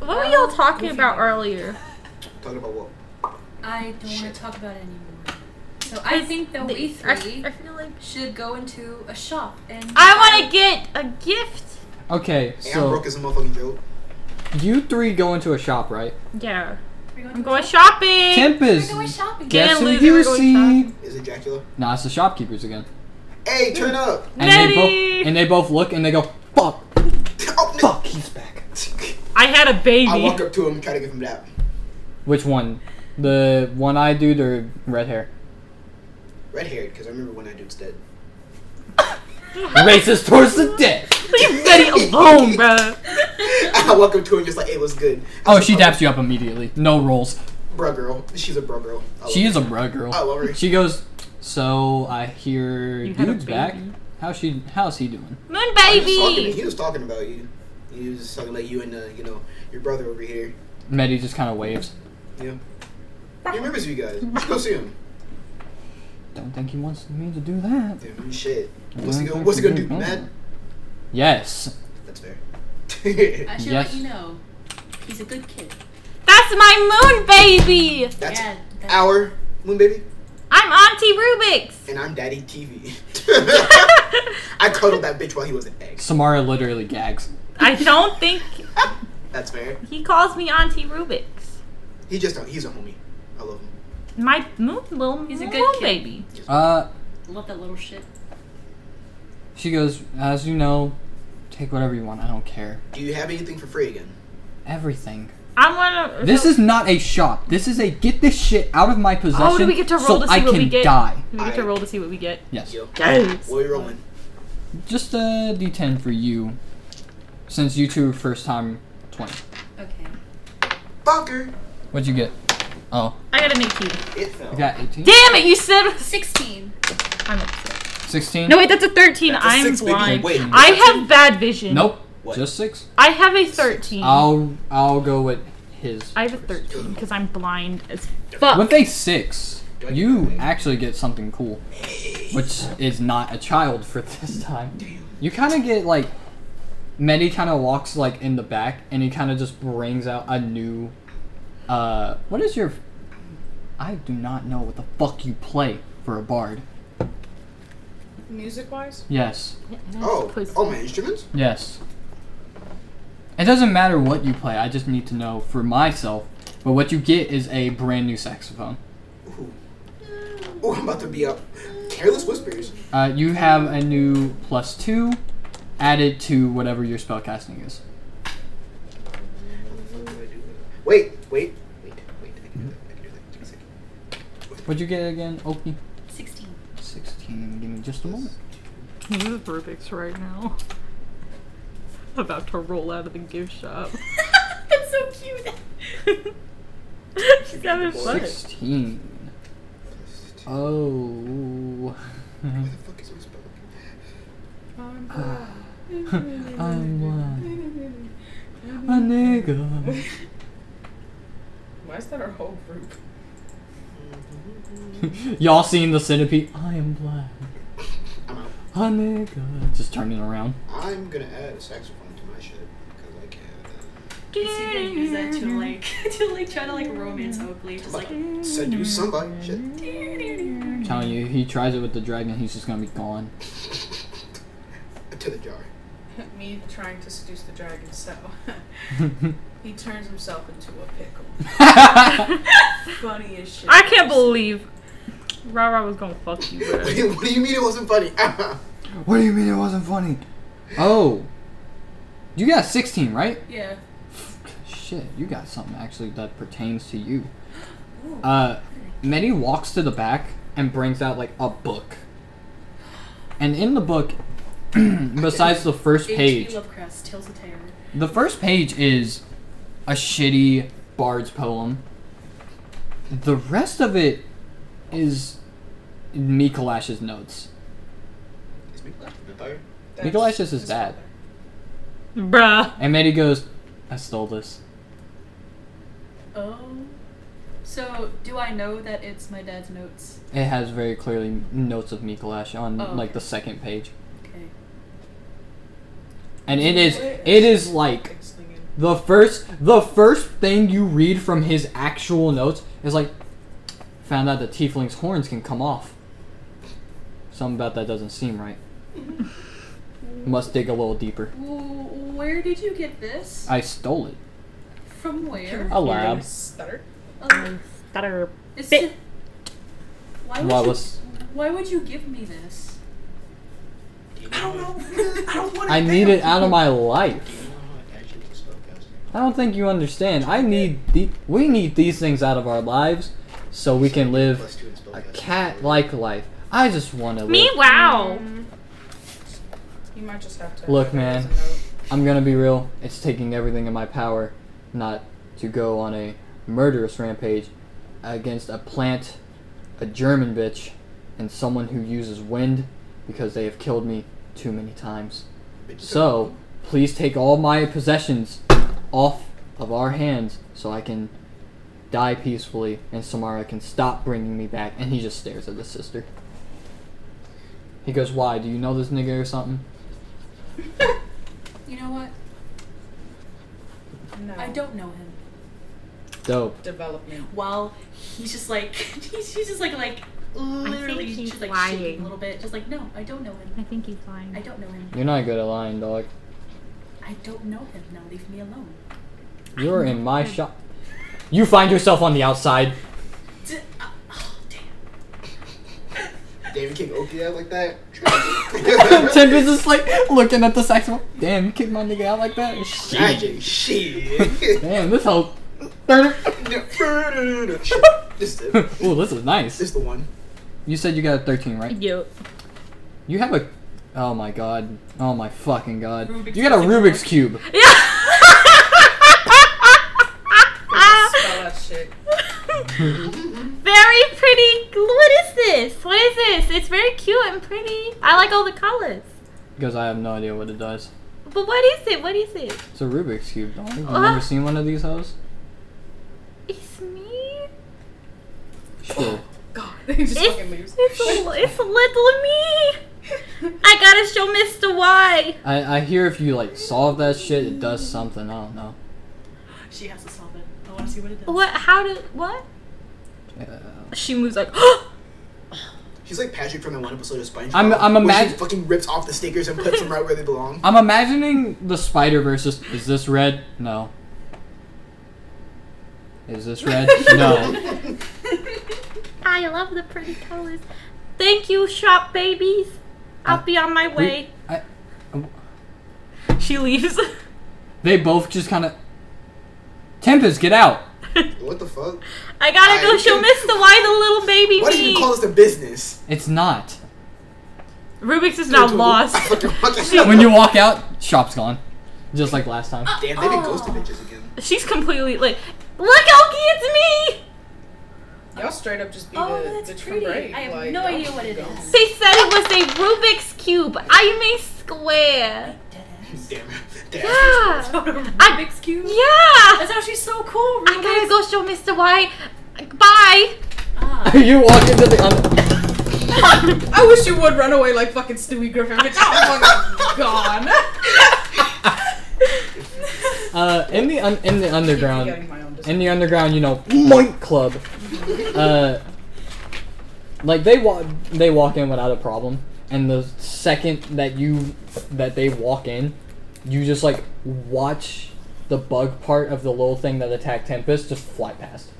Speaker 1: What were y'all talking about earlier?
Speaker 4: Uh, Talking about what?
Speaker 6: I don't want to talk about it anymore. So I think that we
Speaker 1: I,
Speaker 6: three
Speaker 1: I feel like.
Speaker 6: should go into a shop and.
Speaker 1: I want to get a gift!
Speaker 3: Okay,
Speaker 4: Hey, I'm
Speaker 3: so
Speaker 4: broke as a motherfucking joke.
Speaker 3: you three go into a shop, right?
Speaker 1: Yeah.
Speaker 6: We're going
Speaker 1: I'm
Speaker 6: to
Speaker 1: going
Speaker 6: shop-
Speaker 1: shopping!
Speaker 6: We're going
Speaker 3: Tempest.
Speaker 6: shopping.
Speaker 1: Get-
Speaker 3: Guess
Speaker 1: Damn
Speaker 3: who
Speaker 1: loser,
Speaker 3: you
Speaker 1: we're going
Speaker 3: see?
Speaker 1: shopping.
Speaker 4: Is it Dracula?
Speaker 3: Nah, it's the shopkeepers again.
Speaker 4: Hey, turn up. *laughs*
Speaker 3: And they
Speaker 1: Daddy!
Speaker 3: both and they both look and they go, fuck,
Speaker 4: Oh, no.
Speaker 3: fuck, he's back.
Speaker 1: I had a
Speaker 4: I walk
Speaker 1: baby.
Speaker 4: up to him and try to give him that.
Speaker 3: Which one? The one eyed dude or red
Speaker 1: *laughs*
Speaker 3: hair?
Speaker 4: Red haired, because I remember when that dude's dead.
Speaker 3: Racist towards the dead.
Speaker 1: *laughs* Leave Betty alone, bruh.
Speaker 4: *laughs* I walk up to him just like, hey, what's good?
Speaker 3: Oh, she daps you up immediately. No rolls.
Speaker 4: Bruh girl. She's a bruh girl. I love
Speaker 3: She
Speaker 4: her.
Speaker 3: is a bro girl.
Speaker 4: I love her.
Speaker 3: She goes, so I hear
Speaker 1: You had a
Speaker 3: dude's back.
Speaker 1: baby.
Speaker 3: How's she? How's he doing?
Speaker 1: Moon
Speaker 4: He was, talking,
Speaker 1: baby!
Speaker 4: he was talking about you. He was talking about you and uh, you know your brother over here.
Speaker 3: Medi just kind of waves.
Speaker 4: Yeah. He remembers you guys. Let's go see him.
Speaker 3: Don't think he wants me to do that.
Speaker 4: Dude, shit.
Speaker 3: I
Speaker 4: What's he gonna
Speaker 3: don't think
Speaker 4: What's he
Speaker 3: I'm
Speaker 4: gonna do?
Speaker 3: doing that.
Speaker 4: Mad?
Speaker 3: Yes.
Speaker 4: That's fair. *laughs*
Speaker 6: I
Speaker 3: Yes.
Speaker 6: should let you know. He's a good kid.
Speaker 1: That's my moon baby!
Speaker 4: That's
Speaker 6: yeah. That,
Speaker 4: our moon baby,
Speaker 1: I'm Auntie Rubik's! *laughs*
Speaker 4: and I'm Daddy TV. I cuddled that bitch while he was an egg. Ah,
Speaker 3: Samara literally gags.
Speaker 1: I don't think
Speaker 4: That's fair.
Speaker 1: he calls me Auntie Rubik's.
Speaker 4: He just he's a homie. I love him.
Speaker 1: My moon little
Speaker 6: He's a
Speaker 1: moon
Speaker 6: good kid.
Speaker 1: baby.
Speaker 3: Uh,
Speaker 6: love that little shit.
Speaker 3: she goes, as you know, take whatever you want. I don't care.
Speaker 4: Do you have anything for free again?
Speaker 3: Everything.
Speaker 1: I wanna.
Speaker 3: This is not a shop. This is a get this shit out of my possession.
Speaker 1: Oh, do we get to roll
Speaker 3: so
Speaker 1: to see
Speaker 3: I
Speaker 1: what we
Speaker 3: can
Speaker 1: get?
Speaker 3: die.
Speaker 1: Do we get to roll to see what we get?
Speaker 3: Yes.
Speaker 4: Yo,
Speaker 1: Yes.
Speaker 4: what are you rolling?
Speaker 3: Just a d10 for you, since you two are first time twenty.
Speaker 6: Okay.
Speaker 4: Fucker.
Speaker 3: What'd you get? Oh,
Speaker 1: I got an 18.
Speaker 4: It fell.
Speaker 3: I got eighteen.
Speaker 1: Damn it, you said.
Speaker 6: 16.
Speaker 1: I'm upset.
Speaker 3: Sixteen.
Speaker 1: No, wait, that's a 13.
Speaker 4: That's a
Speaker 1: I'm
Speaker 4: six, baby.
Speaker 1: blind.
Speaker 4: Wait,
Speaker 1: I have bad vision.
Speaker 3: Nope.
Speaker 4: What?
Speaker 3: Just six.
Speaker 1: I have a 13.
Speaker 4: Oh.
Speaker 3: I'll I'll go with his.
Speaker 1: I have a 13 because I'm blind as fuck.
Speaker 3: With a six, you actually get something cool, which is not a child for *laughs* this time. You kind of get like, Medi kind of walks like in the back, and he kind of just brings out a new. Uh, what is your? I do not know what the fuck you play for a bard.
Speaker 5: Music wise,
Speaker 3: Yes,
Speaker 4: Oh, oh my instruments.
Speaker 3: yes. It doesn't matter what you play. I just need to know for myself. But what you get is a brand new saxophone.
Speaker 4: Ooh. Oh, Ooh, I'm about to be up. Careless whispers.
Speaker 3: Uh, you have a new plus two, added to whatever your spellcasting is.
Speaker 4: Wait, wait, wait, wait. I can do that. I can do that. Give me a second.
Speaker 3: What'd you get again, Oakley?
Speaker 6: 16.
Speaker 3: 16. Give me just a moment.
Speaker 1: This is Rubik's right now. About to roll out of the gift shop.
Speaker 6: *laughs* That's so cute.
Speaker 1: *laughs* Seven foot.
Speaker 3: 16. Oh.
Speaker 4: Where
Speaker 3: *laughs*
Speaker 4: the fuck is my spell?
Speaker 5: Um,
Speaker 3: Uh. I'm one. A nigga.
Speaker 5: Why is that our whole group? *laughs*
Speaker 3: Y'all seen the centipede? I am black.
Speaker 4: I'm out.
Speaker 3: A nigga. Just turning around.
Speaker 4: I'm gonna add a saxophone to my shit because I can.
Speaker 6: Is he gonna use that to uh, like *laughs* to like try to like romance Oakley? Just like
Speaker 4: Like seduce somebody. Shit.
Speaker 3: I'm telling you, he tries it with the dragon, he's just gonna be gone.
Speaker 4: to the jar.
Speaker 5: Me trying to seduce the dragon, so *laughs* he turns himself into a *laughs* pickle.
Speaker 1: *laughs*
Speaker 5: Funny as shit.
Speaker 1: I can't believe Rara was gonna fuck you,
Speaker 4: what
Speaker 1: bro.
Speaker 4: do you mean it wasn't funny? *laughs*
Speaker 3: what do you mean it wasn't funny? Oh. You got 16, right?
Speaker 5: Yeah.
Speaker 3: Shit, you got something actually that pertains to you. Uh, Medi walks to the back and brings out like a book. And in the book, *clears throat* besides the first page,
Speaker 6: H.P. Lovecraft's Tales of Terror.
Speaker 3: the first page is a shitty bard's poem. The rest of it is Mikolash's notes.
Speaker 4: Is Mikolash a vampire?
Speaker 5: that's
Speaker 3: Nikolai's just his
Speaker 5: his
Speaker 3: dad.
Speaker 5: father.
Speaker 1: Bruh.
Speaker 3: And Medi goes, I stole this.
Speaker 6: Oh. So do I know that it's my dad's notes?
Speaker 3: It has very clearly notes of Mikolash on
Speaker 6: Oh,
Speaker 3: like
Speaker 6: okay.
Speaker 3: the second page.
Speaker 6: Okay.
Speaker 3: And it is it is like
Speaker 5: Slinging.
Speaker 3: the first the first thing you read from his actual notes is like found out the tiefling's horns can come off. Something about that doesn't seem right. Must dig a little deeper.
Speaker 6: W- where did you get this?
Speaker 3: I stole it.
Speaker 6: From where?
Speaker 3: A lab.
Speaker 5: Stutter.
Speaker 6: Uh,
Speaker 1: Stutter.
Speaker 6: it's
Speaker 1: Bit.
Speaker 6: why would
Speaker 3: Why
Speaker 6: you,
Speaker 3: was
Speaker 6: Why would you give me this?
Speaker 4: I don't know.
Speaker 7: I don't want
Speaker 3: I need it out of my life. I don't think you understand. I need the we need these things out of our lives so we can live a cat like life. I just want to
Speaker 1: Me?
Speaker 3: live.
Speaker 1: Wow.
Speaker 8: Mm,
Speaker 5: You might just have to.
Speaker 3: Look,
Speaker 5: put it as
Speaker 3: man.
Speaker 5: a note.
Speaker 3: I'm gonna be real. It's taking everything in my power not to go on a murderous rampage against a plant, a German bitch, and someone who uses wind because they have killed me too many times. So, please take all my possessions off of our hands so I can die peacefully and Samara can stop bringing me back. And he just stares at his sister. He goes, Why? Do you know this nigga or something?
Speaker 6: You know what?
Speaker 5: No.
Speaker 8: Oh.
Speaker 6: I don't know him.
Speaker 3: Dope.
Speaker 5: Development.
Speaker 6: *laughs* While he's just like *laughs* he's, he's just like like literally
Speaker 8: he's
Speaker 6: just like shaking
Speaker 8: lying.
Speaker 6: a little bit, just like no, I don't know him.
Speaker 8: I think he's lying.
Speaker 6: I don't know him.
Speaker 3: You're not good at lying, dog.
Speaker 6: I don't know him. Now leave me alone.
Speaker 3: You're in *laughs* my shop. You find yourself on the outside. *laughs*
Speaker 6: D- uh, oh, damn.
Speaker 4: David King Oakley out like that.
Speaker 3: *laughs* Tim
Speaker 4: *laughs*
Speaker 3: is just like looking at the saxophone. Damn, you kicked my nigga out like that? Shit.
Speaker 4: Magic shit. *laughs*
Speaker 3: Damn, this *laughs* whole.
Speaker 4: this,
Speaker 3: *laughs*
Speaker 4: is it.
Speaker 3: Ooh, this is
Speaker 4: this
Speaker 3: nice.
Speaker 4: is the one.
Speaker 3: You said you got a 13, right?
Speaker 1: Yep.
Speaker 3: You have a. Oh my god. Oh my fucking god. you got a Rubik's Cube.
Speaker 5: Spell out shit.
Speaker 8: *laughs*
Speaker 3: *laughs*
Speaker 8: Very pretty. What is this? What is this? It's very cute and pretty. I like all the colors.
Speaker 3: Because I have no idea what it does.
Speaker 8: But what is it? What is it?
Speaker 3: It's a Rubik's Cube, dog. You've
Speaker 8: Ah.
Speaker 3: never seen one of these hoes?
Speaker 8: It's me.
Speaker 3: *laughs* Sure.
Speaker 5: God, *laughs* he just
Speaker 8: It's,
Speaker 5: fucking leaves.
Speaker 8: it's, a- it's little me. I gotta show Mr. Y.
Speaker 3: I, I hear if you like solve that shit, it does something. I don't know.
Speaker 6: She has to solve it. I want to see what it does.
Speaker 8: What? How do? What?
Speaker 3: Uh,
Speaker 1: She moves like,
Speaker 8: *gasps*
Speaker 4: She's like Patrick from the one episode of SpongeBob.
Speaker 3: I'm- I'm
Speaker 4: where
Speaker 3: imag-
Speaker 4: She fucking rips off the stickers and puts them right where they belong.
Speaker 3: I'm imagining the spider versus. Is this red? No. Is this *laughs* red? No.
Speaker 8: I love the pretty colors. Thank you, shop babies. I'll be on my way.
Speaker 3: I,
Speaker 1: She leaves. *laughs*
Speaker 3: They both just kind of. Tempest, get out.
Speaker 4: What the fuck?
Speaker 1: I gotta go
Speaker 4: I-
Speaker 1: show Mista why the little baby
Speaker 4: Why do you
Speaker 1: me.
Speaker 4: call this a business?
Speaker 3: It's not.
Speaker 1: Rubik's is now lost. *laughs*
Speaker 3: When you walk out, shop's gone, just like last time.
Speaker 4: Damn, they
Speaker 1: Oh.
Speaker 4: been ghosted bitches again.
Speaker 1: She's completely like, look, Elkie, it's me.
Speaker 5: Y'all straight up just be
Speaker 6: Oh,
Speaker 5: the
Speaker 6: that's
Speaker 5: bitch from
Speaker 6: pretty.
Speaker 5: Brave,
Speaker 6: I have
Speaker 5: like,
Speaker 6: no
Speaker 5: y'all
Speaker 6: idea what it
Speaker 5: go.
Speaker 6: is.
Speaker 1: They said it was a Rubik's cube. I'm a square.
Speaker 6: *laughs*
Speaker 4: Damn *laughs* it. Damn.
Speaker 1: Yeah. I,
Speaker 6: Rubik's cube.
Speaker 1: yeah.
Speaker 6: That's how she's so cool.
Speaker 1: I gotta go show Mr. White. *laughs* Bye.
Speaker 3: *laughs*
Speaker 6: Ah.
Speaker 3: you walk into the. *laughs* Un-
Speaker 5: I wish you would run away like fucking Stewie Griffin, bitch. Oh I'm gone.
Speaker 6: *laughs*
Speaker 5: *laughs*
Speaker 3: uh, in the un- in the underground,
Speaker 5: Getting my own dis-
Speaker 3: in the underground, you know, Moink Club. Uh, like they walk they walk in without a problem, and the second that you that they walk in, you just like watch the bug part of the little thing that attacked Tempest just fly past,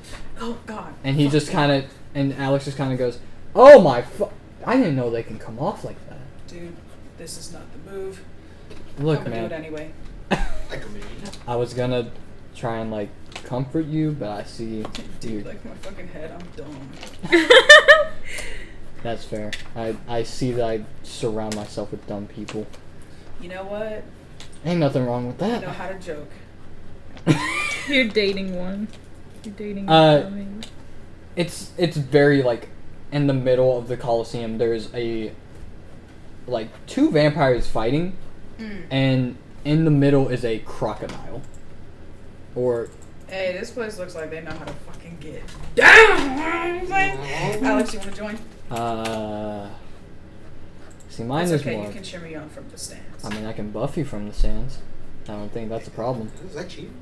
Speaker 5: Oh god.
Speaker 3: and he just kind of and Alex just kind of goes, "Oh my, fu- I didn't know they can come off like that."
Speaker 5: Dude, this is not the move.
Speaker 3: Look,
Speaker 5: I'm gonna do it
Speaker 3: man,
Speaker 5: anyway.
Speaker 4: I committed.
Speaker 3: *laughs* I was gonna try and like comfort you, but I see, dude.
Speaker 5: Like my fucking head, I'm dumb.
Speaker 3: That's fair. I, I see that I surround myself with dumb people.
Speaker 5: You know what?
Speaker 3: Ain't nothing wrong with
Speaker 5: I know
Speaker 3: that.
Speaker 5: how to joke.
Speaker 1: You're dating one. You're dating.
Speaker 3: Uh,
Speaker 1: one.
Speaker 3: It's it's very like in the middle of the Coliseum there's a like two vampires fighting
Speaker 5: Mm.
Speaker 3: and in the middle is a crocodile. Or
Speaker 5: Hey, this place looks like they know how to fucking get down. Like, Alex, you wanna join?
Speaker 3: uh See mine
Speaker 5: It's
Speaker 3: is
Speaker 5: okay,
Speaker 3: more
Speaker 5: you can cheer me on from the stands.
Speaker 3: I mean I can buff you from the sands. I don't think that's a problem.
Speaker 4: Is that cheating?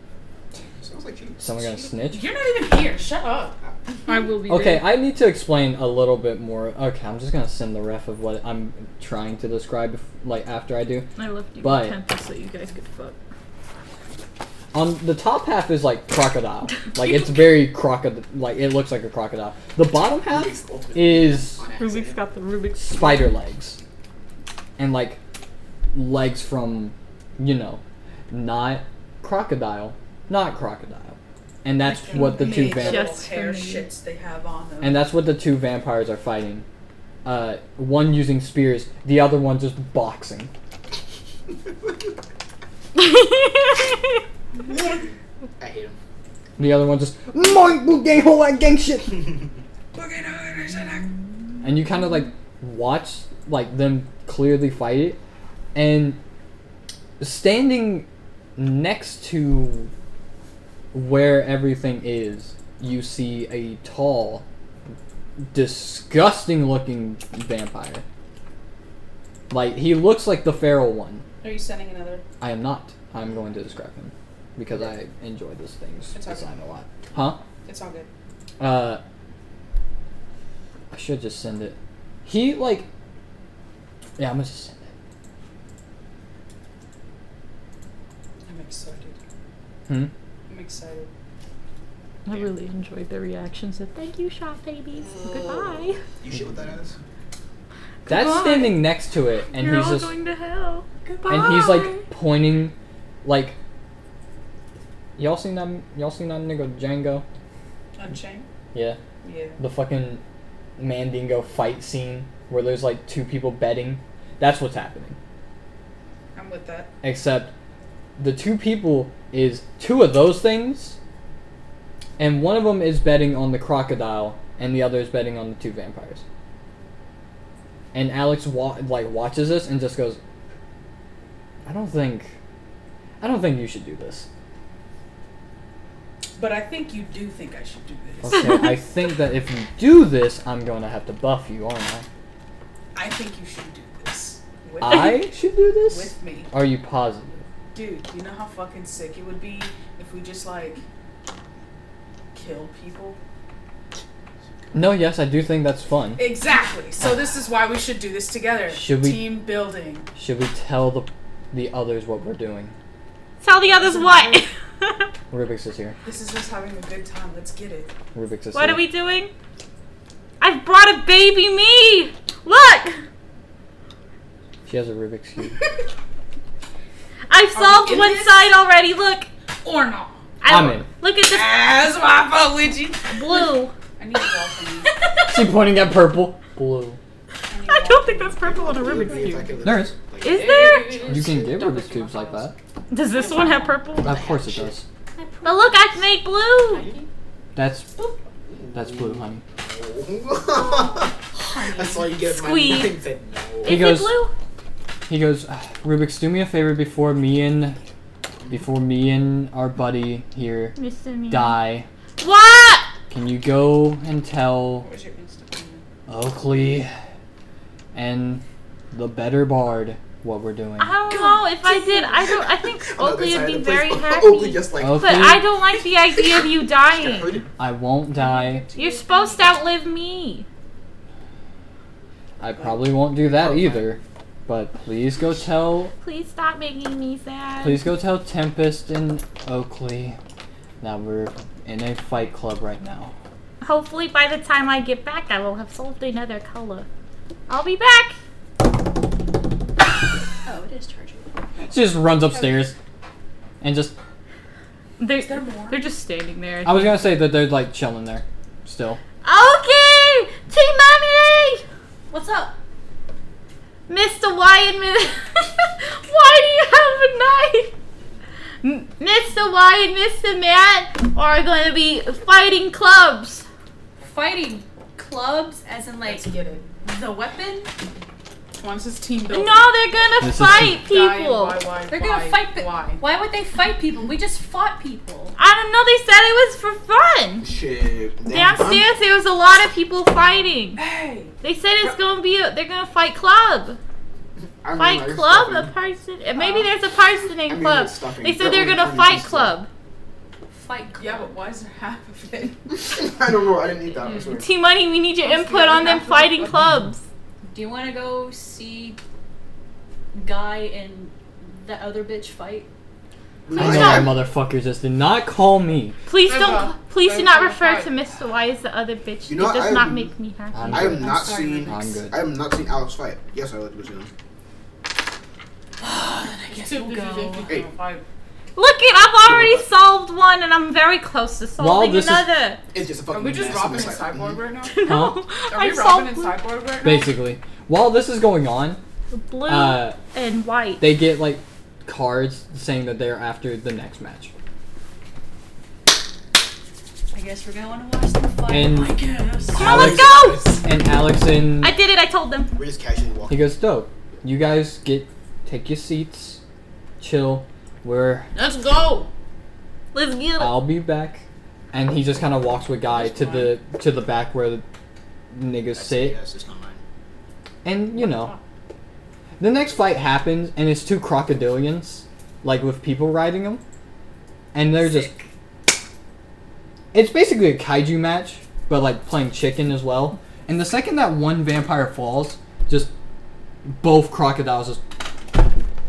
Speaker 4: Sounds like cheating.
Speaker 3: Someone gonna snitch?
Speaker 5: You're not even here. Shut up.
Speaker 1: I will be.
Speaker 3: Okay,
Speaker 1: Dating.
Speaker 3: I need to explain a little bit more. Okay, I'm just gonna send the ref of what I'm trying to describe, bef- like after I do.
Speaker 1: I left you
Speaker 3: Bye.
Speaker 1: with Tempest so you guys could fuck.
Speaker 3: On Um, the top half is like crocodile, like it's very crocodile, like it looks like a crocodile. The bottom half
Speaker 4: Rubik's ultimate
Speaker 3: is
Speaker 4: on
Speaker 1: Rubik's
Speaker 4: accident.
Speaker 1: got the Rubik's.
Speaker 3: spider legs, and like legs from, you know, not crocodile, not crocodile, and that's what the two
Speaker 5: Amazing
Speaker 3: vampires.
Speaker 5: little
Speaker 1: Just
Speaker 5: hair
Speaker 1: for me.
Speaker 5: shits they have on them.
Speaker 3: And that's what the two vampires are fighting. Uh, one using spears, the other one just boxing.
Speaker 5: *laughs*
Speaker 4: *laughs* I hate him.
Speaker 3: The other one just "Moink, boo, gang ho, like, gang shit. And you kind of like watch like them clearly fight it, and standing next to where everything is, you see a tall, disgusting looking vampire. Like he looks like the feral one.
Speaker 5: Are you sending another?
Speaker 3: I am not. I'm going to describe him because I enjoy this thing's
Speaker 5: It's okay.
Speaker 3: design a lot. Huh?
Speaker 5: It's all good.
Speaker 3: Uh, I should just send it. He like, yeah, I'm gonna just send it.
Speaker 5: I'm excited.
Speaker 3: Hmm.
Speaker 5: I'm excited.
Speaker 1: I really enjoyed the reactions. Said thank you, shop babies. Goodbye.
Speaker 4: You shit with that ass?
Speaker 3: That's
Speaker 1: Goodbye.
Speaker 3: standing next to it, and
Speaker 1: You're
Speaker 3: he's
Speaker 1: all
Speaker 3: just
Speaker 1: going to hell. Goodbye.
Speaker 3: and he's like pointing, like. Y'all seen that? Y'all seen that nigga Django?
Speaker 5: Unchained?
Speaker 3: Yeah,
Speaker 5: Yeah.
Speaker 3: the fucking Mandingo fight scene where there's like two people betting. That's what's happening.
Speaker 5: I'm with that.
Speaker 3: except the two people is two of those things, and one of them is betting on the crocodile, and the other is betting on the two vampires. And Alex wa- like watches this and just goes, "I don't think, I don't think you should do this."
Speaker 5: But I think you do think I should do this.
Speaker 3: Okay, I think that if you do this, I'm going to have to buff you, aren't I?
Speaker 5: I think you should do this. With,
Speaker 3: I should do this.
Speaker 5: with me.
Speaker 3: Are you positive?
Speaker 5: Dude, you know how fucking sick it would be if we just like kill people?
Speaker 3: No. Yes, I do think that's fun.
Speaker 5: Exactly. So this is why we should do this together.
Speaker 3: Should we-
Speaker 5: Team building.
Speaker 3: Should we tell the the others what we're doing?
Speaker 1: Tell the others what.
Speaker 3: Rubik's is here.
Speaker 5: This is us having a good time. Let's get it.
Speaker 3: Rubik's
Speaker 1: *laughs*
Speaker 3: is
Speaker 1: what
Speaker 3: here.
Speaker 1: are we doing? I've brought a baby me. Look,
Speaker 3: *laughs* She has a Rubik's cube.
Speaker 1: I I've solved
Speaker 5: in
Speaker 1: one
Speaker 5: this?
Speaker 1: side already. Look.
Speaker 5: Or not.
Speaker 1: I,
Speaker 3: I'm in.
Speaker 1: Look
Speaker 5: *laughs*
Speaker 1: at this
Speaker 9: That's why I fuck with you.
Speaker 1: blue.
Speaker 5: I need a wall
Speaker 1: *laughs*
Speaker 5: from you.
Speaker 3: She pointing at purple. Blue.
Speaker 10: I don't think that's purple on a Rubik's
Speaker 4: Maybe if I
Speaker 10: cube.
Speaker 4: could-
Speaker 3: There is.
Speaker 4: like,
Speaker 10: Is there?
Speaker 3: You can get Rubik's cubes like that.
Speaker 10: Does this one have purple?
Speaker 3: Of course it does.
Speaker 1: But look, I can make blue.
Speaker 3: That's that's blue, honey.
Speaker 4: *laughs* That's all you get. My
Speaker 1: Squeeze.
Speaker 4: mind said no.
Speaker 3: He
Speaker 1: Is
Speaker 3: goes.
Speaker 1: it blue?
Speaker 3: He goes. "Ah, Rubik's, do me a favor before me and before me and our buddy here
Speaker 1: Mr. Meow.
Speaker 3: die.
Speaker 1: What?
Speaker 3: Can you go and tell
Speaker 5: Where's your Instagram?
Speaker 3: Oakley and the better bard what we're doing?
Speaker 1: I don't know if I did. I don't. I
Speaker 4: *laughs*
Speaker 1: think
Speaker 4: On the other
Speaker 1: Oakley would be
Speaker 4: side of the place. Oh,
Speaker 1: very happy.
Speaker 4: Oakley just like.
Speaker 3: Oakley,
Speaker 1: But I don't like the idea of you
Speaker 4: *laughs*
Speaker 1: dying.
Speaker 4: heard it.
Speaker 3: I won't die.
Speaker 1: You're supposed to outlive me.
Speaker 3: I probably won't do that either. But please go tell
Speaker 1: Please stop making me sad.
Speaker 3: Please go tell Tempest and Oakley that we're in a fight club right now.
Speaker 1: Hopefully, by the time I get back, I will have solved another color. I'll be back.
Speaker 6: Oh, it is charging.
Speaker 3: She just runs upstairs and just.
Speaker 10: They're, they're just standing there.
Speaker 3: I was gonna say that they're like chilling there still.
Speaker 1: Okay, Team Mommy,
Speaker 6: What's up?
Speaker 1: Mr. Y and *laughs* Miss. Why do you have a knife? M- Mr. Y and Mr. Matt are going to be fighting clubs.
Speaker 6: Fighting clubs, as in like
Speaker 5: Let's get it.
Speaker 6: the weapon.
Speaker 5: Once his team building.
Speaker 1: No, they're gonna
Speaker 3: This is
Speaker 1: fight
Speaker 5: Die,
Speaker 1: people.
Speaker 5: Why, why,
Speaker 6: They're gonna
Speaker 5: why,
Speaker 6: fight. But
Speaker 5: Why?
Speaker 6: why would they fight people? We just fought people.
Speaker 1: I don't know. They said it was for fun.
Speaker 4: Shit. Damn, son.
Speaker 1: Downstairs, there was a lot of people fighting.
Speaker 5: Hey,
Speaker 1: They said it's gonna be. A, they're gonna fight club.
Speaker 4: I remember I
Speaker 1: Fight
Speaker 4: was
Speaker 1: club.
Speaker 4: fucking-
Speaker 1: A person. uh, Maybe there's a person
Speaker 4: I
Speaker 1: named
Speaker 4: mean,
Speaker 1: club.
Speaker 4: it's stuffing.
Speaker 1: They said
Speaker 4: That
Speaker 1: they're
Speaker 4: one
Speaker 1: gonna
Speaker 4: is
Speaker 1: fight
Speaker 4: just-
Speaker 1: club.
Speaker 6: Fight club.
Speaker 5: yeah, but why is there half of it?
Speaker 4: *laughs* I don't know. I didn't eat that. I swear.
Speaker 1: T Money, we need your input on them fighting clubs.
Speaker 6: Do you want to go see guy and that other bitch fight?
Speaker 5: *laughs*
Speaker 3: I know
Speaker 1: Stop.
Speaker 3: you motherfuckers just did not call me.
Speaker 1: Please
Speaker 5: They're
Speaker 1: don't.
Speaker 5: gonna-
Speaker 1: Please
Speaker 5: they're
Speaker 1: do not
Speaker 5: gonna
Speaker 1: refer
Speaker 5: fight.
Speaker 1: to Mr. Why is the other bitch.
Speaker 4: You know,
Speaker 1: it does
Speaker 4: I
Speaker 1: not
Speaker 4: am-
Speaker 1: make me happy.
Speaker 3: I'm
Speaker 4: I am
Speaker 3: good.
Speaker 4: not
Speaker 5: sorry,
Speaker 4: seeing.
Speaker 3: I'm good.
Speaker 4: I am not seeing Alex fight. Yes, I would assume.
Speaker 5: *laughs* Two,
Speaker 4: Hey.
Speaker 5: five.
Speaker 1: Look it. I've already solved one, and I'm very close to solving
Speaker 3: this is-
Speaker 1: another. *laughs*
Speaker 4: It's just a
Speaker 5: Are
Speaker 4: fucking.
Speaker 5: we just
Speaker 4: mess. I'm
Speaker 5: robbing a cyborg
Speaker 4: like,
Speaker 5: right now?
Speaker 3: Huh?
Speaker 1: no,
Speaker 5: Are we
Speaker 1: I
Speaker 5: robbing a
Speaker 1: solved
Speaker 5: cyborg right now?
Speaker 3: Basically, while this is going on,
Speaker 1: blue
Speaker 3: uh,
Speaker 1: and white.
Speaker 3: they get like cards saying that they're after the next match.
Speaker 6: I guess we're gonna want to watch them fight.
Speaker 3: And
Speaker 1: Come on, let's
Speaker 3: Alex-
Speaker 1: go.
Speaker 3: and Alex and
Speaker 1: I did it. I told them.
Speaker 4: We're just casually
Speaker 3: He
Speaker 4: walking.
Speaker 3: goes, dope. You guys get take your seats, chill. We're
Speaker 10: Let's go.
Speaker 1: Let's get it.
Speaker 3: I'll be back. And he just kind of walks with guy to the to the back where the niggas sit,
Speaker 4: Yes, it's not mine.
Speaker 3: and you know. The next fight happens, and it's two crocodilians, like with people riding them, and they're just. It's basically a kaiju match, but like playing chicken as well. And the second that one vampire falls, just both crocodiles just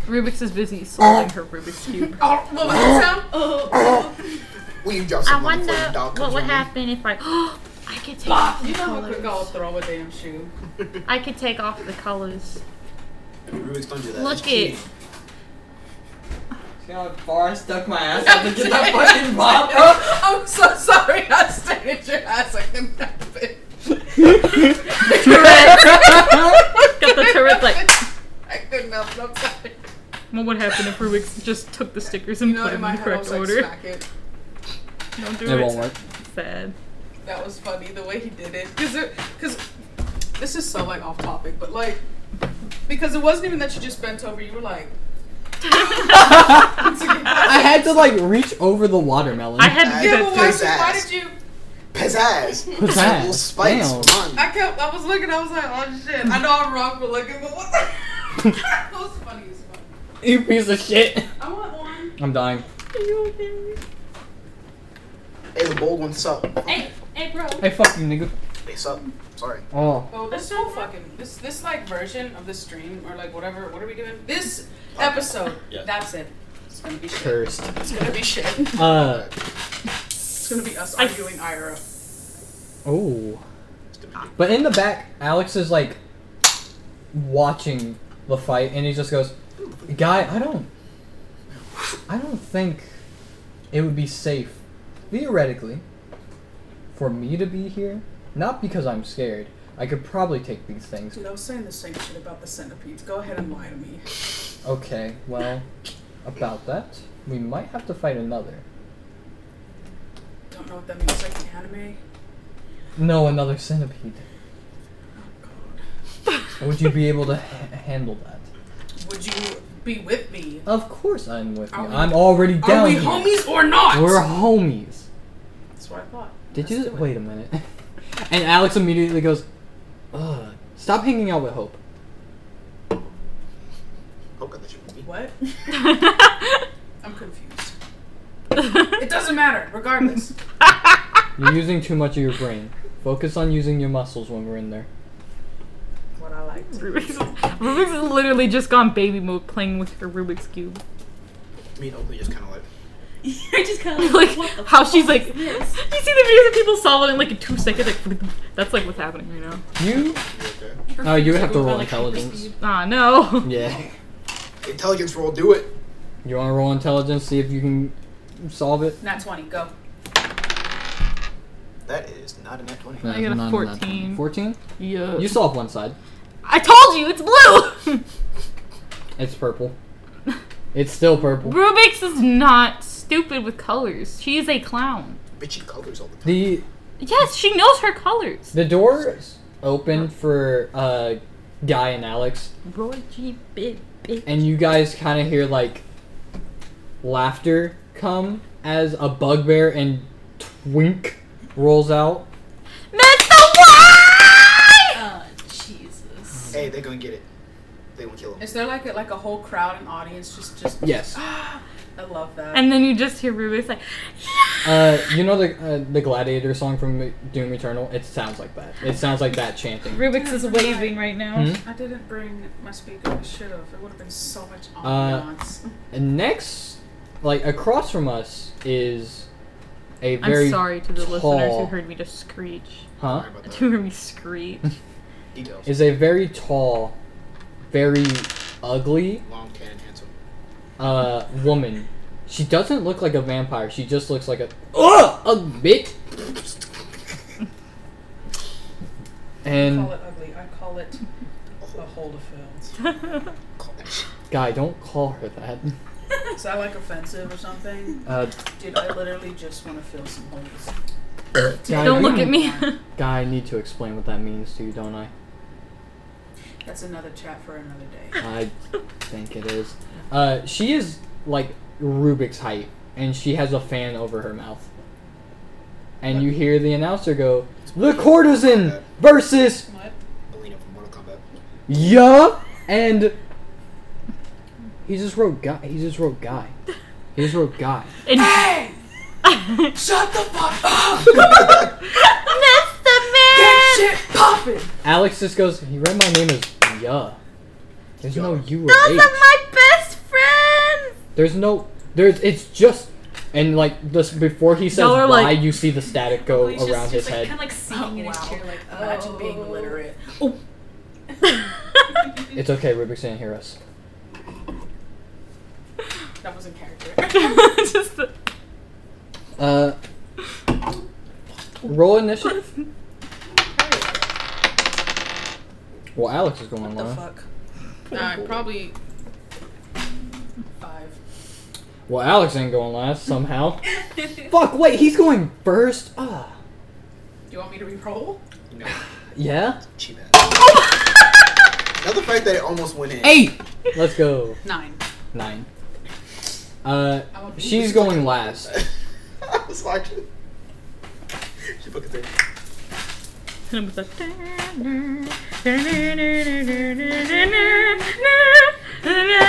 Speaker 10: Rubik's is busy solving her Rubik's cube.
Speaker 5: Oh, what was that sound?
Speaker 4: We drop
Speaker 1: I
Speaker 4: some
Speaker 1: wonder
Speaker 4: motherfucking dog comes
Speaker 1: what would
Speaker 4: running.
Speaker 1: happen if I. I *gasps* could take.
Speaker 5: Bah,
Speaker 1: Off the
Speaker 5: you know how
Speaker 1: colors.
Speaker 5: quick I'll throw a
Speaker 10: *laughs*
Speaker 5: damn shoe.
Speaker 4: *laughs*
Speaker 1: I could take off the
Speaker 3: *laughs*
Speaker 1: colors.
Speaker 4: Rubik's don't do that.
Speaker 1: Look
Speaker 4: It's cheating.
Speaker 1: it.
Speaker 3: See how far I stuck my ass out to get that fucking mop up?
Speaker 10: Oh,
Speaker 5: *laughs* I'm so sorry. I stared at your ass like an it.
Speaker 10: Got the turret like.
Speaker 5: *laughs* I couldn't help it. I'm
Speaker 10: *laughs*
Speaker 5: sorry.
Speaker 10: What would happen if Rubik's just took the stickers and
Speaker 5: You know,
Speaker 10: put them
Speaker 5: in my
Speaker 10: in the
Speaker 5: head, I was
Speaker 10: correct
Speaker 5: like,
Speaker 10: order?
Speaker 5: smack it.
Speaker 10: Don't do
Speaker 1: *laughs*
Speaker 3: it won't work.
Speaker 10: Sad.
Speaker 5: That was funny the way he did it. Because it, cause this is so like off topic, but like, because it wasn't even that you just bent over, you were like, *laughs*
Speaker 3: *laughs*
Speaker 10: *laughs*
Speaker 3: I had to like reach over the watermelon.
Speaker 10: I had to do
Speaker 5: yeah, but
Speaker 10: that
Speaker 5: why,
Speaker 10: too.
Speaker 4: His
Speaker 5: why
Speaker 4: ass.
Speaker 5: did you?
Speaker 4: Pizzazz.
Speaker 3: *laughs* Pizzazz.
Speaker 4: Some little spikes.
Speaker 3: Damn.
Speaker 4: Fun.
Speaker 5: I kept, I was looking, I was like, oh shit. I know I'm wrong for looking, but what
Speaker 10: *laughs*
Speaker 5: the? *laughs* that was funny as fuck.
Speaker 3: you piece of shit.
Speaker 5: I want one.
Speaker 3: I'm dying.
Speaker 4: Hey, the bold one sup.
Speaker 6: hey, hey, bro.
Speaker 3: Hey, fuck you, nigga.
Speaker 4: They sup. Sorry.
Speaker 3: Oh.
Speaker 5: Oh, this whole fucking this this like version of the stream or like whatever. What are we doing? This episode.
Speaker 4: Yeah.
Speaker 5: That's it. It's gonna be shit.
Speaker 3: Cursed.
Speaker 5: It's gonna be shit.
Speaker 3: Uh.
Speaker 5: It's gonna be us arguing IRL.
Speaker 3: Oh. But in the back, Alex is like watching the fight, and he just goes, "Guy, I don't, I don't think it would be safe, theoretically, for me to be here. Not because I'm scared. I could probably take these things.
Speaker 5: Dude, I was saying the same shit about the centipedes. Go ahead and lie to me.
Speaker 3: Okay, well, about that, we might have to fight another.
Speaker 5: Don't know what that means. Like the anime.
Speaker 3: No, another centipede.
Speaker 5: Oh god.
Speaker 3: Would you be able to ha- handle that?
Speaker 5: Would you be with me?
Speaker 3: Of course I'm with you.
Speaker 5: Are we-
Speaker 3: I'm already down
Speaker 5: Are we
Speaker 3: here.
Speaker 5: homies or not?
Speaker 3: We're homies.
Speaker 5: That's what I thought.
Speaker 3: Did
Speaker 5: Let's
Speaker 3: you
Speaker 5: do it.
Speaker 3: wait a minute? *laughs* And Alex immediately goes, "Ugh, stop hanging out with Hope."
Speaker 4: Oh god, that should be me.
Speaker 5: What? I'm confused. it doesn't matter,
Speaker 3: *laughs*
Speaker 5: regardless.
Speaker 3: You're using too much of your brain. Focus on using your muscles when we're in there.
Speaker 5: what I like.
Speaker 1: Rubik's, Rubik's has literally just gone baby mode playing with her Rubik's cube.
Speaker 4: Me and Oakley just kind of like.
Speaker 6: You're just kind of
Speaker 1: *laughs* like
Speaker 6: like, what the
Speaker 1: how
Speaker 6: fuck
Speaker 1: she's like. *laughs* You
Speaker 6: is
Speaker 1: see the
Speaker 6: this?
Speaker 1: videos of people solving in like in two seconds. Like that's like what's happening right now.
Speaker 3: You?
Speaker 4: You okay?
Speaker 3: Oh, you would have to roll
Speaker 6: Like,
Speaker 3: intelligence.
Speaker 1: Ah
Speaker 3: *laughs*
Speaker 1: no.
Speaker 3: Yeah.
Speaker 4: Intelligence roll, do it.
Speaker 3: You want to roll intelligence, see if you can solve it.
Speaker 5: Not 20, go.
Speaker 4: That is not a net 20.
Speaker 1: I got a
Speaker 3: Not- not- not-
Speaker 1: 14.
Speaker 3: Fourteen?
Speaker 1: Yeah.
Speaker 3: You solve one side.
Speaker 1: I told you it's blue. *laughs*
Speaker 5: *laughs*
Speaker 3: It's purple. It's still purple.
Speaker 1: Rubik's is not stupid with colors. She is a clown.
Speaker 4: But she colors all the time.
Speaker 3: The
Speaker 1: Yes, she knows her colors.
Speaker 3: the door opened for uh, Guy and Alex,
Speaker 1: Roy G. Big Big.
Speaker 3: and you guys kind of hear like laughter come as a bugbear and Twink rolls out.
Speaker 1: Mr. White!
Speaker 6: Uh, Jesus.
Speaker 4: Hey, they're gonna get it. They won't kill him.
Speaker 5: Is there like a, like a whole crowd and audience just just
Speaker 3: Yes.
Speaker 5: *gasps* I love that.
Speaker 1: And then you just hear Rubik's like, *laughs*
Speaker 3: Uh, you know the uh, the gladiator song from Doom Eternal. It sounds like that. It sounds like that chanting.
Speaker 1: Rubik's is waving right now.
Speaker 3: Hmm?
Speaker 5: I didn't bring my speaker. I should have. It would have been so much
Speaker 3: Uh,
Speaker 5: ambiance.
Speaker 3: And next, like across from us is a
Speaker 1: I'm
Speaker 3: very
Speaker 1: sorry to the listeners who
Speaker 3: tall-
Speaker 1: heard me just screech. *laughs*
Speaker 3: huh
Speaker 4: Sorry about that.
Speaker 1: Who heard me
Speaker 3: *laughs*
Speaker 1: screech.
Speaker 4: Details.
Speaker 3: is a very tall, very ugly
Speaker 4: Long, tan, and handsome.
Speaker 3: uh, woman. She doesn't look like a vampire. She just looks like a ugh, a bitch.
Speaker 5: I call
Speaker 3: And
Speaker 5: it ugly. I call it a hold of fields.
Speaker 4: Call that shit.
Speaker 3: guy, don't call her that.
Speaker 5: Is that like offensive or something?
Speaker 3: Uh,
Speaker 5: Dude, I literally just want to fill some holes.
Speaker 3: guy,
Speaker 1: Don't
Speaker 3: you-
Speaker 1: look at me.
Speaker 3: Guy, I need to explain what that means to you, don't I?
Speaker 5: That's another chat for another day.
Speaker 3: I think it is. Uh, she is like Rubik's height, and she has a fan over her mouth. And you hear the announcer go, "The courtesan versus
Speaker 5: What?
Speaker 4: Belina from Mortal Kombat.
Speaker 3: Yup. And he just wrote guy. He just wrote guy. He just wrote guy.
Speaker 1: And *laughs*
Speaker 5: Hey! Shut the fuck up!
Speaker 1: Mr. Man!
Speaker 5: That shit popping!
Speaker 3: Alex just goes. He read my name as Yuh. There's no U or
Speaker 1: Those
Speaker 3: H.
Speaker 1: are my best friends!
Speaker 3: There's no. There's. It's just. And like this before he says
Speaker 1: Y'all are
Speaker 3: why,
Speaker 1: like-
Speaker 3: you see the static go
Speaker 6: He's just-
Speaker 3: around
Speaker 6: just,
Speaker 3: his
Speaker 6: like,
Speaker 3: head.
Speaker 6: Kind of like singing in his
Speaker 5: wow.
Speaker 6: chair, like oh.
Speaker 5: Imagine being literate.
Speaker 3: It's okay, Rubik's didn't hear us.
Speaker 5: That was in character.
Speaker 1: *laughs* just the,
Speaker 3: Uh,
Speaker 1: *laughs*
Speaker 3: roll initiative. Well, Alex is going
Speaker 5: the
Speaker 3: last.
Speaker 5: fuck? Alright, probably five.
Speaker 3: Well, Alex ain't going
Speaker 5: *laughs*
Speaker 3: last somehow. fuck! Wait, he's going first. Ah,
Speaker 5: Do you want me to re-roll?
Speaker 4: No,
Speaker 3: yeah.
Speaker 4: she bad. Another fact that it almost went in.
Speaker 3: Eight. Let's go.
Speaker 5: Nine.
Speaker 3: Nine. Uh,
Speaker 5: I'm a-
Speaker 3: she's going last.
Speaker 4: *laughs* I was watching. She fucking said,
Speaker 1: and it was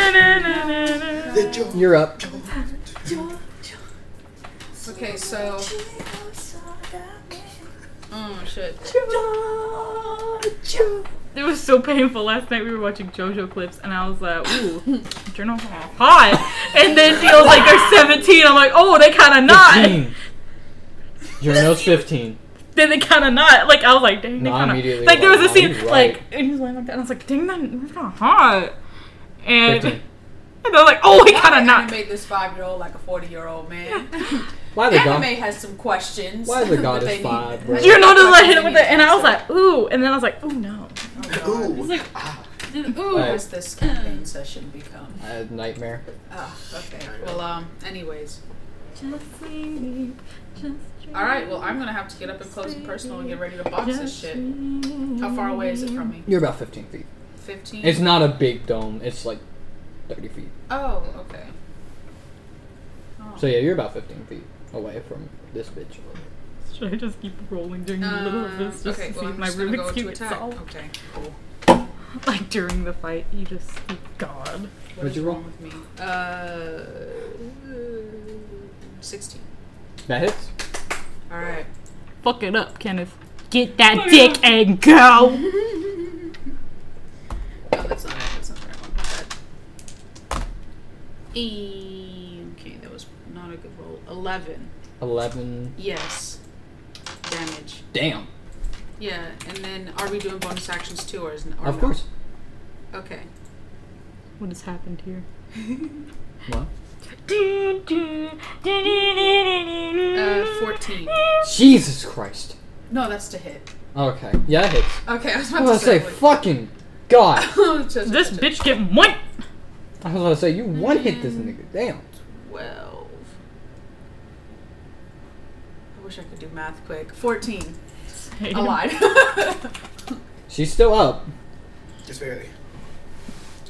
Speaker 1: like,
Speaker 4: "The joke."
Speaker 3: You're up.
Speaker 5: Okay, so. Oh shit.
Speaker 1: It was so painful. Last night we were watching JoJo clips, and I was like, *laughs* "Ooh, journal hot." And then she was like, "They're 17." I'm like, "Oh, they kind of not."
Speaker 3: Fifteen.
Speaker 5: *laughs*
Speaker 3: Journal's fifteen.
Speaker 1: Then they kind of not. Like I was like, "Dang, they
Speaker 3: No, I
Speaker 1: kind
Speaker 3: immediately
Speaker 1: of." Like there
Speaker 3: was
Speaker 1: was a
Speaker 3: like, "Wow,
Speaker 1: scene
Speaker 3: he's
Speaker 1: like
Speaker 3: right."
Speaker 1: and he's laying like that. And I was like, "Dang, that- they're kind of hot." And
Speaker 3: Fifteen.
Speaker 1: And they're like, oh, he
Speaker 5: Why
Speaker 1: got a knock.
Speaker 5: Anime this five year old like a forty year old man.
Speaker 3: Why the
Speaker 5: anime
Speaker 3: god?
Speaker 5: has some questions.
Speaker 3: Why
Speaker 5: *laughs*
Speaker 3: the
Speaker 5: that they
Speaker 3: goddess
Speaker 5: need-
Speaker 3: vibe? Bro?
Speaker 1: You know, just like hit him with it, and I was like, ooh, and then I was like, ooh, no.
Speaker 4: Ooh.
Speaker 5: Who
Speaker 3: Right.
Speaker 5: does this campaign session become?
Speaker 3: I had a nightmare.
Speaker 5: Ah, okay. Well, um, anyways. All right. Well, I'm gonna have to get up and close and personal and get ready to box this shit. How far away is it from me?
Speaker 3: You're about 15 feet.
Speaker 5: Fifteen.
Speaker 3: It's not a big dome. It's like 30 feet.
Speaker 5: Oh, okay. Oh.
Speaker 3: So yeah, you're about 15 feet away from this bitch.
Speaker 1: Should I just keep rolling during the middle of
Speaker 5: Um,
Speaker 1: this just
Speaker 5: okay,
Speaker 1: to see
Speaker 5: well,
Speaker 1: if
Speaker 5: I'm
Speaker 1: my
Speaker 5: just gonna go
Speaker 1: Rubik's
Speaker 5: to
Speaker 1: Cube gets
Speaker 5: attack.
Speaker 1: solved?
Speaker 5: Okay, cool.
Speaker 1: Like during the fight, you just, God.
Speaker 5: What
Speaker 3: What'd
Speaker 5: is
Speaker 3: you roll?
Speaker 5: wrong with me? Uh, 16.
Speaker 3: That hits.
Speaker 5: All right.
Speaker 1: Fuck it up, Kenneth. Get that dick and go.
Speaker 5: No, Oh, that's not it. That's not the right one. My bad. E- okay, that was not a good roll. 11.
Speaker 3: 11.
Speaker 5: Yes. Damage.
Speaker 3: Damn.
Speaker 5: Yeah, and then are we doing bonus actions too, or is or
Speaker 3: Of
Speaker 5: no?
Speaker 3: course.
Speaker 5: Okay.
Speaker 1: What has happened here?
Speaker 3: What?
Speaker 5: Uh, 14.
Speaker 3: Jesus Christ.
Speaker 5: No, that's to hit.
Speaker 3: Okay. Yeah, that hits.
Speaker 5: Okay, I was about
Speaker 3: I was gonna
Speaker 5: to say.
Speaker 3: say,
Speaker 5: *laughs*
Speaker 3: fucking god.
Speaker 5: fuck.
Speaker 1: This bitch get one.
Speaker 3: I was gonna say, you one hit this
Speaker 1: Mm-hmm.
Speaker 3: nigga. Damn.
Speaker 5: 12. I wish I could do math quick. 14. I lied. *laughs*
Speaker 3: She's still up.
Speaker 4: Just barely.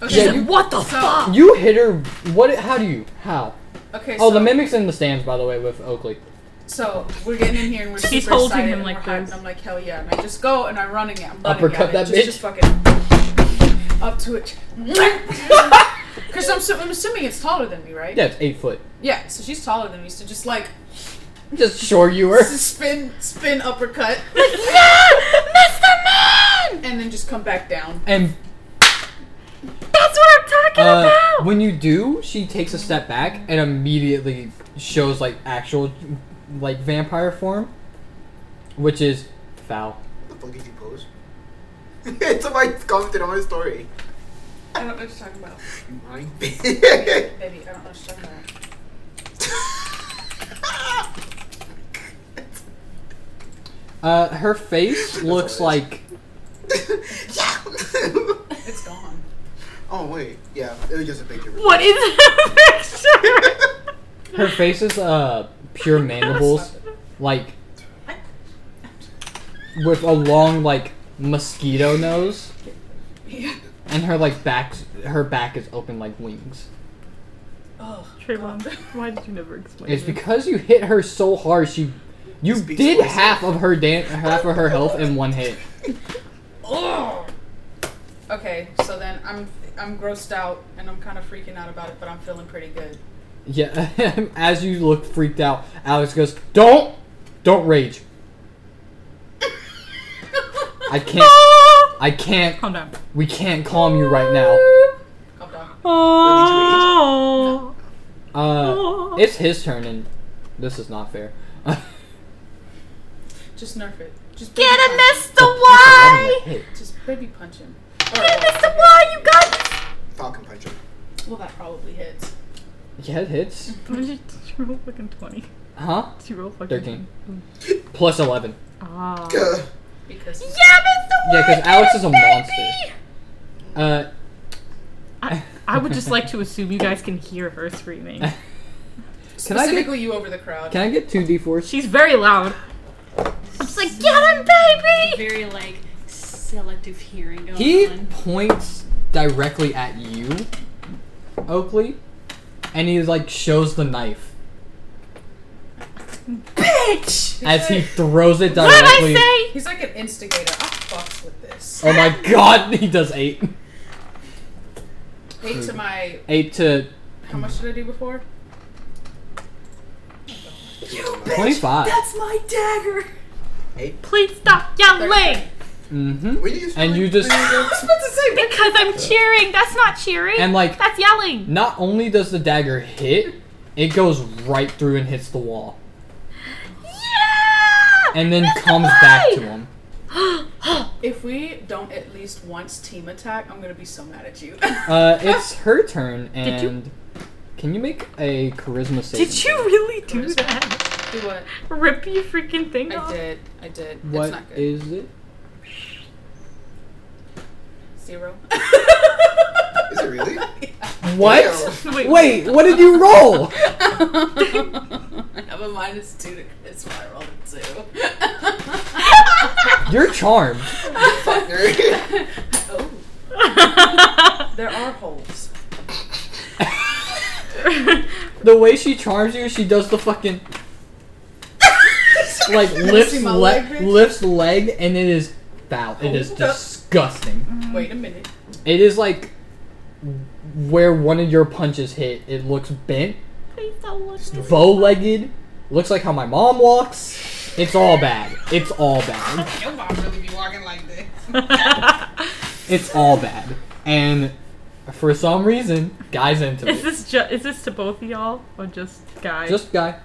Speaker 5: okay,
Speaker 3: Yeah, you-
Speaker 1: What the
Speaker 5: so,
Speaker 1: fuck?
Speaker 3: You hit her. What? How do you? How?
Speaker 5: okay,
Speaker 3: Oh,
Speaker 5: so,
Speaker 3: the mimic's in the stands, by the way, with Oakley.
Speaker 5: so we're getting in here and we're
Speaker 1: She's
Speaker 5: super
Speaker 1: holding
Speaker 5: excited
Speaker 1: him
Speaker 5: and
Speaker 1: like
Speaker 5: we're hyped
Speaker 1: this.
Speaker 5: and I'm like, hell yeah. And I just go and I'm running it. I'm running
Speaker 3: Uppercut
Speaker 5: at
Speaker 3: that
Speaker 5: it.
Speaker 3: bitch.
Speaker 5: Just, just fucking up to
Speaker 3: *laughs*
Speaker 5: it. Because I'm, su- I'm assuming it's taller than me, right?
Speaker 3: Yeah, it's eight foot.
Speaker 5: Yeah, so she's taller than me, so just like
Speaker 3: Just shore you were.
Speaker 5: spin, spin
Speaker 3: *laughs*
Speaker 5: uppercut,
Speaker 1: Mr. Man!
Speaker 5: and then just come back down.
Speaker 3: And
Speaker 1: That's what I'm talking
Speaker 3: uh,
Speaker 1: about!
Speaker 3: when you do, she takes a step back and immediately shows like actual like vampire form, which is foul.
Speaker 4: What the fuck did you *laughs* post? Somebody commented on my story.
Speaker 5: I don't know what you're talking about.
Speaker 4: You lying bitch. *laughs*
Speaker 5: Baby, I don't know what you're talking about.
Speaker 3: Uh, her face looks like
Speaker 4: yeah.
Speaker 5: It's gone.
Speaker 4: oh wait, yeah, it was just a picture.
Speaker 1: *laughs* What is that *laughs* picture?
Speaker 3: her face is uh pure mandibles, like with a long like mosquito nose, and her like back her back is open like wings.
Speaker 5: Oh,
Speaker 1: Trayvon, why did you never explain
Speaker 3: It's
Speaker 1: it?
Speaker 3: because you hit her so hard. She, you
Speaker 4: Speaks
Speaker 3: did
Speaker 4: for itself.
Speaker 3: half of her dan- half of her health in one hit.
Speaker 5: Oh. Okay, so then I'm I'm grossed out and I'm kind of freaking out about it, but I'm feeling pretty good.
Speaker 3: Yeah. *laughs* As you look freaked out, Alex goes, "Don't, don't rage. I can't. I can't.
Speaker 1: Calm down.
Speaker 3: We can't calm you right now.
Speaker 5: Calm down.
Speaker 1: Oh.
Speaker 3: Uh, it's his turn, and this is not
Speaker 1: *laughs*
Speaker 3: fair.
Speaker 5: Just nerf it. Just baby
Speaker 1: Get him,
Speaker 5: punch
Speaker 1: Mr.
Speaker 3: That's
Speaker 1: Y!
Speaker 3: 11 to hit.
Speaker 5: Just baby punch him.
Speaker 1: Get
Speaker 5: Alright,
Speaker 1: Mr. Y, you got this!
Speaker 4: Falcon puncher.
Speaker 5: well, that probably hits.
Speaker 3: *laughs* Yeah, it hits.
Speaker 1: What did you, did you roll fucking 20? Did
Speaker 3: Huh?
Speaker 1: you roll fucking
Speaker 3: Thirteen. Plus eleven.
Speaker 1: Ah.
Speaker 4: Gah.
Speaker 5: Because
Speaker 1: Yeah, Mr.
Speaker 3: Yeah,
Speaker 1: Y!
Speaker 3: because Alex is a monster.
Speaker 1: baby!
Speaker 3: Uh, *laughs*
Speaker 1: I, I would just like to assume you guys can hear her screaming.
Speaker 3: can I get
Speaker 5: specifically you over the crowd.
Speaker 3: can I get two d fours?
Speaker 1: She's very loud. It's like, get him, baby!
Speaker 6: Very like selective hearing going
Speaker 3: He
Speaker 6: on.
Speaker 3: points directly at you, Oakley, and he like shows the knife
Speaker 1: Bitch!
Speaker 3: as he throws it
Speaker 1: What did I
Speaker 3: directly.
Speaker 1: say?
Speaker 5: He's like an instigator. I fucks with this.
Speaker 3: Oh my god, *laughs* he does eight.
Speaker 5: Eight to my.
Speaker 3: Eight to
Speaker 5: How much did I do before?
Speaker 3: twenty-five.
Speaker 2: my dagger.
Speaker 1: Please stop yelling!
Speaker 3: Mm-hmm.
Speaker 4: When you just
Speaker 3: And
Speaker 4: *laughs*
Speaker 3: you just
Speaker 8: Because I'm cheering. That's not cheering.
Speaker 3: and like
Speaker 8: That's yelling.
Speaker 3: not only does the dagger hit, it goes right through and hits the wall.
Speaker 8: Yeah! *gasps*
Speaker 3: And then comes back to him.
Speaker 5: If we don't at least once team attack, I'm gonna be so mad at you.
Speaker 3: Uh, it's her turn,
Speaker 1: Did you-
Speaker 3: and can you make a charisma save?
Speaker 1: Did you really do that?
Speaker 5: *laughs* Do what?
Speaker 1: Rip your freaking thing
Speaker 5: I
Speaker 1: off.
Speaker 5: did. I did.
Speaker 3: What
Speaker 5: it's not good.
Speaker 3: is it?
Speaker 1: *laughs*
Speaker 5: Zero. *laughs*
Speaker 4: Is it really?
Speaker 3: What?
Speaker 1: Wait,
Speaker 3: Wait, what did you roll?
Speaker 5: *laughs* I have a minus two to charisma. I rolled a two.
Speaker 3: You're charmed.
Speaker 4: Fucker.
Speaker 5: *laughs* oh, there are holes.
Speaker 3: The way she charms you, she does the fucking like lifts
Speaker 5: my
Speaker 3: le-
Speaker 5: leg, bitch?
Speaker 3: lifts leg, and it is foul. It is
Speaker 5: Hold up.
Speaker 3: disgusting.
Speaker 5: Wait a minute.
Speaker 3: It is like where one of your punches hit. It looks bent,
Speaker 8: *laughs* Please don't look.
Speaker 3: bow legged. Looks like how my mom walks. It's all bad. It's all bad.
Speaker 7: Your mom really be walking like this.
Speaker 3: It's all bad. And for some reason, guys
Speaker 1: *laughs*
Speaker 3: into
Speaker 1: Is *laughs*
Speaker 3: it.
Speaker 1: this ju- is this to both of y'all or just guys?
Speaker 3: Just guy.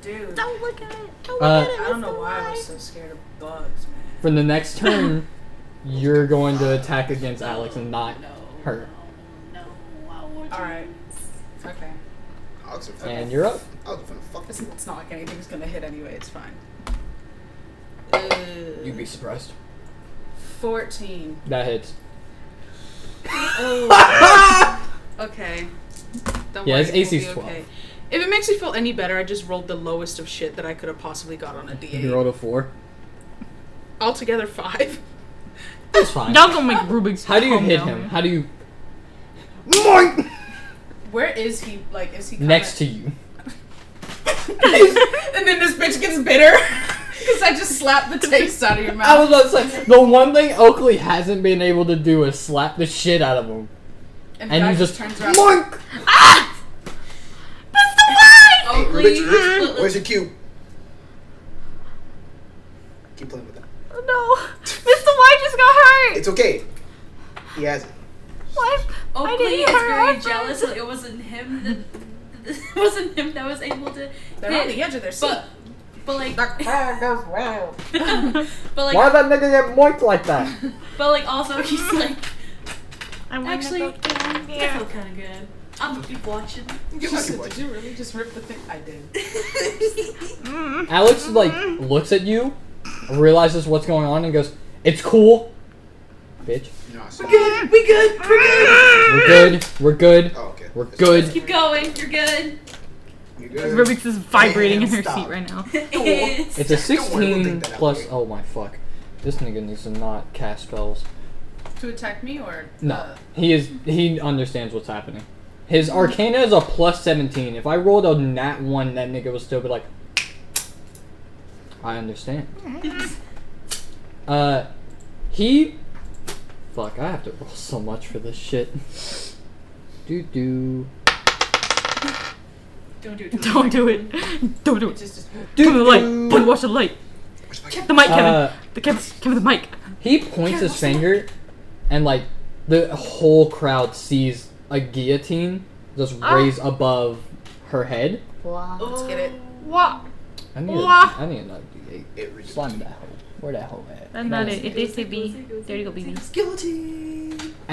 Speaker 5: Dude,
Speaker 8: Don't look at it. Don't look
Speaker 3: Uh,
Speaker 8: at it.
Speaker 5: I don't know
Speaker 8: Mr.
Speaker 5: why I
Speaker 8: White.
Speaker 5: was so scared of bugs, man.
Speaker 3: For the next turn, you're going to attack against Alex and not
Speaker 5: No.
Speaker 3: her.
Speaker 6: No, I would.
Speaker 5: Alright. Okay.
Speaker 4: Alex would fucking-
Speaker 3: And you're up.
Speaker 4: Alex would fuck
Speaker 5: It's,
Speaker 4: this.
Speaker 5: it's not like anything's gonna hit anyway. It's fine. Uh,
Speaker 3: be surprised.
Speaker 5: 14.
Speaker 3: That hits.
Speaker 5: Oh. Okay. Don't
Speaker 3: Yeah,
Speaker 5: worry,
Speaker 3: his AC
Speaker 5: we'll
Speaker 3: is
Speaker 5: be
Speaker 3: 12.
Speaker 5: If it makes you feel any better, I just rolled the lowest of shit that I could have possibly got on a
Speaker 3: You
Speaker 5: D8.
Speaker 3: rolled a four.
Speaker 5: Altogether five.
Speaker 3: That's fine.
Speaker 1: y'all gonna make Rubik's.
Speaker 3: How do you
Speaker 1: Cube
Speaker 3: hit
Speaker 1: down
Speaker 3: him?
Speaker 1: here.
Speaker 3: How do you? Moink!
Speaker 5: Where is he? Like, is he kinda- *laughs*
Speaker 3: Next to you.
Speaker 5: and then this bitch gets bitter *laughs* because I just slapped the taste out of your
Speaker 3: I was
Speaker 5: mouth.
Speaker 3: about to say the one thing Oakley hasn't been able to do is slap the shit out of him,
Speaker 5: And,
Speaker 3: and
Speaker 5: Doc
Speaker 3: you just
Speaker 5: turns around.
Speaker 3: moink.
Speaker 8: Ah!
Speaker 1: *laughs*
Speaker 6: Oakley,
Speaker 4: Richard,
Speaker 6: look, look,
Speaker 4: where's the cube? Keep playing with that.
Speaker 1: Oh.
Speaker 8: No, Mr. White just got hurt.
Speaker 4: It's okay. He has it.
Speaker 8: What?
Speaker 1: Oh,
Speaker 8: I
Speaker 6: Oakley
Speaker 8: didn't
Speaker 6: is
Speaker 8: hurt
Speaker 6: very
Speaker 8: her. *laughs*
Speaker 6: jealous that it wasn't him that *laughs* it wasn't him that was able to.
Speaker 5: They're on the edge of their seat.
Speaker 6: But but like
Speaker 7: goes wild.
Speaker 6: *laughs* but
Speaker 3: Why
Speaker 6: like
Speaker 3: that nigga get moinked like that?
Speaker 5: *laughs*
Speaker 6: but like also he's like
Speaker 1: I wanna *laughs*
Speaker 6: Actually,
Speaker 1: go down
Speaker 6: I
Speaker 1: there.
Speaker 6: feel kind of good. I'm gonna be watching.
Speaker 5: You just said, did you really just rip the thing? I did.
Speaker 3: Alex like looks at you, realizes what's going on, and goes, "It's cool, bitch.
Speaker 4: No, I saw-
Speaker 7: We good. We're good.
Speaker 3: We're good. We're good.
Speaker 4: Oh, okay.
Speaker 3: We're good."
Speaker 6: Keep going. You're good.
Speaker 4: You good?
Speaker 1: Rubik's is vibrating in her
Speaker 4: Stop.
Speaker 1: seat right now. *laughs*
Speaker 6: *laughs* It's
Speaker 3: It's a
Speaker 4: Don't worry, we'll
Speaker 3: 16
Speaker 4: take that out
Speaker 3: plus.
Speaker 4: later.
Speaker 3: Oh my fuck. This nigga needs to not cast spells.
Speaker 5: To attack me or?
Speaker 3: No,
Speaker 5: uh,
Speaker 3: he is. He understands what's happening. His arcana is a plus 17. If I rolled a nat one, that nigga would still be like,
Speaker 1: *laughs*
Speaker 3: I understand. Uh, he. Fuck, I have to roll so much for this shit. Do do
Speaker 6: don't do it.
Speaker 1: Don't do it. Don't do it.
Speaker 5: just, just
Speaker 1: Come to the
Speaker 3: do
Speaker 1: light.
Speaker 3: do.
Speaker 1: But watch the light. The mic, Kevin.
Speaker 3: Uh,
Speaker 1: the Kevin. Kevin, the mic.
Speaker 3: He points his finger, and like the whole crowd sees a guillotine just
Speaker 1: Ah.
Speaker 3: raise above her head.
Speaker 5: let's get it.
Speaker 1: What?
Speaker 3: I need, a,
Speaker 1: Wah.
Speaker 3: I need another D8.
Speaker 4: It really-
Speaker 3: Slime that hole. Where that hole at?
Speaker 1: And that it. It is a B. There you go, baby.
Speaker 3: And
Speaker 8: *laughs*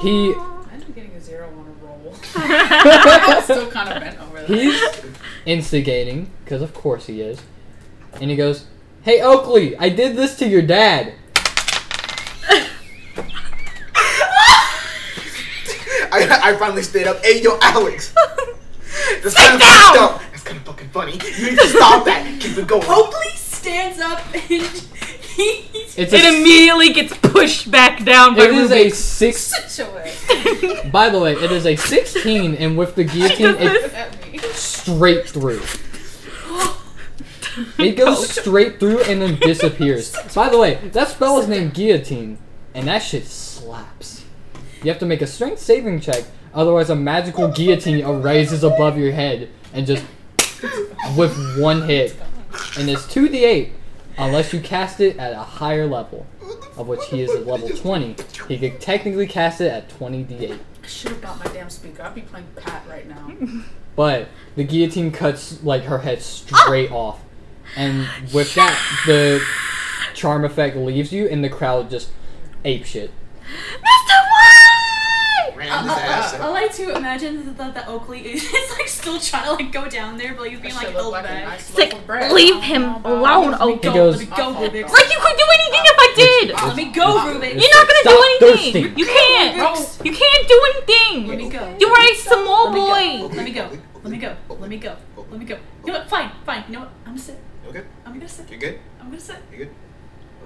Speaker 3: he
Speaker 5: I'm getting a zero on a
Speaker 3: *laughs*
Speaker 5: roll. I'm still kind of bent over that.
Speaker 3: he's instigating because of course he is, and he goes, "Hey Oakley, I did this to your dad."
Speaker 4: *laughs* I, I finally stayed up. Hey, yo,
Speaker 6: *laughs*
Speaker 4: Alex. That's kind of fucked up. That's kind of fucking funny. You need to stop that. Keep it going.
Speaker 6: Oakley stands up and *laughs* he's
Speaker 3: It's
Speaker 1: It
Speaker 3: a,
Speaker 1: immediately gets pushed back down by
Speaker 3: it is a
Speaker 1: *laughs* Rubik.
Speaker 3: six.
Speaker 5: Sit your way
Speaker 3: By the way, it is a sixteen, and
Speaker 1: *laughs*
Speaker 3: with the guillotine,
Speaker 5: *laughs*
Speaker 3: it
Speaker 5: at me.
Speaker 3: straight through. It goes straight through and then disappears. By the way, that spell is named Guillotine, and that shit slaps. You have to make a strength saving check, otherwise a magical guillotine arises above your head and just with one hit. And it's 2d8 unless you cast it at a higher level, of which he is at level 20. He could technically cast it at 20d8.
Speaker 5: I should have got my damn speaker. I'd be playing
Speaker 1: *laughs*
Speaker 5: Pat right now.
Speaker 1: Oh!
Speaker 3: But the guillotine cuts like her head straight off, And with that, the charm effect leaves you, and the crowd just ape shit.
Speaker 8: Mr. White!
Speaker 4: Ran his ass
Speaker 6: Uh-uh. uh, I
Speaker 4: up.
Speaker 6: like to imagine that, that Oakley is, *laughs* is like still trying to like go down there, but he's being like
Speaker 5: Shit
Speaker 6: held
Speaker 5: look like a
Speaker 6: back.
Speaker 5: nice
Speaker 1: It's like,
Speaker 5: loaf of bread.
Speaker 1: "Oh, leave him alone,
Speaker 6: Let me
Speaker 1: Oakley.
Speaker 6: go,
Speaker 3: He goes-
Speaker 6: let me go, Rubik.
Speaker 1: Like, you could do anything if I did!
Speaker 6: Let me go, Rubik.
Speaker 1: You're not gonna
Speaker 3: Stop
Speaker 1: do anything!
Speaker 3: thirsting.
Speaker 1: You can't! You can't do anything!
Speaker 6: Let me go.
Speaker 1: You are a small
Speaker 6: Let me go.
Speaker 1: boy!
Speaker 6: Let me go. Let me go. Let me go. Let me go. You know what? Fine, fine. You know what? I'm gonna sit.
Speaker 4: Okay,
Speaker 6: I'm gonna sit.
Speaker 4: you good?
Speaker 6: I'm gonna sit. *laughs*
Speaker 4: You good?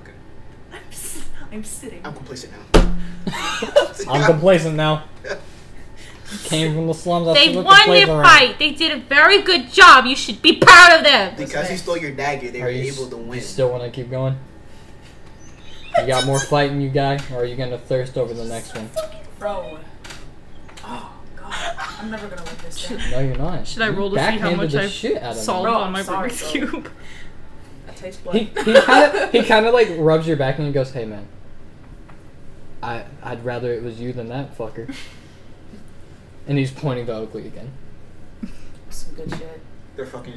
Speaker 4: Okay,
Speaker 6: I'm, s- I'm sitting.
Speaker 4: I'm complacent now.
Speaker 3: *laughs* I'm
Speaker 4: *laughs*
Speaker 3: complacent now. Came from the slums. I
Speaker 1: They
Speaker 3: see what
Speaker 1: won
Speaker 3: the
Speaker 1: their fight! They did a very good job! You should be proud of them!
Speaker 4: Because you stole your dagger, they
Speaker 3: Are
Speaker 4: were
Speaker 3: you
Speaker 4: able
Speaker 3: s-
Speaker 4: to
Speaker 3: You
Speaker 4: win.
Speaker 3: still want to keep going? You got more fight in you, guy, or are you gonna thirst over the next one?
Speaker 5: Bro. Oh, God. I'm never gonna let this
Speaker 3: *laughs*
Speaker 5: down.
Speaker 3: No, you're not.
Speaker 1: Should I
Speaker 3: You
Speaker 1: roll to see how
Speaker 3: backhanded
Speaker 1: much
Speaker 3: the
Speaker 1: I've
Speaker 3: shit out of me.
Speaker 1: Solve
Speaker 5: Bro,
Speaker 1: on
Speaker 5: I'm
Speaker 1: my
Speaker 5: sorry,
Speaker 1: Rubik's
Speaker 5: bro.
Speaker 1: Cube. *laughs*
Speaker 5: I taste
Speaker 3: He
Speaker 5: blood.
Speaker 3: he kind of
Speaker 5: *laughs*
Speaker 3: he kind of like rubs your back and goes, "Hey, man, I I'd rather it was you than that fucker." And he's pointing to Oakley again.
Speaker 5: Some good shit.
Speaker 4: They're fucking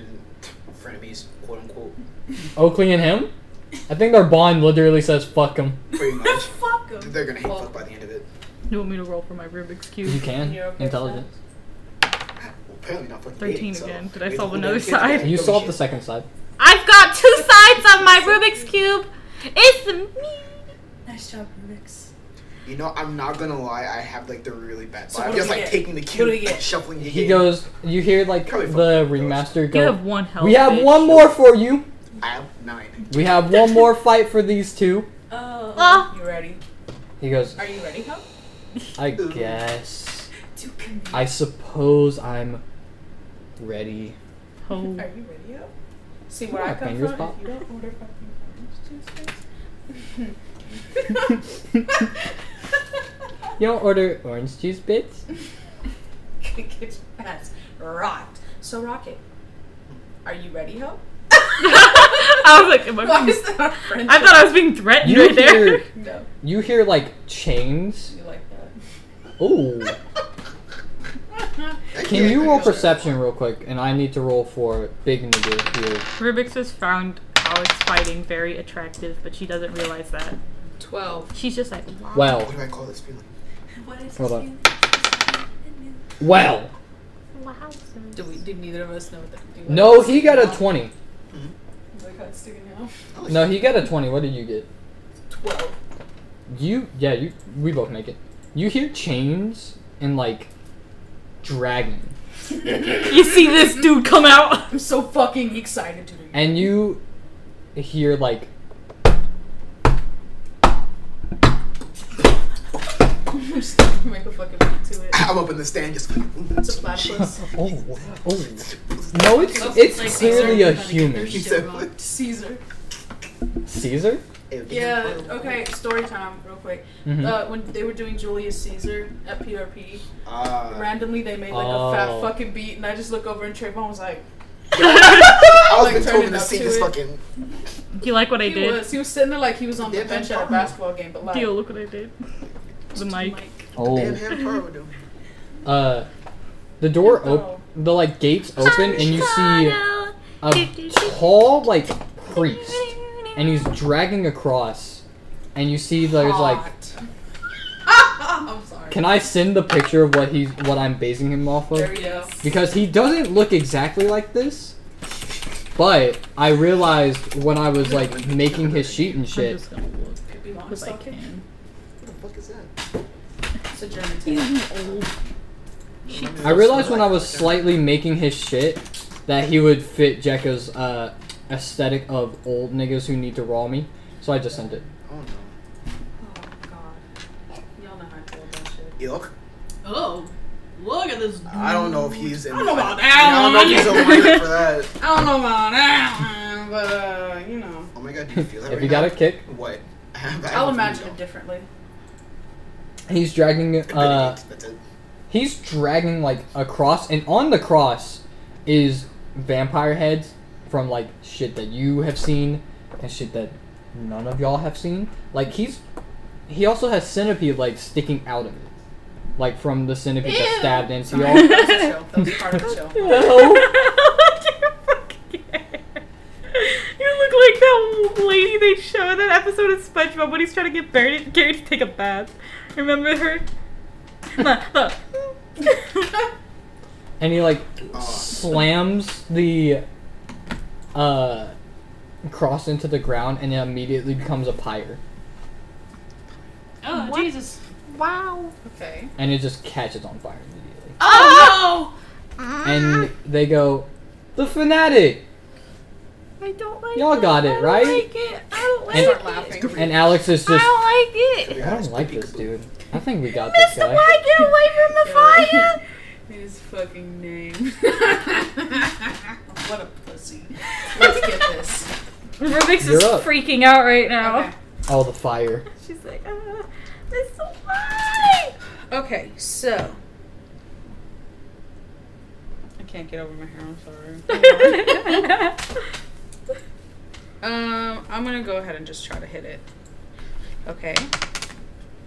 Speaker 4: frenemies, quote unquote.
Speaker 3: Oakley and him. I think their bond literally says "fuck him."
Speaker 4: Pretty
Speaker 5: *laughs*
Speaker 4: much.
Speaker 5: Fuck 'em.
Speaker 4: They're gonna hate
Speaker 5: Well,
Speaker 4: fuck by the end of it.
Speaker 1: You want me to roll for my Rubik's
Speaker 3: You
Speaker 1: Cube?
Speaker 3: can
Speaker 5: You're okay with
Speaker 3: intelligence.
Speaker 4: Well, apparently not fucking
Speaker 1: 13
Speaker 4: dating, so-
Speaker 1: again. Did I
Speaker 4: Maybe
Speaker 1: solve
Speaker 4: we'll
Speaker 1: another
Speaker 4: get to that.
Speaker 1: side?
Speaker 3: You
Speaker 4: Holy
Speaker 3: solved the
Speaker 4: shit.
Speaker 3: second side.
Speaker 1: I've got two sides of my Rubik's Cube! It's me!
Speaker 6: Nice job, Rubik's.
Speaker 4: You know, I'm not gonna lie, I have like the really bad
Speaker 5: So
Speaker 4: vibe.
Speaker 5: what do
Speaker 4: Just
Speaker 5: we
Speaker 4: like
Speaker 5: get?
Speaker 4: taking the
Speaker 5: What do we
Speaker 4: cube,
Speaker 5: get?
Speaker 4: shuffling it.
Speaker 3: He goes. You hear like
Speaker 4: Probably
Speaker 3: the
Speaker 4: fucking
Speaker 3: remaster
Speaker 1: You
Speaker 3: go.
Speaker 1: have one health.
Speaker 3: We have
Speaker 1: bitch.
Speaker 3: one more for you.
Speaker 4: I have nine.
Speaker 3: We
Speaker 5: *laughs*
Speaker 3: have one more fight for these two.
Speaker 5: Oh,
Speaker 1: Ah.
Speaker 5: you ready?
Speaker 3: He goes.
Speaker 5: Are you ready, huh?
Speaker 3: I guess. I suppose I'm ready.
Speaker 1: Oh.
Speaker 5: Are you ready, huh? See
Speaker 3: Ooh,
Speaker 5: where
Speaker 3: my
Speaker 5: I come
Speaker 3: fingers
Speaker 5: from?
Speaker 3: pop.
Speaker 5: If you don't order fucking
Speaker 3: you
Speaker 5: orange juice, bitch. *laughs*
Speaker 3: don't order orange juice bits?
Speaker 5: Get your ass rocked. So, Rocket, are you ready, huh?
Speaker 1: *laughs* I was like, am *laughs* I
Speaker 5: Why
Speaker 1: being-
Speaker 5: is that our friend?
Speaker 1: I thought I was being threatened
Speaker 3: You
Speaker 1: right there.
Speaker 3: hear,
Speaker 5: No,
Speaker 3: you hear like chains.
Speaker 5: you like that.
Speaker 3: Oh,
Speaker 1: *laughs*
Speaker 4: Thank
Speaker 3: can you
Speaker 4: I
Speaker 3: roll
Speaker 4: guess I-
Speaker 3: perception real quick? And I need to roll for big nigga here.
Speaker 1: *laughs* Rubik's has found Alex fighting very attractive, but she doesn't realize that.
Speaker 5: 12.
Speaker 1: She's just like, wow.
Speaker 3: Well,
Speaker 4: What do I call this feeling?
Speaker 6: What is
Speaker 3: Hold
Speaker 6: this
Speaker 3: on.
Speaker 6: feeling?
Speaker 3: well.
Speaker 5: Do we? Did neither of us know what that? Do you
Speaker 3: No,
Speaker 5: like
Speaker 3: he got a twenty.
Speaker 5: Like how it's sticking out.
Speaker 3: No, he got a twenty. What did you get?
Speaker 5: 12.
Speaker 3: You yeah, you we both make it. You hear chains and like dragging.
Speaker 1: *laughs* You see this dude come *laughs* out?
Speaker 5: I'm so fucking excited to do it.
Speaker 3: And you hear like
Speaker 5: *laughs*
Speaker 3: *laughs*
Speaker 5: I'm just gonna make a fucking beat to
Speaker 3: *laughs*
Speaker 5: it.
Speaker 4: *laughs* I'm up in the stand just like, ooh,
Speaker 5: It's a platypus.
Speaker 3: Oh, oh. No, it's it's
Speaker 6: Like Caesar,
Speaker 3: clearly a
Speaker 6: everybody get their
Speaker 3: human.
Speaker 4: He
Speaker 6: shit
Speaker 4: said,
Speaker 6: rocked.
Speaker 4: "What?"
Speaker 5: Caesar.
Speaker 3: Caesar?
Speaker 5: Yeah, okay, story time, real quick.
Speaker 3: Mhm.
Speaker 5: Uh, when they were doing Julius Caesar at PRP,
Speaker 4: Uh,
Speaker 5: randomly they made like a
Speaker 3: Oh.
Speaker 5: fat fucking beat, and I just look over and Trayvon was like,
Speaker 4: I was
Speaker 5: like,
Speaker 4: been
Speaker 5: turn
Speaker 4: told
Speaker 5: it
Speaker 4: to
Speaker 5: up
Speaker 4: see
Speaker 5: to
Speaker 4: this
Speaker 5: it.
Speaker 4: fucking.
Speaker 1: Do you like what I
Speaker 5: he
Speaker 1: did?
Speaker 5: was. He was sitting there like he was on the
Speaker 4: Damn,
Speaker 5: bench
Speaker 4: I'm
Speaker 5: at a
Speaker 4: sorry.
Speaker 5: basketball game, but like,
Speaker 1: Deal, look what I did. The mic.
Speaker 4: Damn,
Speaker 3: Oh.
Speaker 4: hand power would do.
Speaker 3: Uh the door op- the like gates open and you see
Speaker 1: oh,
Speaker 3: a tall like priest and he's dragging across and you see there's like *laughs*
Speaker 5: *laughs* I'm sorry.
Speaker 3: can I send the picture of what he's what I'm basing him off of?
Speaker 5: there we go.
Speaker 3: because he doesn't look exactly like this. But I realized when I was like making his sheet and
Speaker 1: I'm
Speaker 3: shit,
Speaker 1: just gonna look
Speaker 5: Could be long
Speaker 1: because I
Speaker 5: stocking.
Speaker 1: *laughs* can.
Speaker 4: What the fuck is that?
Speaker 5: It's a German thing.
Speaker 3: I realized when I was slightly making his shit that he would fit Jekka's uh, aesthetic of old niggas who need to raw me. So I just sent it.
Speaker 4: Oh no.
Speaker 5: Oh god. Y'all know how I feel about shit.
Speaker 4: Ilk?
Speaker 2: Oh, look at this.
Speaker 4: I don't know if he's in. I
Speaker 5: don't know about
Speaker 4: I don't know if he's in lineup
Speaker 5: *laughs*
Speaker 4: for that.
Speaker 5: I don't know about that, but uh, you know.
Speaker 4: Oh my god, do you feel that
Speaker 3: if
Speaker 4: right
Speaker 3: you got
Speaker 4: now?
Speaker 3: a kick,
Speaker 4: What? *laughs* I have- I have
Speaker 5: I'll
Speaker 4: a
Speaker 5: imagine it
Speaker 4: feeling.
Speaker 5: differently.
Speaker 3: he's dragging. Uh,
Speaker 4: That's it.
Speaker 3: he's dragging like a cross, and on the cross is vampire heads from like shit that you have seen and shit that none of y'all have seen. Like he's he also has centipede like sticking out of it, like from the centipede that stabbed into
Speaker 5: *laughs*
Speaker 3: y'all.
Speaker 5: That was a show. That was part of the show.
Speaker 3: No.
Speaker 1: they show that episode of SpongeBob when he's trying to get Barney Gary to take a bath. Remember her? Look, *laughs* look.
Speaker 3: and he like
Speaker 4: Oh.
Speaker 3: slams the uh cross into the ground and it immediately becomes a pyre
Speaker 6: Oh,
Speaker 1: What?
Speaker 6: Jesus.
Speaker 1: wow.
Speaker 5: Okay.
Speaker 3: and it just catches on fire immediately
Speaker 2: Oh,
Speaker 3: and they go the fanatic
Speaker 1: I don't like
Speaker 3: Y'all
Speaker 1: it.
Speaker 3: got it,
Speaker 1: I don't
Speaker 3: right?
Speaker 1: like it. I don't like
Speaker 3: And-
Speaker 5: Start
Speaker 1: it.
Speaker 5: laughing.
Speaker 3: and alex is just
Speaker 1: I don't like it.
Speaker 3: i don't like this dude i think we got this
Speaker 1: Mr.
Speaker 3: guy
Speaker 1: Why get away from
Speaker 3: *laughs*
Speaker 1: the fire?
Speaker 7: His fucking name.
Speaker 5: What a pussy. Let's get this.
Speaker 1: Rubik's
Speaker 3: You're
Speaker 1: is
Speaker 3: up.
Speaker 1: freaking out right now.
Speaker 5: Okay.
Speaker 3: oh the fire
Speaker 1: She's like, uh, Mr. Why?
Speaker 7: Okay, so. I can't get over my hair, I'm sorry.
Speaker 5: *laughs*
Speaker 7: um, I'm gonna go ahead and just try to hit it. Okay.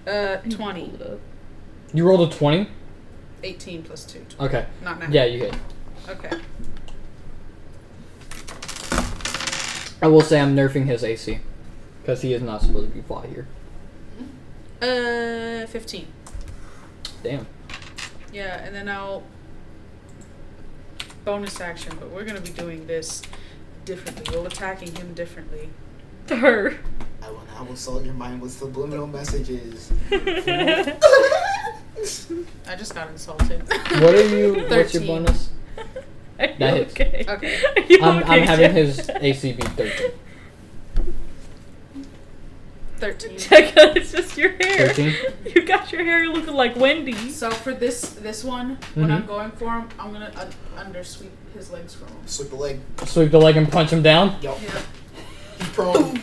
Speaker 7: Uh, 20.
Speaker 3: you rolled a 20
Speaker 5: 18 plus 2. tw-
Speaker 3: okay
Speaker 5: Not now.
Speaker 3: yeah you hit
Speaker 5: Okay.
Speaker 3: i will say i'm nerfing his ac because he is not supposed to be fought here
Speaker 5: Uh, 15.
Speaker 3: damn
Speaker 5: Yeah, and then I'll bonus action, but we're gonna be doing this differently. We'll attacking him differently.
Speaker 1: To *laughs* her.
Speaker 4: I will now assault your mind with subliminal messages. *laughs*
Speaker 5: I just got insulted. *laughs*
Speaker 3: what are you what's your
Speaker 5: 13.
Speaker 3: bonus
Speaker 1: Are you
Speaker 3: That hits.
Speaker 1: okay?
Speaker 5: Okay.
Speaker 1: Are
Speaker 5: *laughs*
Speaker 1: you
Speaker 3: I'm,
Speaker 1: okay,
Speaker 3: I'm having
Speaker 1: Jeff? *laughs*
Speaker 3: his AC be 13.
Speaker 5: 13. *laughs*
Speaker 1: Jekka, it's just your hair.
Speaker 3: 13?
Speaker 1: You got your hair looking like Wendy's.
Speaker 5: So for this this one, when I'm
Speaker 3: Mhm.
Speaker 5: going for him, I'm gonna un- undersweep his legs from him.
Speaker 4: Slip the leg.
Speaker 3: Sweep the leg and punch him down.
Speaker 4: Yo,
Speaker 5: Yeah.
Speaker 4: prone.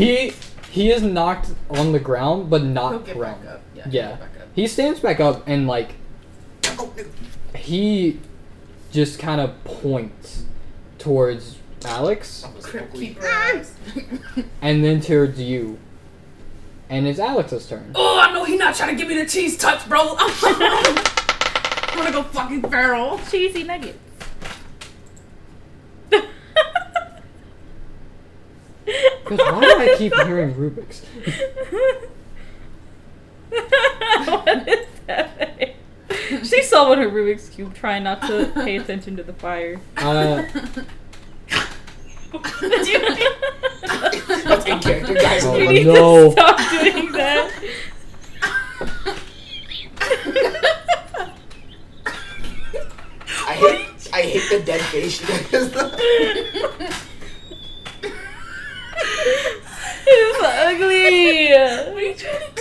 Speaker 3: He he is knocked on the ground, but
Speaker 5: He'll
Speaker 3: not
Speaker 5: get
Speaker 3: prone.
Speaker 5: back up. Yeah.
Speaker 3: Yeah.
Speaker 5: He'll get back up.
Speaker 3: He stands back up and like
Speaker 4: Oh, nigga.
Speaker 3: he just kind of points towards Alex
Speaker 4: That was
Speaker 5: Crypt
Speaker 4: ugly.
Speaker 5: keeper. eyes.
Speaker 3: and then towards you. And it's Alex's turn.
Speaker 7: *laughs* Oh, I know he not trying to give me the cheese touch, bro. I'm *laughs* gonna go fucking *laughs* feral.
Speaker 8: Cheesy nuggets.
Speaker 3: Because why do I
Speaker 1: *laughs*
Speaker 3: keep hearing Rubik's?
Speaker 1: *laughs* what is happening? She saw one her Rubik's Cube trying not to pay attention to the fire.
Speaker 3: Uh,
Speaker 4: That's in character, guys.
Speaker 3: Oh,
Speaker 1: you need
Speaker 3: no.
Speaker 1: to stop doing that.
Speaker 4: I hate, I hate the dead face. *laughs* you guys.
Speaker 1: It's ugly. What are you trying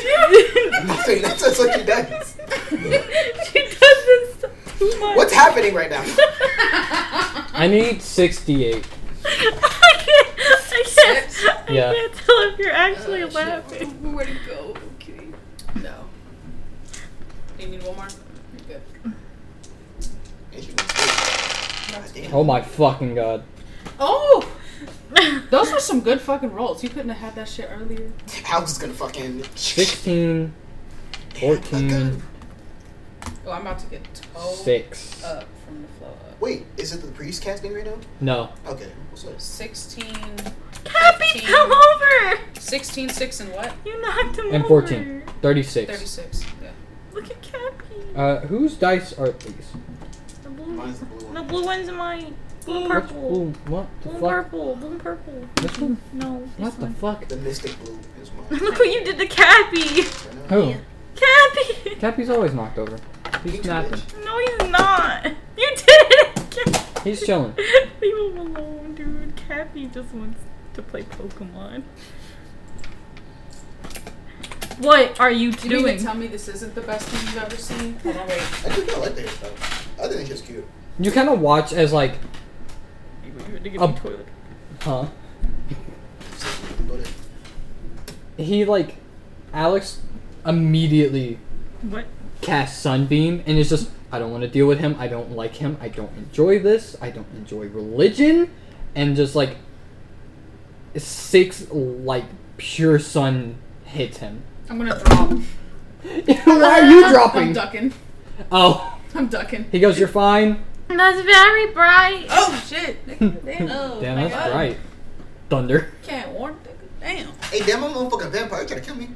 Speaker 1: to
Speaker 4: Nothing. That's just what she does.
Speaker 1: she does this stuff too much. *laughs*
Speaker 4: What's happening
Speaker 5: *laughs*
Speaker 4: right now?
Speaker 3: I need 68.
Speaker 1: I can't. I can't. I
Speaker 3: Yeah.
Speaker 1: can't tell if you're actually laughing.
Speaker 5: Where to go? Okay. No. You need one more. You're good.
Speaker 4: God damn.
Speaker 3: Oh my fucking god.
Speaker 5: Oh, *laughs* those were some good fucking rolls. You couldn't have had that shit earlier.
Speaker 4: Alex is gonna fucking. Damn,
Speaker 3: 16,
Speaker 4: my
Speaker 3: 14.
Speaker 4: God.
Speaker 5: Oh, uh, I'm about to get toe
Speaker 3: 6.
Speaker 5: up from the flow up.
Speaker 4: Wait, is it the priest casting right now?
Speaker 3: No.
Speaker 4: Okay. What's this?
Speaker 5: 16,
Speaker 1: Happy,
Speaker 5: 15.
Speaker 1: come over.
Speaker 5: 16, 6, and what?
Speaker 1: You knocked him
Speaker 3: And
Speaker 1: over.
Speaker 3: 14. 36.
Speaker 5: 36. Yeah.
Speaker 1: Look at Cappy.
Speaker 3: Uh, whose dice are these?
Speaker 1: The blue.
Speaker 4: Mine's the blue one.
Speaker 1: The blue one's mine. Blue
Speaker 3: What's
Speaker 1: purple.
Speaker 3: blue- what the
Speaker 1: Blue
Speaker 3: fuck?
Speaker 1: purple. Blue purple.
Speaker 3: This one?
Speaker 1: No.
Speaker 3: What the fuck?
Speaker 4: The mystic blue is
Speaker 5: *laughs*
Speaker 4: mine.
Speaker 1: *laughs* Look what you did to Cappy.
Speaker 4: Right now.
Speaker 3: Who?
Speaker 1: Cappy.
Speaker 3: Cappy's always knocked over. He's
Speaker 4: Thanks,
Speaker 3: napping.
Speaker 4: bitch.
Speaker 1: No, he's not. You did it. again.
Speaker 3: He's chilling.
Speaker 1: Leave him alone, dude. Cappy just wants to play Pokemon. What are you
Speaker 5: Do you mean
Speaker 1: doing?
Speaker 5: to tell me this isn't the best thing you've ever seen? Hold on, wait.
Speaker 4: I think I like that stuff. I think it's just cute.
Speaker 3: You kind of watch as like,
Speaker 1: You were to give
Speaker 3: A-
Speaker 1: me toilet.
Speaker 3: huh?
Speaker 4: It's just cute, but it-
Speaker 3: He like, Alex immediately
Speaker 1: What?
Speaker 3: casts sunbeam and is just, I don't want to deal with him. I don't like him. I don't enjoy this. I don't enjoy religion, and just like, six like pure sun hits him. *laughs*
Speaker 5: I'm gonna drop.
Speaker 3: Why are you
Speaker 5: *laughs* I'm
Speaker 3: dropping?
Speaker 5: ducking.
Speaker 3: Oh,
Speaker 5: I'm ducking.
Speaker 3: he goes, you're fine.
Speaker 8: That's very bright.
Speaker 3: *laughs*
Speaker 5: Oh shit! Nigga, Damn,
Speaker 6: Oh,
Speaker 3: Damn,
Speaker 6: my
Speaker 3: that's
Speaker 6: God.
Speaker 3: right. Thunder.
Speaker 5: can't warn. Nigga.
Speaker 7: Damn.
Speaker 4: Hey, damn, I'm a motherfucking vampire. You trying to kill me?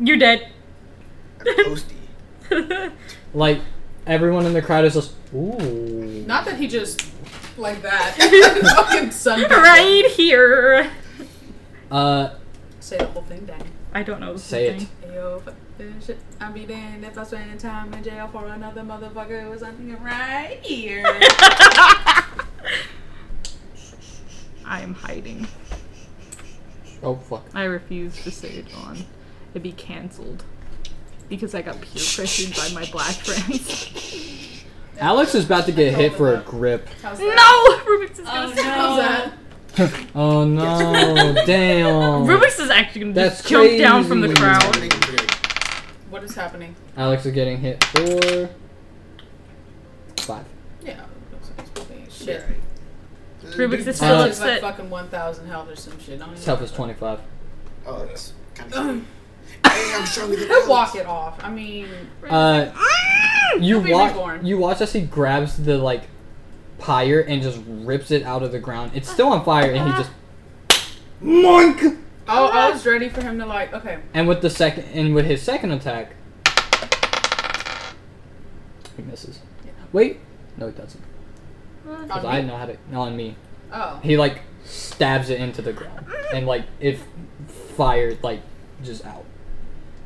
Speaker 1: You're dead. *laughs*
Speaker 5: *laughs*
Speaker 4: I'm toasty.
Speaker 3: Like everyone in the crowd is just ooh.
Speaker 5: Not that he just like *laughs* that. Fucking sun.
Speaker 1: right here.
Speaker 3: Uh,
Speaker 5: Say the whole thing, Danny.
Speaker 1: I don't know. this
Speaker 3: Say it.
Speaker 1: thing.
Speaker 5: Yo, fuck this shit. I'll be damned if I spend time in jail for another motherfucker who was under right *laughs* here.
Speaker 1: *laughs* I am hiding.
Speaker 3: oh fuck.
Speaker 1: I refuse to say it on. It'd be cancelled. Because I got peer pressured by my black friends.
Speaker 5: *laughs*
Speaker 3: Alex is about to get hit for a grip.
Speaker 5: How's that?
Speaker 1: no! Rubik's is gonna
Speaker 6: Oh
Speaker 5: How's
Speaker 6: no!
Speaker 5: that?
Speaker 3: Oh no! *laughs* Damn.
Speaker 1: Rubik's is actually gonna
Speaker 3: That's
Speaker 1: just jump down from the
Speaker 3: crazy.
Speaker 1: crowd.
Speaker 5: What is happening?
Speaker 3: Alex is getting hit for five.
Speaker 5: Yeah. looks like it's probably- Shit.
Speaker 1: Rubik's is still
Speaker 5: Still
Speaker 3: Uh,
Speaker 5: is like
Speaker 1: upset.
Speaker 5: fucking 1,000 health or some shit. Don't even-
Speaker 3: His health is twenty-five.
Speaker 4: Oh, that's
Speaker 5: *laughs*
Speaker 4: kind of. Hey, I'm trying to get
Speaker 5: *clears throat* He'll *laughs*
Speaker 4: out.
Speaker 5: walk it off. I mean,
Speaker 3: Uh,
Speaker 6: Ah!
Speaker 3: you
Speaker 5: He'll be
Speaker 3: watch.
Speaker 5: reborn.
Speaker 3: You watch as he grabs the like pyre and just rips it out of the ground. It's still on fire, and
Speaker 6: Ah.
Speaker 3: he just monk.
Speaker 5: oh, I was ready for him to like, okay,
Speaker 3: And with the second, and with his second attack, he misses. Wait, no, it doesn't. Because
Speaker 5: On
Speaker 3: I
Speaker 5: me?
Speaker 3: know how to. no, on me.
Speaker 5: oh,
Speaker 3: He like stabs it into the ground, and like it fired like just out.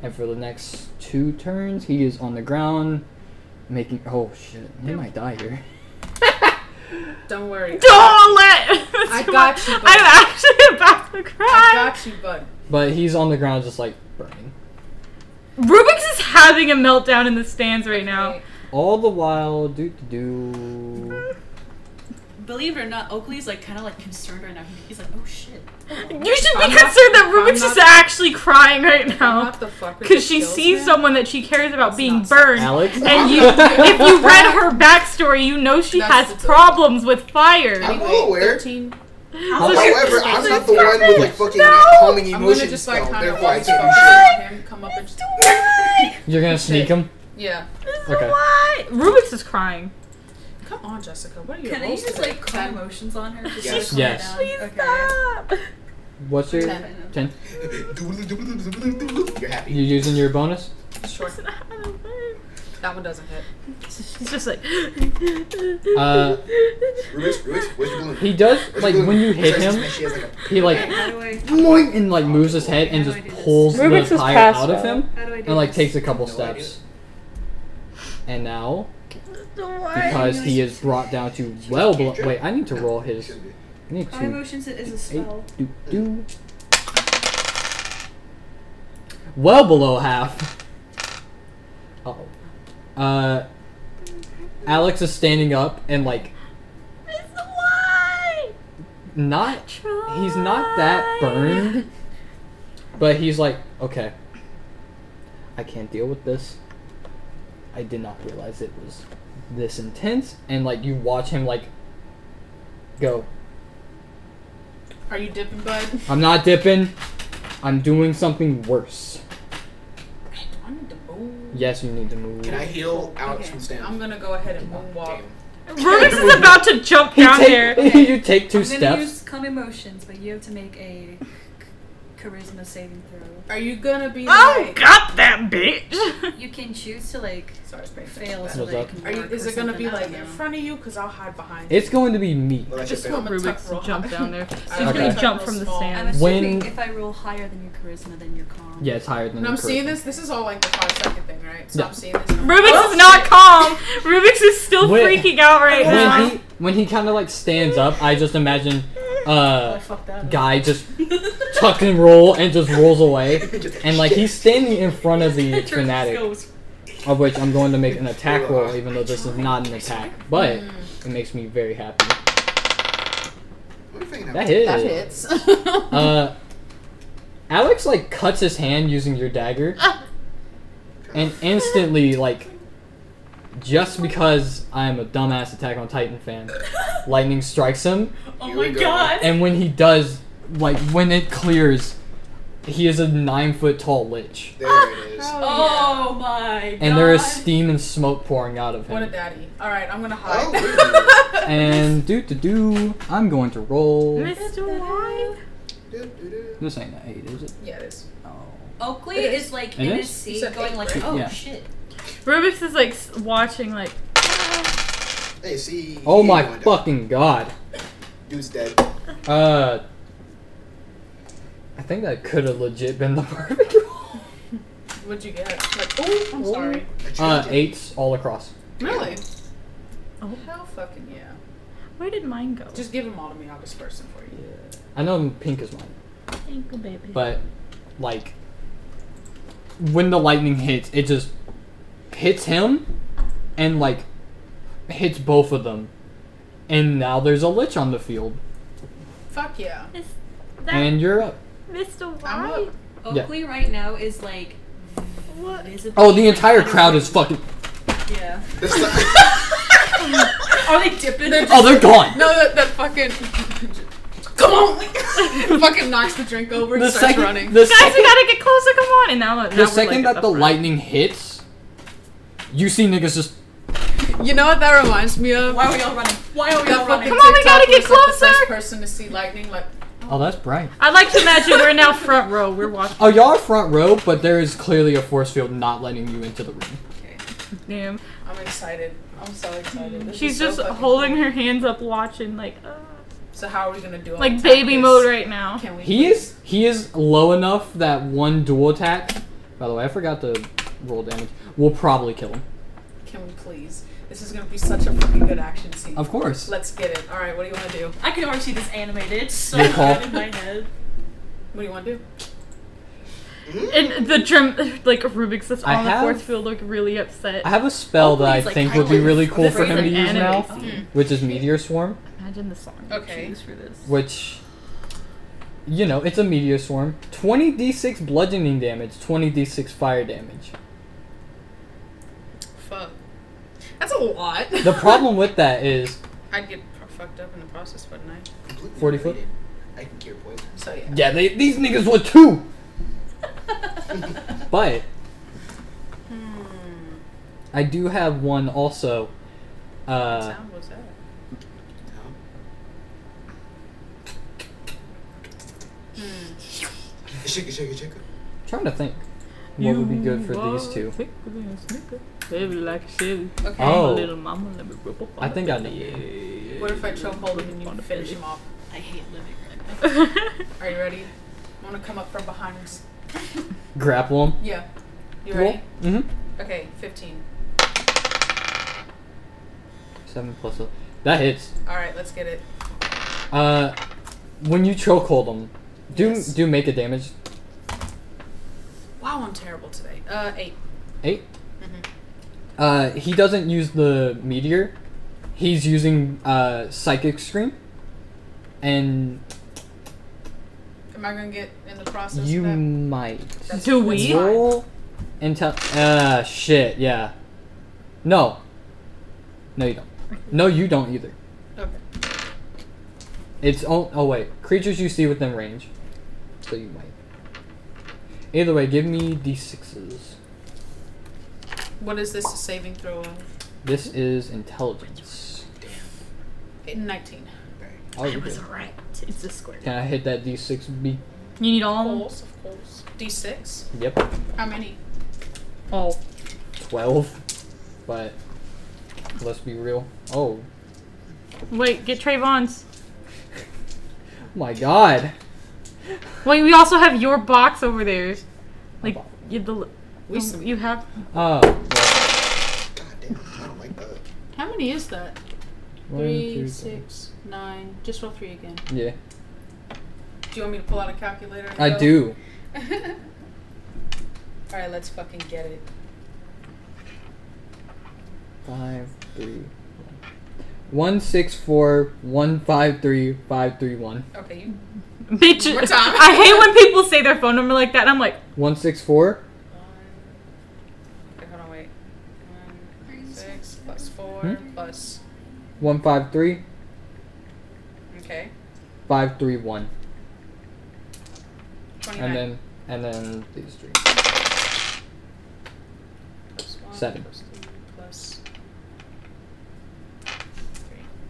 Speaker 3: And for the next two turns, he is on the ground, making. Oh shit! He might die here.
Speaker 5: don't worry.
Speaker 1: Don't let. *laughs*
Speaker 5: I got you,
Speaker 1: I'm actually about to
Speaker 5: I
Speaker 1: cry.
Speaker 5: got you, bud.
Speaker 3: But he's on the ground, just like burning.
Speaker 1: Rubik's is having a meltdown in the stands right now.
Speaker 5: Wait,
Speaker 3: All the while, do do do.
Speaker 6: Believe it or not, Oakley's like kind of like concerned right now. He's like, oh shit.
Speaker 1: You should be
Speaker 5: I'm not-
Speaker 1: concerned that Rubik's
Speaker 5: I'm
Speaker 1: is
Speaker 5: not-
Speaker 1: actually crying right
Speaker 5: I'm
Speaker 1: now
Speaker 5: not the fucker.
Speaker 1: because
Speaker 5: that
Speaker 1: she
Speaker 5: kills
Speaker 1: sees
Speaker 5: him.
Speaker 1: someone that she cares about being
Speaker 5: not sexy.
Speaker 1: burned.
Speaker 3: Alex,
Speaker 1: And
Speaker 3: *laughs*
Speaker 1: you, if you read her backstory, you know she
Speaker 5: That's
Speaker 1: has
Speaker 5: the-
Speaker 1: problems with fire.
Speaker 4: I'm well aware.
Speaker 5: 13.
Speaker 1: So she-
Speaker 4: However, I'm not the one with like fucking
Speaker 1: No!
Speaker 4: calming
Speaker 5: I'm gonna
Speaker 4: emotions.
Speaker 5: just like
Speaker 4: though.
Speaker 5: kind of
Speaker 4: Therefore, I
Speaker 5: like
Speaker 4: can't
Speaker 5: fuck him, come up and just,
Speaker 3: you're gonna sneak him.
Speaker 5: yeah.
Speaker 3: Okay.
Speaker 1: Why? Rubik's is crying.
Speaker 5: Come on, Jessica. What are you?
Speaker 6: Can I just like call emotions on her? Just
Speaker 4: Yes.
Speaker 6: to calm her
Speaker 3: Yes.
Speaker 5: Um,
Speaker 6: down?
Speaker 1: Please
Speaker 6: Okay.
Speaker 1: stop.
Speaker 3: What's your
Speaker 6: Ten.
Speaker 3: ten?
Speaker 4: *laughs* do it. You're happy.
Speaker 3: You using your bonus?
Speaker 5: Short. That one doesn't hit.
Speaker 1: She's just like.
Speaker 3: Uh,
Speaker 4: Rubik's, Rubik's, where's your balloon?
Speaker 3: he does
Speaker 4: Where's your
Speaker 3: like
Speaker 4: balloon?
Speaker 3: when you hit
Speaker 4: Besides this
Speaker 3: him,
Speaker 4: man, she has, like, a-
Speaker 3: he like
Speaker 6: How do I?
Speaker 3: boing, and like moves his head and just pulls
Speaker 1: Rubik's
Speaker 3: the
Speaker 1: is
Speaker 3: tire
Speaker 1: passed
Speaker 3: out of
Speaker 1: out.
Speaker 3: him
Speaker 6: How do I do?
Speaker 3: and like
Speaker 6: this?
Speaker 3: takes a couple
Speaker 4: No
Speaker 3: steps. And now, because he is brought down to well below. Wait, I need to roll his. I need
Speaker 6: Calm
Speaker 3: to
Speaker 6: emotions is a
Speaker 3: eight
Speaker 6: spell.
Speaker 3: do do. Well below half. Oh. Uh. Alex is standing up and like not. He's not that burned, but he's like, okay, I can't deal with this. I did not realize it was this intense, and like you watch him like go.
Speaker 5: Are you dipping, bud?
Speaker 3: I'm not dipping. I'm doing something worse.
Speaker 5: I need to move.
Speaker 3: Yes, you need to move.
Speaker 4: Can I heal Alex from stand?
Speaker 5: I'm gonna go ahead and moonwalk.
Speaker 1: *laughs* Rubik's is about to jump
Speaker 3: You
Speaker 1: down
Speaker 3: take-
Speaker 1: here.
Speaker 3: *laughs* you take 2
Speaker 6: I'm gonna
Speaker 3: steps.
Speaker 6: use calm emotions, but you have to make a c- charisma saving throw.
Speaker 5: Are you gonna be
Speaker 1: Oh,
Speaker 5: like?
Speaker 1: got that bitch.
Speaker 6: You can choose to like
Speaker 5: Sorry, it's pretty
Speaker 6: fail
Speaker 5: fast.
Speaker 6: so
Speaker 3: What's
Speaker 6: that you
Speaker 3: up?
Speaker 6: can.
Speaker 5: Are you,
Speaker 6: work
Speaker 5: is
Speaker 6: or
Speaker 5: it gonna be
Speaker 6: something, I
Speaker 5: like
Speaker 6: don't
Speaker 5: in
Speaker 6: know.
Speaker 5: front of you? Cause I'll hide behind.
Speaker 3: it's going to be me.
Speaker 4: Well, I
Speaker 5: Just
Speaker 4: should
Speaker 5: want
Speaker 4: fail.
Speaker 5: my
Speaker 1: Rubik's
Speaker 5: tuck roll.
Speaker 1: will jump
Speaker 5: *laughs*
Speaker 1: down there. She's
Speaker 5: Okay.
Speaker 1: gonna
Speaker 3: Tuck
Speaker 1: jump
Speaker 5: roll
Speaker 1: from the
Speaker 5: small.
Speaker 6: I'm
Speaker 1: sand.
Speaker 6: assuming
Speaker 3: When-
Speaker 6: if I roll higher than your charisma, then you're calm.
Speaker 3: Yeah, it's higher than.
Speaker 5: And
Speaker 3: the
Speaker 5: I'm
Speaker 3: curve.
Speaker 5: seeing this. This is all like the five second thing, right? So
Speaker 3: Yeah.
Speaker 5: I'm seeing this. and I'm like,
Speaker 1: Rubik's
Speaker 5: oh,
Speaker 1: is not
Speaker 5: shit.
Speaker 1: calm. Rubik's is still
Speaker 3: Wait.
Speaker 1: freaking out right now.
Speaker 3: When he when he kind of like stands up, I just imagine uh guy just tuck and roll and just
Speaker 4: *laughs*
Speaker 3: rolls away, and like he's standing in front of the fanatic, of which I'm going to make an attack roll, even though this is not an attack, but it makes me very happy.
Speaker 4: What are you thinking
Speaker 3: That
Speaker 4: of?
Speaker 3: hit.
Speaker 5: That *laughs* hits. Oh,
Speaker 3: Uh, Alex like cuts his hand using your dagger, and instantly like, just because I'm a dumbass Attack on Titan fan, lightning strikes him,
Speaker 4: Oh my god.
Speaker 3: and when he does, like when it clears, he is a nine foot tall lich,
Speaker 4: There it is.
Speaker 6: Oh my god.
Speaker 3: and there is steam and smoke pouring out of
Speaker 5: What a
Speaker 3: him.
Speaker 5: daddy. All right, I'm gonna hide.
Speaker 4: Oh,
Speaker 3: And do to do, I'm going to roll.
Speaker 1: Mr. White.
Speaker 4: really?
Speaker 3: This ain't an eight, is it?
Speaker 5: *laughs* Yeah, it is.
Speaker 3: Oh.
Speaker 6: Oakley
Speaker 5: It
Speaker 6: is.
Speaker 5: is.
Speaker 6: like
Speaker 3: It
Speaker 6: in
Speaker 3: is?
Speaker 6: his seat,
Speaker 5: It's an
Speaker 6: going
Speaker 5: eight,
Speaker 6: like,
Speaker 5: right?
Speaker 6: "Oh
Speaker 3: Yeah.
Speaker 6: shit."
Speaker 1: Rubik's is like s- watching, like
Speaker 4: Hey, see.
Speaker 3: Oh
Speaker 4: he
Speaker 3: my
Speaker 4: ain't going down.
Speaker 3: fucking god.
Speaker 4: Dude's dead.
Speaker 3: Uh. I think that could have legit been the *laughs* perfect roll.
Speaker 5: What'd you get? Like, oh, I'm sorry.
Speaker 4: A
Speaker 3: Uh,
Speaker 4: tragedy.
Speaker 3: eights all across.
Speaker 5: Really?
Speaker 1: Oh.
Speaker 5: Hell fucking yeah.
Speaker 1: where did mine go?
Speaker 5: Just give them all to me. I'll disperse them for you.
Speaker 3: I know pink is mine,
Speaker 1: ankle baby.
Speaker 3: but like when the lightning hits, it just hits him and like hits both of them. And now there's a lich on the field.
Speaker 5: Fuck yeah.
Speaker 1: that
Speaker 3: And you're up.
Speaker 1: Mr.
Speaker 5: I'm
Speaker 1: White.
Speaker 5: up.
Speaker 3: Yeah.
Speaker 6: Oakley right now is like
Speaker 1: What?
Speaker 6: visibly.
Speaker 3: Oh, the entire crowd is fucking
Speaker 5: Yeah.
Speaker 4: This is-
Speaker 5: Are they dipping? They're
Speaker 3: Oh, they're gone.
Speaker 5: No, that, that fucking. *laughs* Come on! *laughs* fucking knocks the drink over and
Speaker 3: The
Speaker 5: starts
Speaker 3: second,
Speaker 5: running.
Speaker 3: the
Speaker 1: Guys, we
Speaker 3: second,
Speaker 1: gotta get closer. Come on! And now, now
Speaker 3: the
Speaker 1: we're,
Speaker 3: second
Speaker 1: like, at
Speaker 3: that the
Speaker 1: front.
Speaker 3: lightning hits, you see niggas just
Speaker 5: You know what that reminds me of?
Speaker 2: Why are we all running? Why are we all running?
Speaker 5: Come
Speaker 1: on, we gotta get
Speaker 5: The
Speaker 1: closer!
Speaker 5: first person to see lightning, like
Speaker 3: Oh, that's bright.
Speaker 1: I like to imagine we're now front row. We're watching.
Speaker 3: Oh, y'all are front row, but there is clearly a force field not letting you into the room.
Speaker 1: Damn.
Speaker 5: I'm excited. I'm so excited. This
Speaker 1: She's
Speaker 5: is so
Speaker 1: just
Speaker 5: fucking
Speaker 1: holding
Speaker 5: cool. Oh,
Speaker 1: her hands up, watching like, uh,
Speaker 5: So how are we gonna do? all
Speaker 1: like
Speaker 5: the
Speaker 1: baby
Speaker 5: tactics?
Speaker 1: mode right now.
Speaker 5: Can we?
Speaker 3: He is he is low enough that one dual attack. By the way, I forgot to roll damage. Will probably kill him.
Speaker 5: Can we please? This is gonna be such a fucking good action scene.
Speaker 3: Of course.
Speaker 5: Let's get it. All right. What do you want to do?
Speaker 2: I can already see this animated so
Speaker 3: Your call.
Speaker 2: bad in my head.
Speaker 5: What do you want to do?
Speaker 1: And the drum, *laughs* like Rubik's that's
Speaker 3: I
Speaker 1: on the
Speaker 3: have-
Speaker 1: force field, look really upset.
Speaker 3: I have a spell that I
Speaker 6: Oakley's, like,
Speaker 3: think would be
Speaker 6: highlighting
Speaker 3: really cool for him to
Speaker 1: freaking
Speaker 3: use
Speaker 1: anime
Speaker 3: now,
Speaker 1: scene.
Speaker 3: which is Meteor Swarm,
Speaker 1: Imagine the song.
Speaker 5: Okay.
Speaker 1: Okay. Choose for this.
Speaker 3: which you know, it's a meteor swarm. 20d6 bludgeoning damage, 20d6 fire damage.
Speaker 5: Fuck. That's a lot. *laughs*
Speaker 3: The problem with that is
Speaker 5: I'd get pro- fucked up in the process, wouldn't I?
Speaker 4: Completely
Speaker 3: 40 foot?
Speaker 4: related. I can cure poison.
Speaker 5: So yeah.
Speaker 3: Yeah, they, these niggas were two. but
Speaker 5: Hmm.
Speaker 3: I do have one also.
Speaker 5: What
Speaker 3: Uh,
Speaker 5: sound was that? Hmm.
Speaker 4: Shake it, shake it, shake it.
Speaker 3: trying to think what would be good for
Speaker 1: You
Speaker 3: these
Speaker 1: are
Speaker 3: two.
Speaker 1: thick than a snicker, Baby, like a shitty.
Speaker 5: Okay.
Speaker 3: Oh.
Speaker 1: Little mama, let me rip up on
Speaker 3: I
Speaker 1: the
Speaker 3: think I
Speaker 1: belly.
Speaker 5: What if I choke hold him and you finish him off?
Speaker 6: I hate living right now.
Speaker 5: Are you ready? I'm gonna come up from behind. and just-
Speaker 3: Grapple him.
Speaker 5: Yeah. You ready?
Speaker 3: Mm-hmm.
Speaker 5: Okay. Fifteen.
Speaker 3: Seven plus. A, that hits.
Speaker 5: All right. Let's get it.
Speaker 3: Uh, when you chokehold them, do
Speaker 5: Yes.
Speaker 3: do make a damage.
Speaker 5: Wow, I'm terrible today. Uh, eight.
Speaker 3: 8
Speaker 5: Mm-hmm.
Speaker 3: Uh, he doesn't use the meteor. He's using uh, psychic scream, and
Speaker 5: Am I gonna get in the process?
Speaker 3: you
Speaker 5: of that?
Speaker 3: might.
Speaker 5: That's-
Speaker 1: Do
Speaker 5: that's
Speaker 1: we?
Speaker 5: fine.
Speaker 3: Roll intel. Ah, shit. Yeah. No. No, you don't. No, you don't either.
Speaker 5: Okay.
Speaker 3: It's oh, oh wait, creatures you see within range. So you might. Either way, give me d sixes.
Speaker 5: What is this a saving throw of?
Speaker 3: This is intelligence.
Speaker 5: Eh, Nineteen.
Speaker 3: Oh, you did.
Speaker 1: right. It's a square.
Speaker 3: Can I hit that d six? B.
Speaker 1: You need
Speaker 5: Of
Speaker 1: all of them?
Speaker 5: course, of course. D six.
Speaker 3: Yep.
Speaker 5: How many?
Speaker 1: All.
Speaker 3: Twelve. But let's be real. Oh *laughs*
Speaker 1: Wait, get Trayvon's.
Speaker 3: my god.
Speaker 1: Wait, we also have your box over there. Like, you, the,
Speaker 5: We
Speaker 1: the- you have. *laughs*
Speaker 5: Ah.
Speaker 3: Oh.
Speaker 4: God damn, I don't like that.
Speaker 5: How many is that?
Speaker 3: well, one, two,
Speaker 5: Three,
Speaker 3: three.
Speaker 5: six, nine. Just roll three again.
Speaker 3: Yeah,
Speaker 5: Do you want me to pull out a calculator? and
Speaker 3: I
Speaker 5: go?
Speaker 3: do.
Speaker 5: *laughs* All right, let's fucking get it.
Speaker 3: Five, three, one. One, six, four, one, five, three, five, three, one.
Speaker 5: Okay, you.
Speaker 1: Bitch,
Speaker 5: More time.
Speaker 1: I hate when people say their phone number like that, and I'm like,
Speaker 3: One, six, four.
Speaker 5: Okay, hold on, wait. One, six plus four
Speaker 3: Hmm?
Speaker 5: plus.
Speaker 3: One, five, three,
Speaker 5: Okay,
Speaker 3: five, three, one.
Speaker 5: twenty-nine.
Speaker 3: And then, and then these three.
Speaker 5: plus one,
Speaker 3: seven.
Speaker 5: Plus two, plus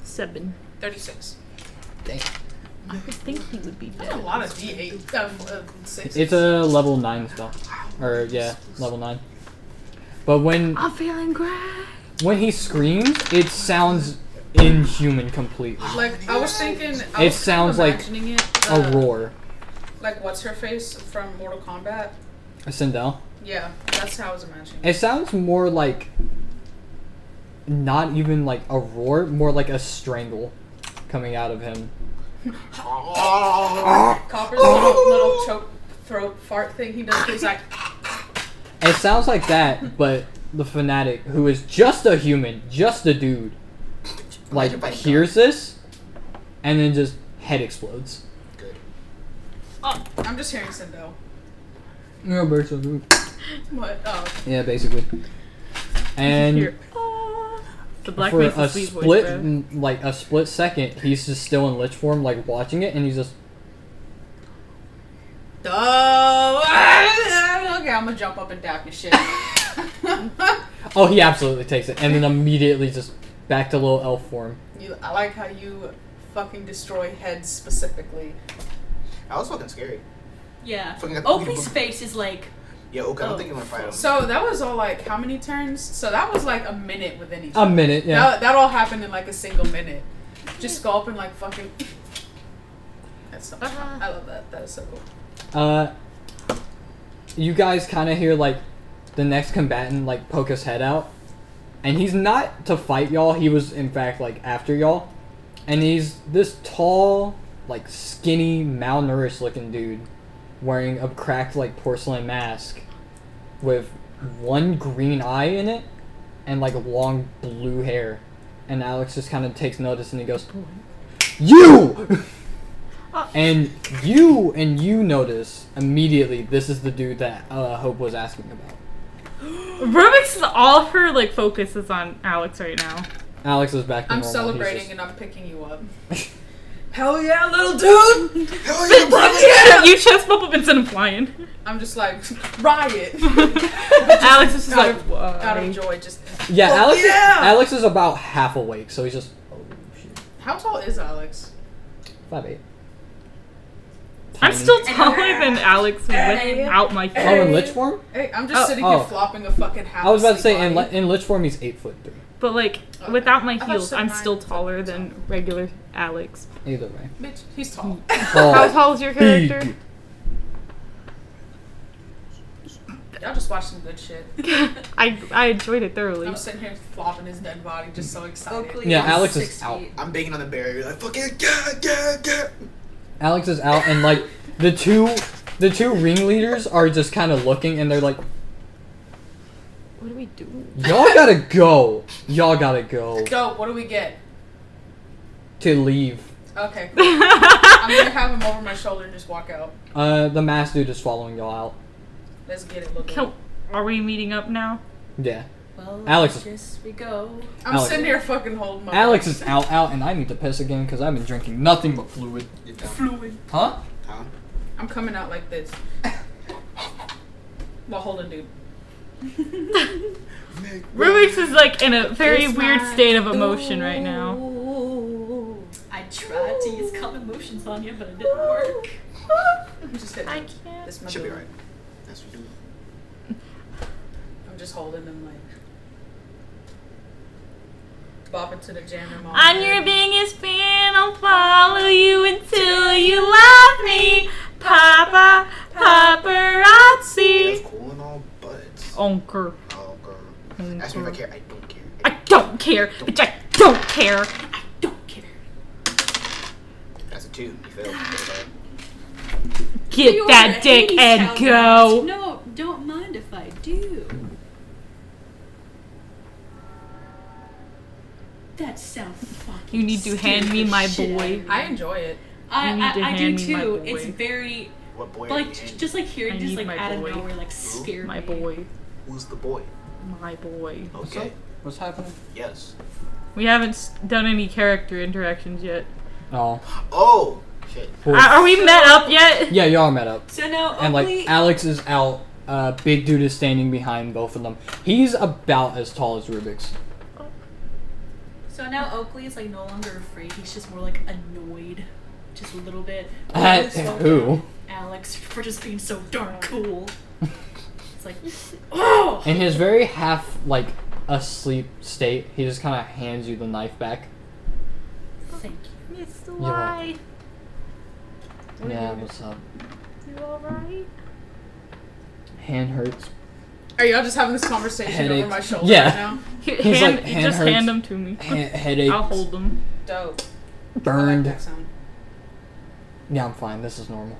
Speaker 1: seven.
Speaker 5: thirty-six.
Speaker 3: Dang.
Speaker 1: I would think he would be
Speaker 5: That's a
Speaker 1: dead.
Speaker 5: lot of D8. Of, of um, sixes.
Speaker 3: It's a level nine spell, or yeah, level nine. But when
Speaker 1: I'm feeling great.
Speaker 3: when he screams, it sounds inhuman completely.
Speaker 5: Like I was thinking. I
Speaker 3: It
Speaker 5: was
Speaker 3: sounds like
Speaker 5: imagining it,
Speaker 3: A
Speaker 5: uh,
Speaker 3: roar,
Speaker 5: Like what's her face from Mortal Kombat?
Speaker 3: a Sindel.
Speaker 5: Yeah, that's how I was imagining.
Speaker 3: It sounds more like not even like a roar, more like a strangle coming out of him.
Speaker 5: Copper's little,
Speaker 3: *laughs*
Speaker 5: little choke throat fart thing he does. He's like,
Speaker 3: It sounds like that, but the fanatic, who is just a human, just a dude, like
Speaker 4: Everybody
Speaker 3: hears this, and then just head explodes.
Speaker 4: Good.
Speaker 5: I'm just hearing Sindel.
Speaker 3: Yeah, basically.
Speaker 5: What? Oh,
Speaker 3: Yeah, basically. And
Speaker 1: Here. Ah. The black
Speaker 3: for
Speaker 1: man's
Speaker 3: a
Speaker 1: sweet voice,
Speaker 3: split,
Speaker 1: bro.
Speaker 3: n- like a split second, he's just still in lich form, like watching it, and he's just
Speaker 5: Duh. *laughs* okay, I'm gonna jump up and dap your shit.
Speaker 3: *laughs*
Speaker 5: *laughs*
Speaker 3: Oh, he absolutely takes it, and then immediately just back to little elf form.
Speaker 5: you, I like how you fucking destroy heads specifically.
Speaker 4: That was fucking scary.
Speaker 6: Yeah.
Speaker 4: Fucking got the
Speaker 6: Oakley's
Speaker 4: leaderboard.
Speaker 6: face is like,
Speaker 4: Yeah, okay, I don't
Speaker 6: Oh,
Speaker 4: think I'm gonna fight him.
Speaker 5: So that was all like how many turns? So that was like a minute within each.
Speaker 3: A minute, yeah.
Speaker 5: That, that all happened in like a single minute. Just gulping like fucking. *laughs* That's so much fun. I love that. That is so cool.
Speaker 3: Uh, you guys kind of hear like the next combatant like poke his head out, and he's not to fight y'all. He was in fact like after y'all, and he's this tall, like skinny, malnourished looking dude, wearing a cracked like porcelain mask, with one green eye in it, and like long blue hair. And Alex just kind of takes notice and he goes, "You." *laughs* And you and you notice immediately this is the dude that uh, Hope was asking about.
Speaker 1: Rubik's all of her like focus is on Alex right now. *laughs*
Speaker 3: Alex is back. To
Speaker 5: I'm
Speaker 3: normal. He's
Speaker 5: celebrating
Speaker 3: just-
Speaker 5: and I'm picking you
Speaker 3: *laughs*
Speaker 5: up. Hell yeah, little dude!
Speaker 4: Hell yeah, brother!
Speaker 1: You chest bump up and send him flying.
Speaker 5: I'm just like *laughs*
Speaker 3: *laughs*
Speaker 5: riot
Speaker 1: Alex is just
Speaker 5: Out
Speaker 1: like,
Speaker 5: of-
Speaker 1: why?
Speaker 5: out of joy. Just
Speaker 3: yeah, Alex.
Speaker 5: yeah!
Speaker 3: Alex is about half awake, so he's just oh shit,
Speaker 5: how tall is Alex?
Speaker 3: five eight.
Speaker 1: I'm
Speaker 3: Tiny.
Speaker 1: still taller than Alex without my
Speaker 3: Oh, in
Speaker 1: kid.
Speaker 3: lich form.
Speaker 5: Hey, I'm just
Speaker 1: Oh,
Speaker 5: sitting
Speaker 3: oh.
Speaker 5: here flopping a fucking half.
Speaker 3: I was about to
Speaker 5: asleep
Speaker 3: say in, li-
Speaker 5: body.
Speaker 3: in lich form he's eight foot three.
Speaker 1: But like without my
Speaker 5: thought
Speaker 1: heels,
Speaker 5: so
Speaker 1: I'm
Speaker 5: mine
Speaker 1: still
Speaker 5: was like-
Speaker 1: taller than regular Alex.
Speaker 3: Either way.
Speaker 5: Bitch, he's tall.
Speaker 1: How
Speaker 3: Oh,
Speaker 1: tall is your character?
Speaker 5: Y'all just watch some good shit.
Speaker 1: I I enjoyed it thoroughly.
Speaker 5: I'm sitting here flopping his dead body, just so excited.
Speaker 6: Oakley
Speaker 3: yeah,
Speaker 6: is
Speaker 3: Alex
Speaker 6: six
Speaker 3: is out.
Speaker 6: feet.
Speaker 4: I'm banging on the barrier, like, fucking, yeah, yeah, yeah.
Speaker 3: Alex is out, and like the two the two ringleaders are just kind of looking, and they're like,
Speaker 1: What do we do?
Speaker 3: y'all gotta go, y'all gotta go
Speaker 5: Dope. What do we get?
Speaker 3: to leave.
Speaker 5: Okay. Cool. I'm gonna have him over my shoulder and just walk out.
Speaker 3: Uh, the mass dude is following y'all out.
Speaker 5: Let's get it. Look.
Speaker 1: *laughs* Can, are we meeting up now?
Speaker 3: Yeah.
Speaker 6: Well,
Speaker 3: Alex is-
Speaker 6: Yes, we go.
Speaker 5: I'm
Speaker 3: Alex.
Speaker 5: sitting here fucking holding my.
Speaker 3: Alex is out, out, and I need to piss again because I've been drinking nothing but fluid.
Speaker 4: You're down,
Speaker 5: fluid.
Speaker 3: Huh?
Speaker 4: huh?
Speaker 5: I'm coming out like this. While holding dude.
Speaker 1: Rubik's is like in a very
Speaker 6: It's
Speaker 1: weird
Speaker 6: my
Speaker 1: state of emotion right now.
Speaker 6: Ooh. I tried to use common motions on you, but it didn't work.
Speaker 5: I'm just hitting.
Speaker 1: I can't.
Speaker 5: This my
Speaker 4: Should be
Speaker 5: dude.
Speaker 4: alright. That's what you do.
Speaker 5: I'm just holding him like. Bopping to the jam and all
Speaker 1: I'm
Speaker 5: that.
Speaker 1: your biggest fan. I'll follow you until you love me, Papa
Speaker 4: Yeah,
Speaker 1: Paparazzi.
Speaker 4: it's cool and all, but it's.
Speaker 1: Onker.
Speaker 4: Oh, girl. Ask me if I care. I don't care.
Speaker 1: I don't care, bitch. I don't care. I don't care.
Speaker 4: That's a two. You failed.
Speaker 1: Get
Speaker 6: You are
Speaker 1: that
Speaker 6: a
Speaker 1: dick
Speaker 6: Hades
Speaker 1: and
Speaker 6: child,
Speaker 1: go.
Speaker 6: Alex. No, don't mind if I do. That sounds fucking.
Speaker 1: You need to hand me
Speaker 6: scared the
Speaker 1: my
Speaker 6: shit out of
Speaker 1: boy.
Speaker 6: me.
Speaker 5: I enjoy it.
Speaker 1: You
Speaker 6: I,
Speaker 1: need to
Speaker 6: I, I do
Speaker 1: hand me my
Speaker 6: too.
Speaker 1: boy.
Speaker 6: It's very
Speaker 4: What boy? are
Speaker 6: like
Speaker 4: you
Speaker 6: j-
Speaker 4: in?
Speaker 6: just like
Speaker 1: I
Speaker 6: hearing just
Speaker 1: need
Speaker 6: like
Speaker 1: my
Speaker 6: out of
Speaker 1: boy.
Speaker 6: nowhere like scare
Speaker 1: My
Speaker 6: me.
Speaker 1: boy.
Speaker 4: Who's the boy?
Speaker 1: My boy.
Speaker 4: Okay.
Speaker 3: What's happening?
Speaker 4: Yes.
Speaker 1: We haven't s- done any character interactions yet.
Speaker 3: Oh.
Speaker 4: Oh! Shit.
Speaker 3: Cool.
Speaker 1: Are- are we met up yet?
Speaker 3: yeah, y'all met up.
Speaker 6: So now
Speaker 3: And
Speaker 6: Oakley-
Speaker 3: like, Alex is out. Uh, big dude is standing behind both of them. He's about as tall as Rubik's.
Speaker 6: So now Oakley is like no longer afraid. He's just more like annoyed,
Speaker 2: just a little bit.
Speaker 3: At
Speaker 2: Slow
Speaker 3: who?
Speaker 2: down, Alex for just being so darn
Speaker 3: *laughs*
Speaker 2: cool. It's like, oh,
Speaker 3: In his very half, like, asleep state, he just kind of hands you the knife back.
Speaker 2: thank you.
Speaker 8: Miss the
Speaker 3: You're
Speaker 8: Y.
Speaker 3: welcome. Yeah, what's up?
Speaker 8: You alright?
Speaker 3: Hand hurts.
Speaker 5: Are y'all just having this conversation
Speaker 3: Headache.
Speaker 5: over my shoulder
Speaker 3: Yeah.
Speaker 5: right now?
Speaker 1: H- *laughs*
Speaker 3: He's
Speaker 1: hand,
Speaker 3: like, hand
Speaker 1: just
Speaker 3: hurts.
Speaker 1: hand them to me.
Speaker 3: Ha-
Speaker 1: *laughs*
Speaker 3: headache.
Speaker 1: I'll hold them.
Speaker 5: Dope. I like
Speaker 3: Burned.
Speaker 5: that sound.
Speaker 3: Yeah, I'm fine. This is normal.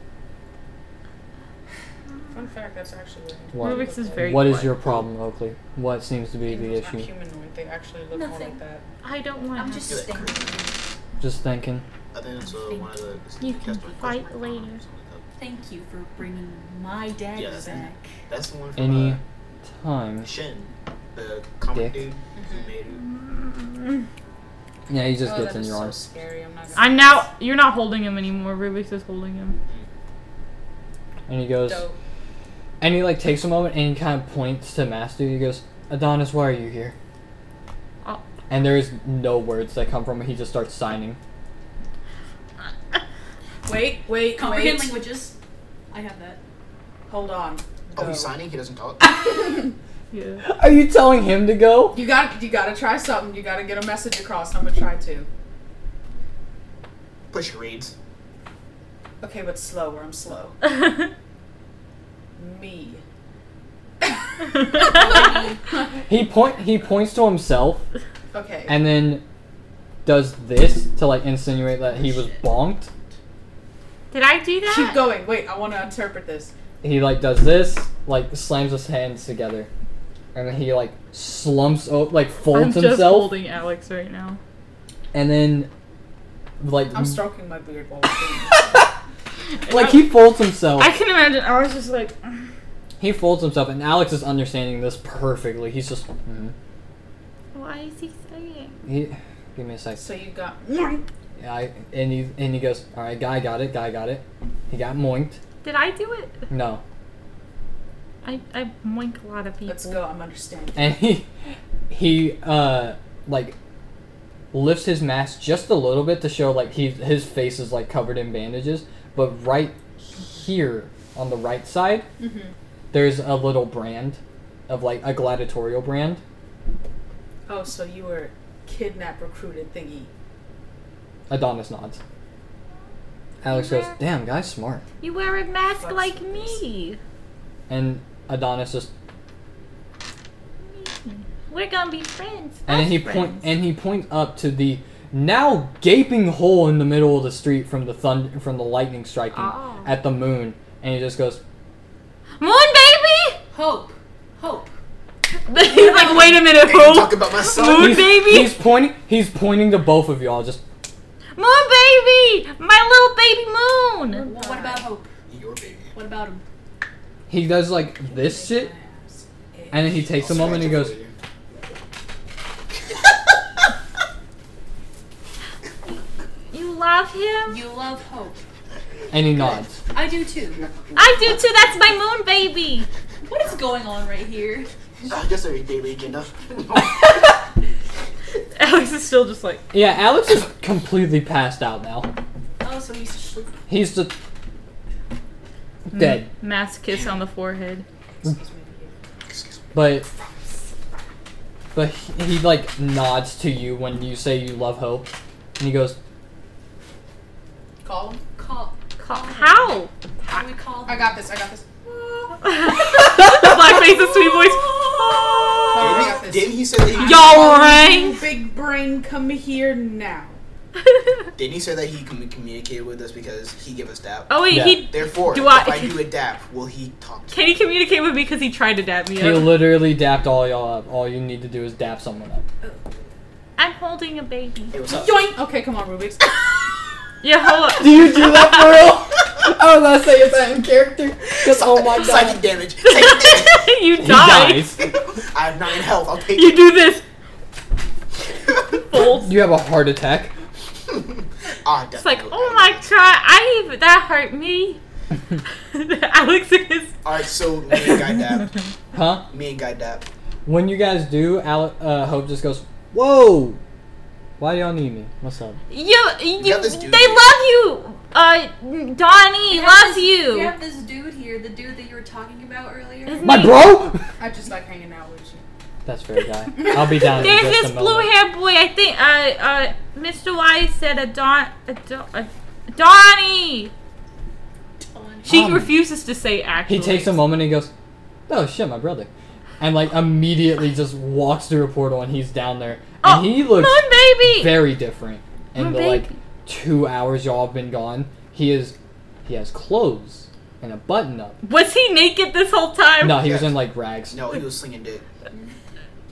Speaker 5: Fun fact, that's actually what I-
Speaker 3: What?
Speaker 1: Rubik's is very.
Speaker 3: What is
Speaker 1: quiet.
Speaker 3: your problem, Oakley? What seems to be the
Speaker 5: Angels not
Speaker 3: issue?
Speaker 5: humanoid. They actually look more
Speaker 6: Nothing.
Speaker 5: like that.
Speaker 1: I don't want.
Speaker 6: I'm
Speaker 1: to
Speaker 6: just
Speaker 4: You're like,
Speaker 6: thinking.
Speaker 3: Just thinking.
Speaker 4: I think that's uh, one of the. it's
Speaker 8: You
Speaker 4: the
Speaker 8: can
Speaker 4: Casper
Speaker 8: fight
Speaker 4: Casper
Speaker 8: later.
Speaker 4: or something like that.
Speaker 6: Thank you for bringing.
Speaker 2: My dad
Speaker 4: Yeah,
Speaker 2: is
Speaker 4: that's
Speaker 2: back.
Speaker 4: That's the one from
Speaker 3: Any
Speaker 4: uh,
Speaker 3: time.
Speaker 4: Shin, the comic
Speaker 3: Dick.
Speaker 4: dude who made it.
Speaker 3: Yeah, he just
Speaker 5: oh,
Speaker 3: gets
Speaker 5: that
Speaker 3: in
Speaker 5: is
Speaker 3: your
Speaker 5: so
Speaker 3: arms.
Speaker 5: scary. I'm not. Gonna
Speaker 1: I'm now. You're not holding him anymore. Rubik's is holding him.
Speaker 3: And he goes,
Speaker 5: Dope.
Speaker 3: and he like takes a moment and he kind of points to Master. He goes, Adonis, why are you here?
Speaker 1: Oh.
Speaker 3: And there is no words that come from him. He just starts signing.
Speaker 5: Wait, wait,
Speaker 2: Comprehend
Speaker 5: wait.
Speaker 2: languages. I have that.
Speaker 5: Hold on.
Speaker 4: Oh,
Speaker 5: Go.
Speaker 4: he's signing. He doesn't talk.
Speaker 3: *laughs*
Speaker 1: Yeah. *laughs*
Speaker 3: Are you telling him to go?
Speaker 5: You got. You got to try something. You got to get a message across. I'm gonna try to.
Speaker 4: Push reads.
Speaker 5: Okay, but slower. I'm slow.
Speaker 4: *laughs*
Speaker 5: Me.
Speaker 3: He point he points to himself
Speaker 5: Okay.
Speaker 3: and then does this to like insinuate that he was bonked.
Speaker 8: Did I do that?
Speaker 5: Keep going. Wait, I want to interpret this.
Speaker 3: He like does this, like slams his hands together, and then he like slumps o- like folds
Speaker 1: I'm just
Speaker 3: himself,
Speaker 1: holding Alex right now.
Speaker 3: and then like
Speaker 5: I'm stroking my beard while we're
Speaker 3: like he folds himself.
Speaker 1: I can imagine Alex just like.
Speaker 3: He folds himself, and Alex is understanding this perfectly. He's just, mm,
Speaker 8: Why is he saying?
Speaker 3: he, give me a
Speaker 5: doing
Speaker 3: sec.
Speaker 5: it. So you got.
Speaker 3: I, and he and he goes, all right, guy got it, guy got it. He got moinked.
Speaker 8: Did I do it?
Speaker 3: No,
Speaker 8: I, I moink a lot of people.
Speaker 5: Let's go. I'm understanding.
Speaker 3: and he he uh like lifts his mask just a little bit to show like he his face is like covered in bandages, but right here on the right side,
Speaker 5: Mm-hmm.
Speaker 3: there's a little brand of like a gladiatorial brand.
Speaker 5: Oh, so you were kidnapped, recruited, thingy.
Speaker 3: Adonis nods. Alex goes, damn, guy's smart.
Speaker 8: You wear a mask
Speaker 5: Fuck's
Speaker 8: like
Speaker 5: sakes.
Speaker 8: me.
Speaker 3: And Adonis just
Speaker 8: We're gonna be friends.
Speaker 3: and then
Speaker 8: best
Speaker 3: he point
Speaker 8: friends.
Speaker 3: and he points up to the now gaping hole in the middle of the street from the thunder from the lightning striking
Speaker 8: Oh.
Speaker 3: at the moon and he just goes
Speaker 1: *laughs* Moon
Speaker 6: Hope. Hope.
Speaker 1: baby. He's like, wait a minute,
Speaker 4: Hey, you talk
Speaker 1: who?
Speaker 4: about my
Speaker 1: Moon
Speaker 4: son.
Speaker 3: he's,
Speaker 1: baby!
Speaker 3: he's pointing he's pointing to both of y'all just
Speaker 8: *laughs* Moon baby! My little baby moon!
Speaker 6: Well, what about hope?
Speaker 4: Your baby.
Speaker 6: What about him?
Speaker 3: he does like this shit and then he takes a
Speaker 4: I'll
Speaker 3: moment and he
Speaker 4: scratch
Speaker 3: goes
Speaker 4: it for you.
Speaker 8: You love him?
Speaker 6: You love hope.
Speaker 3: and he nods
Speaker 6: I do too.
Speaker 8: I do too, that's my moon baby!
Speaker 6: What is going on right here?
Speaker 4: Ah, Just a daily agenda.
Speaker 1: Alex is still just like.
Speaker 3: yeah alex is completely passed out now
Speaker 6: Oh, so he's just sleeping.
Speaker 3: he's just dead
Speaker 1: Mask mm, kiss on the forehead.
Speaker 3: but but he, he like nods to you when you say you love hope and he goes
Speaker 5: Call him.
Speaker 6: Call. Call.
Speaker 8: How?
Speaker 6: How do we call?
Speaker 5: I got this. I got this.
Speaker 1: *laughs* The black face, the
Speaker 8: *laughs*
Speaker 1: sweet voice.
Speaker 5: I got
Speaker 4: Didn't-
Speaker 5: this.
Speaker 4: Didn't he say that he?
Speaker 1: Y'all
Speaker 5: You
Speaker 1: right?
Speaker 5: big brain, come here now.
Speaker 4: Didn't he say that he com- communicated with us because he gave us dap?
Speaker 1: Oh wait,
Speaker 3: Yeah.
Speaker 1: he
Speaker 4: Therefore,
Speaker 1: Do I-
Speaker 4: if I do a dap, will he talk? To
Speaker 1: can he communicate with me because he tried to dab me
Speaker 3: He
Speaker 1: up.
Speaker 3: literally dapped all y'all up. All you need to do is dap someone up.
Speaker 8: I'm holding a baby.
Speaker 4: Hey, what's up?
Speaker 5: Yoink. Okay, come on, Rubik's.
Speaker 1: *laughs* Yeah, hold
Speaker 3: *laughs*
Speaker 1: up.
Speaker 3: Do you do that for real? *laughs* I was not saying that in *laughs* character. Because oh my
Speaker 4: Psychic damage. Psychic
Speaker 1: *laughs*
Speaker 4: damage.
Speaker 1: you die.
Speaker 3: He dies.
Speaker 4: I have nine health. I'll take
Speaker 1: You
Speaker 4: it.
Speaker 1: do this. Bolts.
Speaker 3: You have a heart attack.
Speaker 4: *laughs*
Speaker 3: *laughs*
Speaker 4: Ah, death.
Speaker 8: It's like, oh my god, I even, that hurt me.
Speaker 1: *laughs* Alex is.
Speaker 4: All right, so me
Speaker 1: *laughs*
Speaker 4: and guy dap.
Speaker 3: Huh?
Speaker 4: Me and guy dap.
Speaker 3: When you guys do, Ale- uh, Hope just goes, Whoa! Why do y'all need me? What's up?
Speaker 1: You, you,
Speaker 4: got this
Speaker 1: they
Speaker 4: dude.
Speaker 1: love you. Uh, Donnie
Speaker 6: You have
Speaker 1: loves
Speaker 6: this-
Speaker 1: you.
Speaker 6: You have this dude here, the dude that you were talking about earlier.
Speaker 1: His
Speaker 3: My
Speaker 1: name-
Speaker 3: bro. *laughs*
Speaker 5: I just like hanging out with you.
Speaker 3: That's fair, guy. I'll be down.
Speaker 1: There's
Speaker 3: in just
Speaker 1: this
Speaker 3: a
Speaker 1: blue
Speaker 3: moment.
Speaker 1: hair boy. I think uh uh Mr. Y said a Don a, Don- a Donnie.
Speaker 11: She
Speaker 3: Um,
Speaker 11: refuses to say actually.
Speaker 3: He takes a moment and goes, "Oh shit, my brother," and like immediately just walks through a portal and he's down there and
Speaker 1: Oh,
Speaker 3: he looks
Speaker 1: Moon baby.
Speaker 3: very different.
Speaker 1: My
Speaker 3: In the like two hours y'all have been gone, he is he has clothes and a button up.
Speaker 1: was he naked this whole time?
Speaker 3: No, he was
Speaker 4: Yeah.
Speaker 3: in like rags.
Speaker 4: No, he was slinging dick.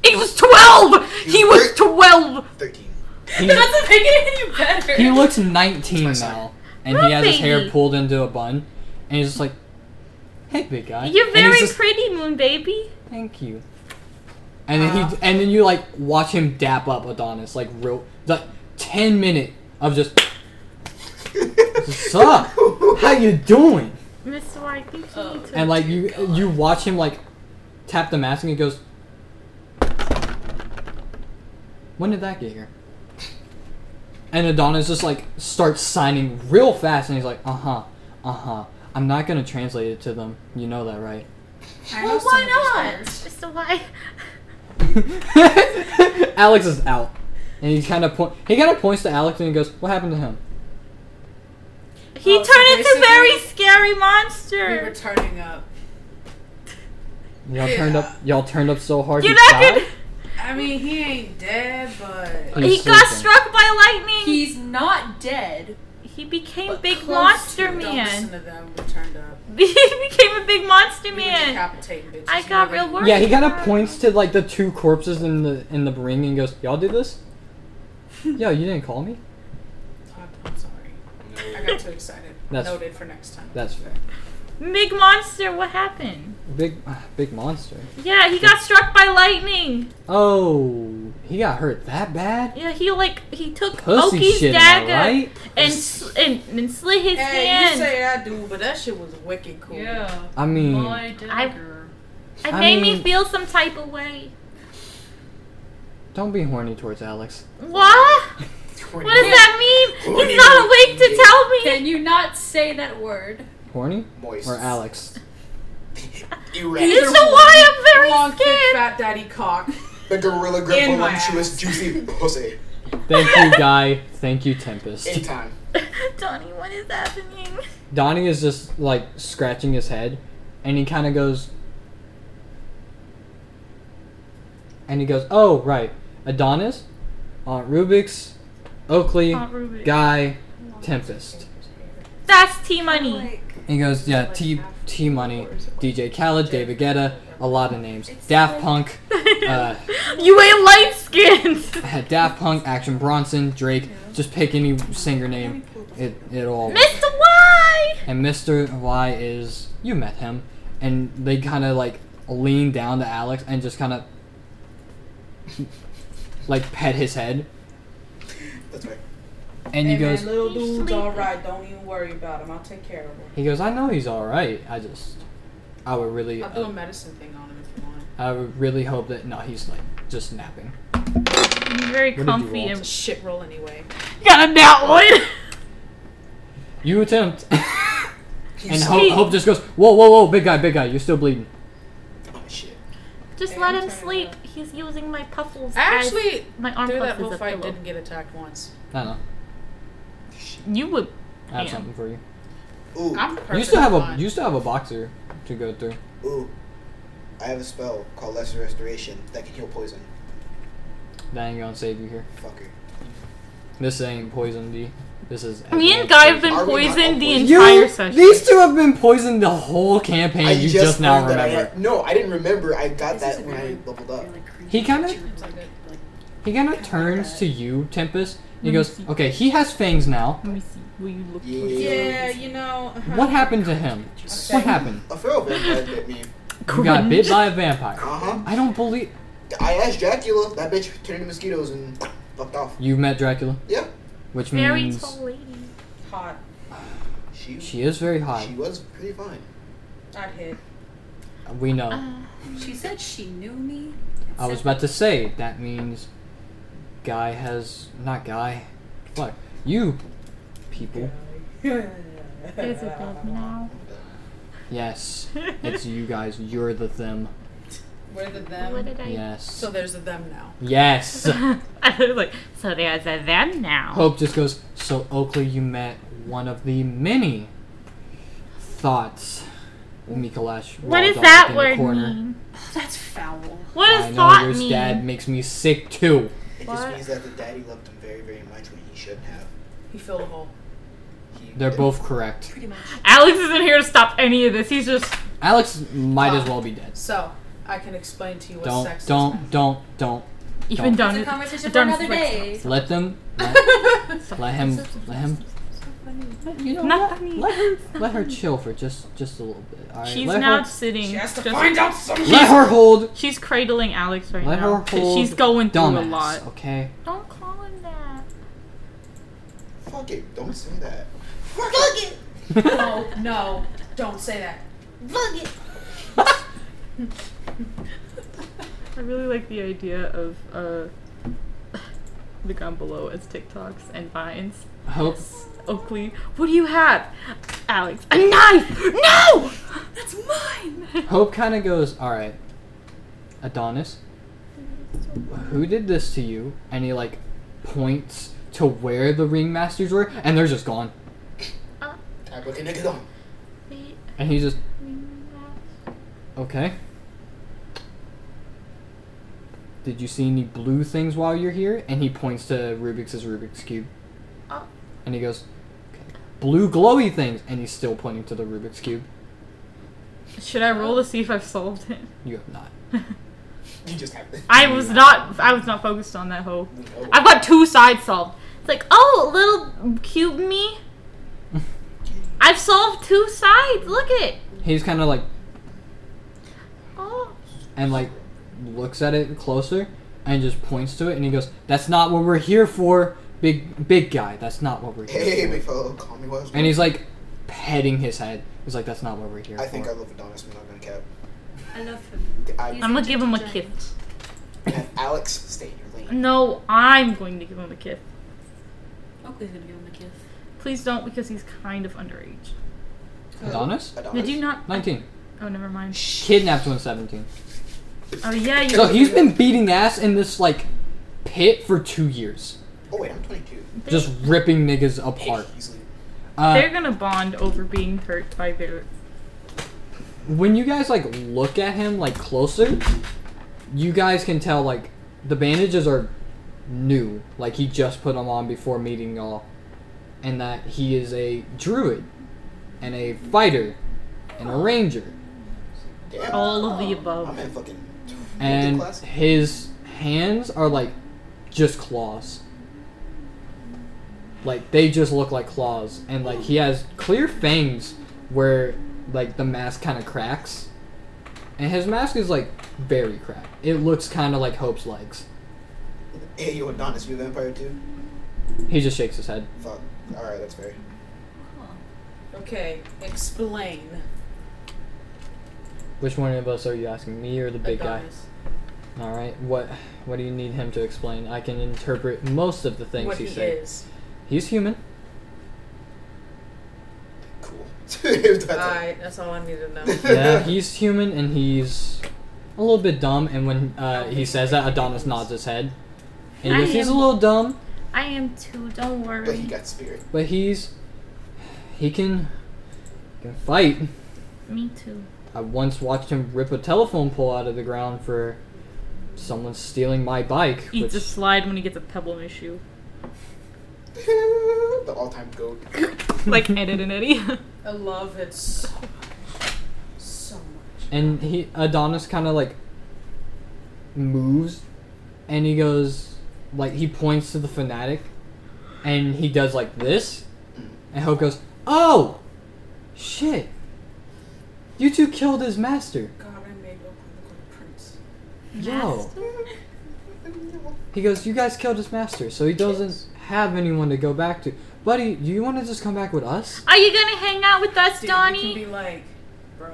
Speaker 1: He was twelve. He was twelve.
Speaker 4: Thirteen.
Speaker 1: *laughs*
Speaker 3: He,
Speaker 6: Doesn't make it any better.
Speaker 3: he looks 19
Speaker 4: It's my
Speaker 3: now, and
Speaker 1: Moon
Speaker 3: he has his hair
Speaker 1: baby.
Speaker 3: pulled into a bun, and he's just like, "Hey, big guy."
Speaker 1: You're
Speaker 3: and
Speaker 1: very
Speaker 3: he's just,
Speaker 1: pretty, Moon baby.
Speaker 3: Thank you. And then he and then you like watch him dap up Adonis like real like ten minute of just what's up? How you doing?
Speaker 1: Mr. Y, I think you
Speaker 5: Oh.
Speaker 1: need to.
Speaker 3: And like you you watch him like tap the mask and he goes. When did that get here? And Adonis just like starts signing real fast and he's like, uh huh, uh huh. I'm not gonna translate it to them. You know that, right? *laughs*
Speaker 5: I know
Speaker 1: well,
Speaker 5: some of these
Speaker 1: why not,
Speaker 5: words.
Speaker 1: Mr. Y?
Speaker 5: *laughs*
Speaker 3: Alex is out, and he kind of point. He kind of points to Alex and he goes, "What happened to him?"
Speaker 1: He
Speaker 5: Oh, so
Speaker 1: turned into
Speaker 5: basically-
Speaker 1: very
Speaker 5: We
Speaker 1: scary
Speaker 5: were
Speaker 1: monster.
Speaker 5: turning up.
Speaker 3: Y'all turned up. Y'all turned up so hard.
Speaker 1: You're
Speaker 3: he
Speaker 1: not
Speaker 3: died?
Speaker 1: gonna.
Speaker 5: I mean, he ain't dead, but
Speaker 1: He
Speaker 3: He's
Speaker 1: got
Speaker 3: sleeping.
Speaker 1: struck by lightning. He,
Speaker 6: He's not dead.
Speaker 1: became
Speaker 5: but
Speaker 1: big
Speaker 5: close
Speaker 1: monster
Speaker 5: to it. Don't listen
Speaker 1: man.
Speaker 5: to them. We turned up.
Speaker 1: *laughs* he became a big monster
Speaker 5: We were
Speaker 1: man.
Speaker 5: decapitating bitches.
Speaker 1: I
Speaker 5: You
Speaker 1: got
Speaker 5: know
Speaker 1: real
Speaker 5: that.
Speaker 1: worried.
Speaker 3: Yeah, he kind of points to like the two corpses in the in the ring and goes, "Y'all do this? Yo, you didn't call me.
Speaker 5: I'm I'm sorry. I got too excited.
Speaker 3: That's-
Speaker 5: Noted for next time.
Speaker 3: That's fair.
Speaker 1: Big monster, what happened?
Speaker 3: Big, big monster.
Speaker 1: Yeah, he got struck by lightning.
Speaker 3: Oh, he got hurt that bad.
Speaker 1: Yeah, he like he took
Speaker 3: Pussy
Speaker 1: Oki's
Speaker 3: shit, am I
Speaker 1: dagger
Speaker 3: right?
Speaker 1: and, s- and and slit his
Speaker 5: Hey, you
Speaker 1: hand.
Speaker 5: say I do, but that shit was wicked cool.
Speaker 6: Yeah.
Speaker 3: I mean,
Speaker 1: dagger. it
Speaker 3: I
Speaker 1: made me
Speaker 3: mean-
Speaker 1: feel some type of way.
Speaker 3: don't be horny towards Alex.
Speaker 1: What? What does
Speaker 4: *laughs*
Speaker 5: *laughs*
Speaker 1: that mean? He's not awake to tell me.
Speaker 6: Can you not say that word?
Speaker 3: Horny
Speaker 4: Moist. *laughs*
Speaker 3: or Alex?
Speaker 4: Erect.
Speaker 1: It's a why I'm
Speaker 5: Long,
Speaker 1: very
Speaker 5: thick,
Speaker 1: scared.
Speaker 5: fat daddy cock.
Speaker 4: The gorilla grip
Speaker 5: In my
Speaker 4: voluptuous juicy pussy.
Speaker 3: Thank you, guy. Thank you, Tempest.
Speaker 4: Anytime.
Speaker 1: *laughs* Donnie, what is happening?
Speaker 3: Donnie is just like scratching his head, and he kind of goes, and he goes, "Oh right, Adonis, Aunt Rubik's, Oakley,
Speaker 1: Aunt Ruby.
Speaker 3: Guy, Tempest."
Speaker 1: That's T Money.
Speaker 3: And he goes, "Yeah, T T Money, DJ Khaled, David Guetta, a lot of names. Daft Punk,
Speaker 1: *laughs*
Speaker 3: uh,
Speaker 1: You ain't light skinned.
Speaker 3: Daft Punk, Action Bronson, Drake. Just pick any singer name, it it all."
Speaker 1: Mr. Y!
Speaker 3: and Mr. Y is you met him, and they kind of like lean down to Alex and just kind of *laughs* like pet his head,
Speaker 4: That's right.
Speaker 3: and he
Speaker 5: Hey, man,
Speaker 3: goes,
Speaker 5: little
Speaker 1: He's
Speaker 5: dude's
Speaker 1: sleeping.
Speaker 5: all right. Don't even worry about him. I'll take care of him.
Speaker 3: he goes, I know he's all right. I just, I would really, uh,
Speaker 5: I'll do a medicine thing on him if you want.
Speaker 3: I would really hope that no, he's like just napping.
Speaker 1: I'm very
Speaker 3: What did you
Speaker 1: comfy
Speaker 3: roll?
Speaker 5: It's a
Speaker 1: and
Speaker 5: shit roll anyway.
Speaker 1: got a that one.
Speaker 3: You attempt, *laughs* and Hope,
Speaker 1: sleep.
Speaker 3: Hope just goes, whoa, whoa, whoa, big guy, big guy, you're still bleeding.
Speaker 4: Oh shit.
Speaker 1: *laughs* Just
Speaker 5: Yeah,
Speaker 1: let
Speaker 5: I'm
Speaker 1: him
Speaker 5: sorry
Speaker 1: sleep.
Speaker 5: about
Speaker 1: He's using my puffles.
Speaker 5: I actually,
Speaker 1: as my arm
Speaker 5: through
Speaker 1: puffs
Speaker 5: that whole
Speaker 1: as a
Speaker 5: fight,
Speaker 1: pillow.
Speaker 5: didn't get attacked once.
Speaker 3: I don't know.
Speaker 1: You would.
Speaker 3: I have
Speaker 1: Yeah.
Speaker 3: something for you.
Speaker 4: Ooh.
Speaker 5: I'm
Speaker 3: You still have a,
Speaker 5: perfectly
Speaker 3: you still have a boxer to go through.
Speaker 4: Ooh. I have a spell called Lesser Restoration that can heal poison.
Speaker 3: That ain't gonna save you here.
Speaker 4: Fucker.
Speaker 3: This ain't poison D. This is.
Speaker 1: Me and Guy have been
Speaker 4: Are we not all
Speaker 1: poisoned the
Speaker 4: poisoned?
Speaker 1: entire session.
Speaker 3: These two have been poisoned the whole campaign. you just, now
Speaker 4: learned that I
Speaker 3: remember.
Speaker 4: had- no, I didn't remember. I got
Speaker 6: This
Speaker 4: that
Speaker 6: is
Speaker 4: when
Speaker 6: really-
Speaker 4: I leveled up.
Speaker 6: really creepy.
Speaker 3: He kinda-
Speaker 6: It's like a- like-
Speaker 3: He kind of turns to you, Tempest. and
Speaker 1: Mm-hmm.
Speaker 3: He goes, "Okay, he has fangs now.
Speaker 1: Let me see. Will you look?
Speaker 4: Yeah.
Speaker 5: fine.
Speaker 4: you.
Speaker 5: Yeah, you know. *laughs* uh-huh.
Speaker 3: What happened to him? What happened?
Speaker 4: A feral vampire bit me.
Speaker 3: You got bit by a vampire.
Speaker 4: Uh huh.
Speaker 3: I don't believe
Speaker 4: I asked Dracula. That bitch turned into mosquitoes and fucked off.
Speaker 3: you met Dracula,
Speaker 4: Yeah.
Speaker 3: which
Speaker 1: Very
Speaker 3: means
Speaker 1: tall lady.
Speaker 5: Hot.
Speaker 4: She she,
Speaker 3: she is very hot.
Speaker 4: was pretty fine.
Speaker 5: I'd hit.
Speaker 3: *laughs* We know.
Speaker 1: Uh,
Speaker 6: She said she knew me.
Speaker 3: I was about to say that means guy has not guy. What? You people.
Speaker 8: There's a dub now.
Speaker 1: *laughs*
Speaker 3: Yes. It's you guys. You're the them.
Speaker 5: We're the
Speaker 8: What
Speaker 5: them.
Speaker 8: did I?
Speaker 3: Yes.
Speaker 5: So there's a them now.
Speaker 1: *laughs*
Speaker 3: yes.
Speaker 8: I was like, so there's a them now.
Speaker 3: Hope just goes, so Oakley, you met one of the many thoughts. Mikalash.
Speaker 8: what does
Speaker 3: walled off
Speaker 8: that
Speaker 3: in the
Speaker 8: word
Speaker 3: corner.
Speaker 8: mean?
Speaker 6: Oh,
Speaker 5: That's foul.
Speaker 8: What
Speaker 3: I
Speaker 8: does
Speaker 3: know
Speaker 8: thought
Speaker 3: your
Speaker 8: mean?
Speaker 3: dad makes me sick too.
Speaker 4: It
Speaker 8: What?
Speaker 4: just means that the daddy loved him very, very much when he shouldn't have.
Speaker 5: He filled a hole.
Speaker 4: He
Speaker 3: They're
Speaker 4: did-
Speaker 3: both correct.
Speaker 1: Alex isn't here to stop any of this. He's just
Speaker 3: Alex might as well be dead.
Speaker 5: So I can explain to you what
Speaker 3: Don't,
Speaker 5: sex is.
Speaker 3: don't, don't, don't.
Speaker 1: even
Speaker 3: Don't.
Speaker 1: done
Speaker 6: It's a
Speaker 1: it.
Speaker 6: conversation for
Speaker 1: Done
Speaker 6: another
Speaker 1: flex
Speaker 6: day.
Speaker 3: Let them.
Speaker 8: *laughs*
Speaker 3: Let, let him. Let him. Let- You know,
Speaker 1: Not
Speaker 3: let,
Speaker 1: funny.
Speaker 3: let
Speaker 8: *laughs*
Speaker 3: her. Let her chill for just, just a little bit. All right.
Speaker 1: She's
Speaker 3: let
Speaker 1: now
Speaker 3: Her,
Speaker 1: sitting.
Speaker 7: She has to
Speaker 1: just-
Speaker 7: find out something.
Speaker 3: let
Speaker 8: *laughs*
Speaker 3: her hold.
Speaker 1: She's cradling Alex right
Speaker 3: Let
Speaker 1: now.
Speaker 3: her
Speaker 1: She- She's
Speaker 3: hold
Speaker 1: going through
Speaker 3: Dumbass.
Speaker 1: a lot.
Speaker 3: Okay.
Speaker 8: Don't call him that.
Speaker 4: Fuck it. Don't say that.
Speaker 8: Oh.
Speaker 5: No, no, don't say that.
Speaker 1: I really like the idea of uh, *sighs* the gun below as TikToks and vines.
Speaker 3: *laughs* Hope.
Speaker 1: Oakley, what do you have? Alex, a knife! No!
Speaker 6: That's mine.
Speaker 3: Hope kind of goes. All right. Adonis. Who did this to you? And he like points to where the ringmasters were, and they're just gone.
Speaker 4: I put in a gun.
Speaker 3: And he just. Okay. Did you see any blue things while you're here? And he points to Rubik's Rubik's cube.
Speaker 8: Oh.
Speaker 3: And he goes, okay. blue glowy things, and he's still pointing to the Rubik's cube.
Speaker 1: Should I roll to see if I've solved it?
Speaker 3: You have not.
Speaker 4: You just have to.
Speaker 1: I was not. I was not focused on that hoe.
Speaker 4: We know.
Speaker 1: I've got two sides solved.
Speaker 8: It's like, oh, little cute me. I've solved two sides. Look it.
Speaker 3: He's kind of like
Speaker 8: Oh,
Speaker 3: and like looks at it closer and just points to it, and he goes, "That's not what we're here for, big big guy. That's not what we're here
Speaker 4: Hey,
Speaker 3: for."
Speaker 4: big fellow, call me what I was
Speaker 3: And he's like petting his head. He's like, "That's not what we're here
Speaker 4: I
Speaker 3: for."
Speaker 4: think I love Adonis. I'm not gonna cap.
Speaker 6: I love him.
Speaker 4: I,
Speaker 1: I'm gonna give him a
Speaker 6: Giant.
Speaker 1: kiss.
Speaker 4: have Alex, stay in your lane.
Speaker 1: No, I'm going to give him a kiss.
Speaker 6: Oakley's gonna give him a kiss.
Speaker 1: Please don't, because he's kind of underage.
Speaker 3: *laughs* Adonis,
Speaker 4: Adonis.
Speaker 1: Did you not?
Speaker 3: nineteen,
Speaker 1: Oh, never mind.
Speaker 3: kidnapped when seventeen.
Speaker 1: Oh yeah, you.
Speaker 3: So he's been beating ass in this like pit for two years,
Speaker 4: Oh wait, I'm 22.
Speaker 3: just ripping niggas apart.
Speaker 4: Easily.
Speaker 3: Uh,
Speaker 1: They're gonna bond over being hurt by their.
Speaker 3: when you guys like look at him like closer, you guys can tell like the bandages are new, like he just put them on before meeting y'all, and that he is a druid, and a fighter, and a ranger,
Speaker 4: Damn.
Speaker 1: All of the above.
Speaker 4: I'm in fucking.
Speaker 3: and
Speaker 4: class.
Speaker 3: his hands are like just claws. Like they just look like claws, and like he has clear fangs where like the mask kind of cracks, and his mask is like very cracked. It looks kind of like Hope's legs.
Speaker 4: Hey, yo, Adonis, you a vampire too?
Speaker 3: He just shakes his head.
Speaker 4: Fuck. All right, that's fair.
Speaker 5: Okay, explain.
Speaker 3: Which one of us are you asking, me or the big
Speaker 5: Adonis.
Speaker 3: guy? All right, what what do you need him to explain? I can interpret most of the things
Speaker 5: What
Speaker 3: he,
Speaker 5: he
Speaker 3: said.
Speaker 5: is.
Speaker 3: He's human.
Speaker 4: Cool. *laughs* That's it.
Speaker 5: Alright, that's all I need to know.
Speaker 3: *laughs* yeah, he's human and he's a little bit dumb. And when uh, he says that, Adonis nods his head. And he
Speaker 8: I
Speaker 3: goes, he's a
Speaker 8: am-
Speaker 3: little dumb,
Speaker 8: I am too. Don't
Speaker 4: But he
Speaker 8: worry.
Speaker 4: got spirit. *laughs*
Speaker 3: but he's he can can fight.
Speaker 8: Me too.
Speaker 3: I once watched him rip a telephone pole out of the ground for someone stealing my bike.
Speaker 1: Eats a
Speaker 3: which-
Speaker 1: slide when he gets a pebble in his shoe.
Speaker 4: the all-time goat.
Speaker 1: Like Edit and Eddie. *laughs*
Speaker 5: I love it so much. So much.
Speaker 3: and he Adonis kind of like moves, and he goes like he points to the fanatic, and he does like this, and Hope goes, "Oh, shit! You two killed his master."
Speaker 5: God, I made Oakland look like a prince.
Speaker 3: Yo. He goes, "You guys killed his master, so he doesn't have anyone to go back to." Buddy, do you want to just come back with us?
Speaker 8: Are you gonna hang out with us,
Speaker 5: Dude,
Speaker 8: Donnie?
Speaker 5: You can be like, bros.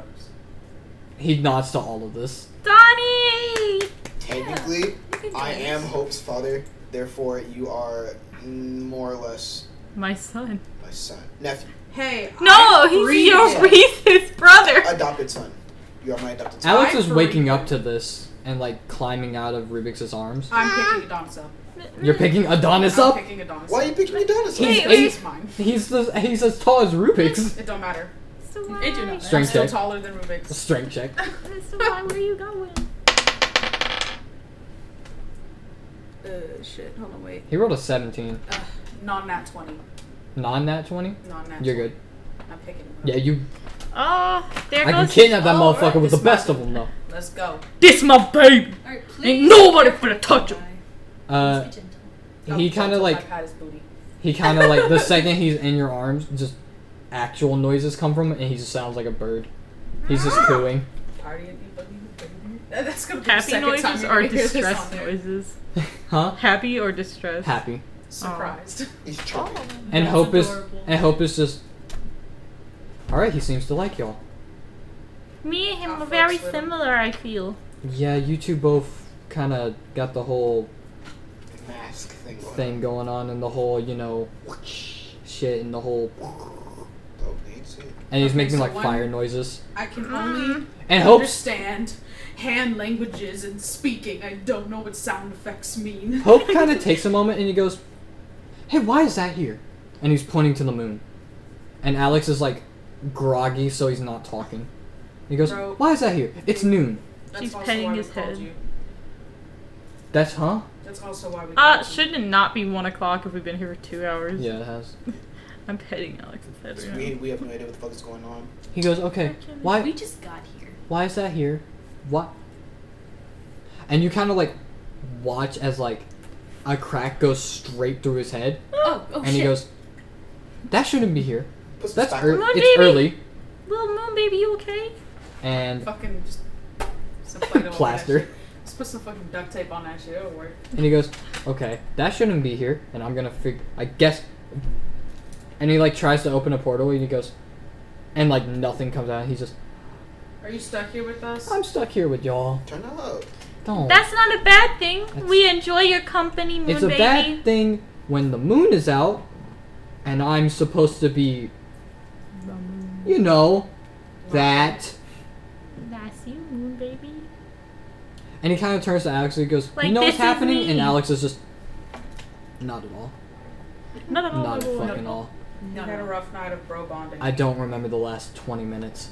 Speaker 3: He nods to all of this.
Speaker 8: Donnie!
Speaker 4: *laughs* Technically, I am Hope's father. Therefore, you are more or less
Speaker 1: My son.
Speaker 4: my son, nephew,
Speaker 5: Hey,
Speaker 1: No,
Speaker 5: I
Speaker 1: he's
Speaker 5: breathe it.
Speaker 1: your
Speaker 8: *laughs*
Speaker 1: he's his brother.
Speaker 4: adopted son. You are my adopted son.
Speaker 3: Alex
Speaker 5: I
Speaker 3: is waking
Speaker 5: breathe.
Speaker 3: up to this and like climbing out of Rubik's arms.
Speaker 5: I'm
Speaker 1: *laughs*
Speaker 5: picking Adonis up.
Speaker 3: You're picking Adonis
Speaker 5: I'm
Speaker 3: up.
Speaker 5: picking Adonis
Speaker 4: Why are
Speaker 5: up.
Speaker 4: you picking Adonis?
Speaker 3: He's
Speaker 1: Wait,
Speaker 3: eight.
Speaker 5: It's mine.
Speaker 3: He's the, he's as tall as Rubik's.
Speaker 5: It don't matter.
Speaker 8: So why?
Speaker 2: It do not
Speaker 5: I'm
Speaker 3: Strength
Speaker 5: still
Speaker 3: check.
Speaker 5: taller than Rubik's.
Speaker 3: Strength check.
Speaker 8: So why? Where are you going?
Speaker 2: Uh, shit. Hold on, wait.
Speaker 3: He rolled a 17.
Speaker 5: Non nat 20.
Speaker 3: Non nat 20.
Speaker 5: Non nat
Speaker 3: You're good.
Speaker 5: I'm picking him up.
Speaker 3: Yeah, you.
Speaker 1: Ah,
Speaker 8: Oh, there
Speaker 3: I
Speaker 8: goes.
Speaker 3: can kidnap that
Speaker 8: Oh,
Speaker 3: motherfucker with the
Speaker 5: this
Speaker 3: best of
Speaker 6: *laughs*
Speaker 3: them though.
Speaker 5: Let's go.
Speaker 1: This my baby.
Speaker 6: Alright, please.
Speaker 1: Ain't nobody finna touch him.
Speaker 3: Uh,
Speaker 6: Be gentle.
Speaker 3: he kind of like
Speaker 5: I pat his booty.
Speaker 3: He kind of like the second he's in your arms, just actual noises come from him, and he just sounds like a bird. He's
Speaker 6: Ah.
Speaker 3: just cooing. *laughs*
Speaker 5: Party and eat booty, booty. *laughs* That's gonna be the
Speaker 1: Happy
Speaker 5: second time
Speaker 1: noises
Speaker 5: you're
Speaker 1: are
Speaker 5: gonna hear this
Speaker 1: distress
Speaker 5: on there.
Speaker 1: noises.
Speaker 3: Huh?
Speaker 1: Happy or distress?
Speaker 3: Happy.
Speaker 5: Surprised.
Speaker 4: He's chirping.
Speaker 3: And
Speaker 6: That's
Speaker 3: hope is
Speaker 6: adorable.
Speaker 3: and hope is just. All right, he seems to like y'all.
Speaker 8: Me and him
Speaker 5: Oh,
Speaker 8: are
Speaker 5: folks,
Speaker 8: very
Speaker 5: little-
Speaker 8: similar. I feel.
Speaker 3: Yeah, you two both kind of got the whole
Speaker 1: Oh.
Speaker 4: Mask thing. Going
Speaker 3: thing going on, and the whole you know
Speaker 4: On.
Speaker 3: shit, and the whole.
Speaker 4: Oh, that's it.
Speaker 3: And he's
Speaker 5: Okay,
Speaker 3: making
Speaker 5: so
Speaker 3: like
Speaker 5: one-
Speaker 3: fire noises.
Speaker 5: I can
Speaker 1: Mm.
Speaker 5: only
Speaker 3: And hopes
Speaker 5: understand hand languages and speaking. I don't know what sound effects mean.
Speaker 3: Hope kind of takes a moment and he goes, "Hey, why is that here?" And he's pointing to the moon. And Alex is like groggy, so he's not talking. He goes,
Speaker 5: Bro.
Speaker 3: "Why is that here? It's noon."
Speaker 5: That's
Speaker 1: She's
Speaker 5: also
Speaker 1: petting
Speaker 5: why we
Speaker 1: his
Speaker 5: called
Speaker 1: head.
Speaker 5: You.
Speaker 3: That's huh?
Speaker 5: That's also why we.
Speaker 1: Uh,
Speaker 5: called you.
Speaker 1: should it not be one o'clock if we've been here for two hours?
Speaker 3: Yeah, it has.
Speaker 1: I'm petting Alex's head.
Speaker 4: It's
Speaker 1: right
Speaker 4: weird. We have no idea what the fuck is going on.
Speaker 3: He goes, "Okay,
Speaker 6: We
Speaker 3: why?
Speaker 6: just got here.
Speaker 3: Why is that here? What?" And you kind of like watch as like a crack goes straight through his head,
Speaker 6: Oh, oh
Speaker 3: and
Speaker 6: shit.
Speaker 3: he goes, "That shouldn't be here.
Speaker 4: Put some
Speaker 3: That's
Speaker 4: stock
Speaker 3: ear-
Speaker 4: on it.
Speaker 8: on,
Speaker 3: it's
Speaker 8: baby.
Speaker 3: early."
Speaker 8: now. Little moon baby, you okay?
Speaker 3: And
Speaker 5: fucking just
Speaker 3: *laughs*
Speaker 5: some Play-Doh on
Speaker 3: Plaster.
Speaker 5: that shit. Just put some fucking duct tape on that shit. It'll work.
Speaker 3: And he goes, "Okay, that shouldn't be here." And I'm gonna fig. I guess. And he like tries to open a portal, and he goes, and like nothing comes out. He's just,
Speaker 5: Are you stuck here with us?
Speaker 3: "I'm stuck here with y'all.
Speaker 4: Turn up.
Speaker 3: Don't."
Speaker 8: That's not a bad thing.
Speaker 3: Oh. That's-
Speaker 8: We enjoy your company, moon
Speaker 3: it's a
Speaker 8: baby.
Speaker 3: bad thing when the moon is out, and I'm supposed to be, you know, that.
Speaker 8: That's you, moon baby.
Speaker 3: And he kind of turns to Alex and he goes,
Speaker 8: Like,
Speaker 3: "You know
Speaker 8: this
Speaker 3: what's
Speaker 8: is
Speaker 3: happening?"
Speaker 8: me.
Speaker 3: And Alex is just, "Not at all.
Speaker 8: Not at all.
Speaker 3: Not
Speaker 8: no, no, no.
Speaker 3: at fucking all.
Speaker 5: You had a rough night of bro bonding.
Speaker 3: I don't remember the last twenty minutes."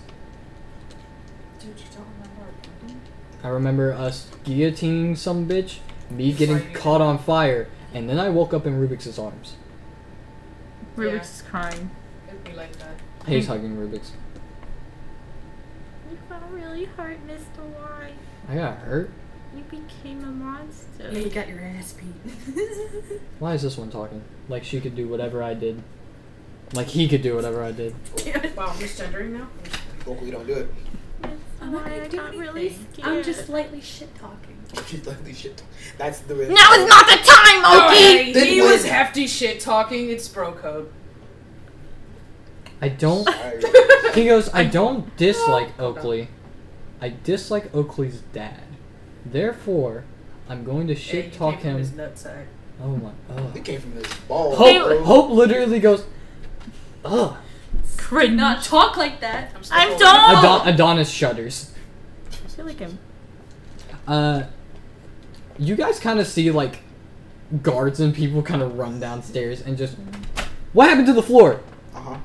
Speaker 5: Dude, you don't remember.
Speaker 3: I remember us guillotining some bitch,
Speaker 5: Just
Speaker 3: me
Speaker 5: like
Speaker 3: getting
Speaker 5: you.
Speaker 3: caught on fire, and then I woke up in Rubik's arms.
Speaker 1: Rubik's
Speaker 5: Yeah.
Speaker 1: is crying.
Speaker 5: It'd be like that.
Speaker 3: He's hugging Rubik's.
Speaker 8: You got really hurt, Mr. Y.
Speaker 3: I got hurt.
Speaker 8: You became a monster.
Speaker 6: Oh,
Speaker 2: Yeah, you got your ass
Speaker 6: *laughs*
Speaker 2: beat.
Speaker 3: Why is this one talking? Like she could do whatever I did. Like he could do whatever I did.
Speaker 5: Wow, I'm misgendering now.
Speaker 4: Vocally, don't do it. *laughs*
Speaker 8: I'm not gonna do anything.
Speaker 6: I'm just lightly shit talking.
Speaker 4: She's ugly shit. That's the real.
Speaker 8: Now is not the time, Oki!
Speaker 5: Alright,
Speaker 4: Then
Speaker 5: he
Speaker 4: what?
Speaker 5: was hefty shit talking. It's bro code.
Speaker 3: I *laughs* don't.
Speaker 4: Alright.
Speaker 3: He goes, I don't dislike Oakley. I dislike Oakley's dad. Therefore, I'm going to
Speaker 5: Yeah, you
Speaker 3: shit
Speaker 5: came
Speaker 3: talk
Speaker 5: from His
Speaker 3: him.
Speaker 5: nutsack.
Speaker 3: Oh my.
Speaker 4: We
Speaker 3: Ugh.
Speaker 4: came from this ball.
Speaker 3: Hope, Hope literally goes, ugh.
Speaker 1: Cringe.
Speaker 6: Not talk like that.
Speaker 5: still
Speaker 8: I'm
Speaker 5: holding
Speaker 1: Oh!
Speaker 8: done.
Speaker 3: Adon- Adonis shudders.
Speaker 1: I feel like I'm.
Speaker 3: Uh, you guys kind of see like guards and people kind of run downstairs and just what happened to the floor?
Speaker 4: Uh huh.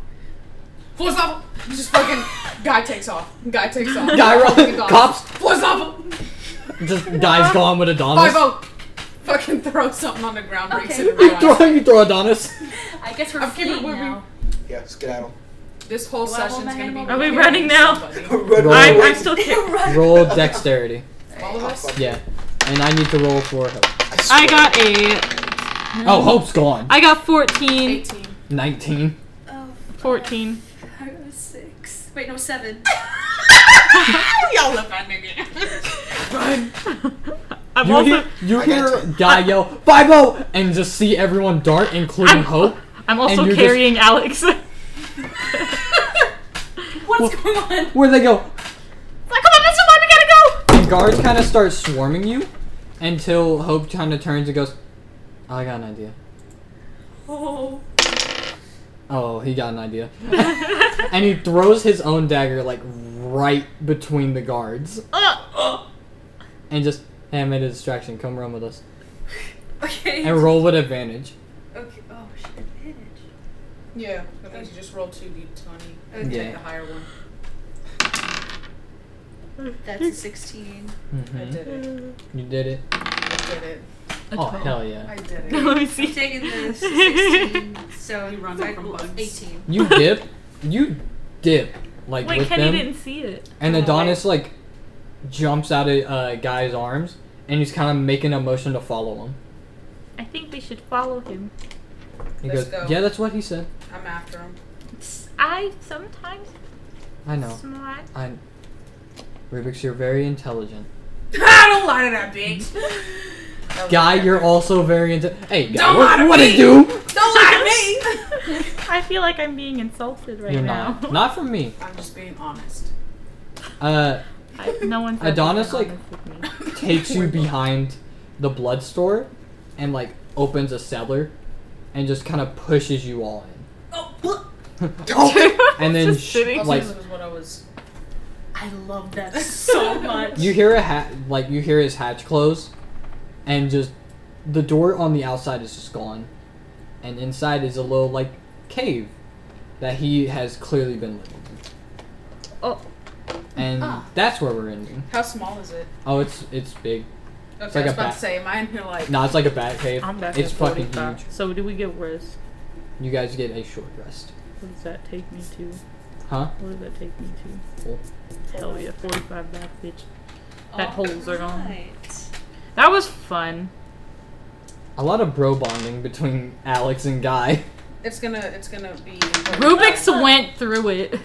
Speaker 5: Force off! Just fucking guy takes off. Guy takes off.
Speaker 3: Guy
Speaker 5: Fucking
Speaker 3: run,
Speaker 5: gone.
Speaker 3: cops
Speaker 5: Force off!
Speaker 3: just dies gone with
Speaker 5: Five
Speaker 3: Adonis.
Speaker 5: oh. Fucking throw something on the ground, breaks
Speaker 6: Okay.
Speaker 5: it. and runs.
Speaker 3: throw you throw Adonis.
Speaker 6: I guess we're
Speaker 5: I'm keeping
Speaker 6: fleeing
Speaker 5: where we-
Speaker 6: now.
Speaker 4: Yeah, skedaddle. *laughs*
Speaker 5: This whole
Speaker 6: Well,
Speaker 5: session's
Speaker 6: my
Speaker 5: gonna be.
Speaker 6: hand
Speaker 1: Are we
Speaker 5: me
Speaker 1: running now?
Speaker 5: somebody.
Speaker 3: Oh.
Speaker 4: Run
Speaker 1: I'm,
Speaker 4: away.
Speaker 1: I'm
Speaker 8: *laughs*
Speaker 1: still kidding.
Speaker 3: Roll dexterity.
Speaker 5: All of
Speaker 4: Oh,
Speaker 5: us.
Speaker 4: fuck.
Speaker 3: Yeah, and I need to roll for hope.
Speaker 4: swear.
Speaker 1: I got a.
Speaker 3: Oh, hope's gone.
Speaker 1: I got 14.
Speaker 5: Eighteen.
Speaker 3: Nineteen.
Speaker 6: Oh,
Speaker 1: 14.
Speaker 6: I was six. Wait, no, seven.
Speaker 5: Y'all love that nigga.
Speaker 1: I'm
Speaker 3: You
Speaker 1: also,
Speaker 3: hear, you
Speaker 4: I got
Speaker 3: hear guy yell five oh, and just see everyone dart, including
Speaker 1: I'm-
Speaker 3: hope.
Speaker 1: I'm also
Speaker 3: you're just-
Speaker 1: carrying
Speaker 8: *laughs*
Speaker 1: Alex. *laughs* like,
Speaker 6: What's going on?
Speaker 3: Where they go?
Speaker 1: come on, Mr. Why we gotta go!
Speaker 3: And guards kind of start swarming you until Hope kind of turns and goes, I got an idea.
Speaker 2: Oh.
Speaker 3: Oh, he got an idea.
Speaker 8: *laughs*
Speaker 3: and he throws his own dagger like right between the guards.
Speaker 8: Uh,
Speaker 3: And just hey, I made a distraction. Come run with us.
Speaker 6: Okay.
Speaker 3: And roll with advantage.
Speaker 6: okay. Oh shit. Advantage.
Speaker 5: Yeah, that means you just roll two d20. and
Speaker 3: Okay.
Speaker 5: Take the higher one.
Speaker 6: That's a sixteen.
Speaker 5: I
Speaker 3: Mhm.
Speaker 5: did it.
Speaker 3: You did it.
Speaker 5: I did it.
Speaker 3: Oh hell yeah!
Speaker 5: I did
Speaker 1: *laughs*
Speaker 5: it.
Speaker 1: Let me
Speaker 6: I'm
Speaker 1: see.
Speaker 6: taking this to sixteen. So
Speaker 5: He runs
Speaker 6: I
Speaker 5: from
Speaker 6: rolled
Speaker 5: bugs.
Speaker 6: eighteen.
Speaker 1: *laughs*
Speaker 3: You dip. You dip like
Speaker 1: Wait,
Speaker 3: with
Speaker 1: Kenny
Speaker 3: them.
Speaker 1: didn't see it.
Speaker 3: And
Speaker 5: Oh,
Speaker 3: Adonis like jumps out of uh, guy's arms and he's kind of making a motion to follow him.
Speaker 1: I think we should follow him.
Speaker 3: He
Speaker 5: Let's
Speaker 3: goes,
Speaker 5: go.
Speaker 3: "Yeah, that's what he said."
Speaker 5: I'm after *laughs* him.
Speaker 1: I sometimes
Speaker 3: I know.
Speaker 1: smart.
Speaker 3: I. Rubik's, you're very intelligent.
Speaker 5: Ah, don't lie to that bitch. That was
Speaker 3: *laughs* Guy,
Speaker 5: Oh, okay.
Speaker 3: you're also very intelligent. Hey, guy,
Speaker 5: Don't lie
Speaker 3: what,
Speaker 5: to
Speaker 3: what it
Speaker 5: me!
Speaker 3: do?
Speaker 5: Don't lie to me.
Speaker 3: *laughs*
Speaker 1: *laughs* I feel like I'm being insulted right
Speaker 3: you're
Speaker 1: now.
Speaker 5: *laughs*
Speaker 3: not. Not from me.
Speaker 5: I'm just being honest. *laughs*
Speaker 3: Uh,
Speaker 1: *laughs* I, no one's ever
Speaker 3: *laughs* Adonis,
Speaker 1: been
Speaker 3: like-
Speaker 1: honest with me.
Speaker 3: takes you behind the blood store and like opens a cellar and just kind of pushes you all
Speaker 5: *laughs*
Speaker 3: in.
Speaker 2: Oh, bleh.
Speaker 3: And then
Speaker 1: Just
Speaker 3: sh-
Speaker 1: sitting.
Speaker 5: Also,
Speaker 3: like
Speaker 5: this was what I was.
Speaker 2: I love that
Speaker 6: *laughs*
Speaker 2: so much.
Speaker 3: You hear a hat, like you hear his hatch close, and just the door on the outside is just gone, and inside is a little like cave that he has clearly been living. in.
Speaker 1: Oh.
Speaker 3: And that's where we're ending.
Speaker 5: How small is it?
Speaker 3: Oh, it's it's big.
Speaker 5: Okay,
Speaker 3: like
Speaker 5: I was
Speaker 3: a
Speaker 5: about
Speaker 3: bat.
Speaker 5: to say, mine here like.
Speaker 3: No, it's like a bat cave.
Speaker 1: I'm back
Speaker 3: it's
Speaker 1: at
Speaker 3: fucking
Speaker 1: 45.
Speaker 3: huge.
Speaker 1: So do we get worse?
Speaker 3: You guys get a short rest,
Speaker 1: What does that take me to?
Speaker 3: huh?
Speaker 1: What does that take me to?
Speaker 3: Cool.
Speaker 1: Hell yeah, 45 back, bitch. That holes are gone.
Speaker 6: Alright.
Speaker 1: That was fun.
Speaker 3: A lot of bro bonding between Alex and Guy. *laughs*
Speaker 5: It's gonna. It's gonna be. *laughs*
Speaker 1: Rubik's went through it.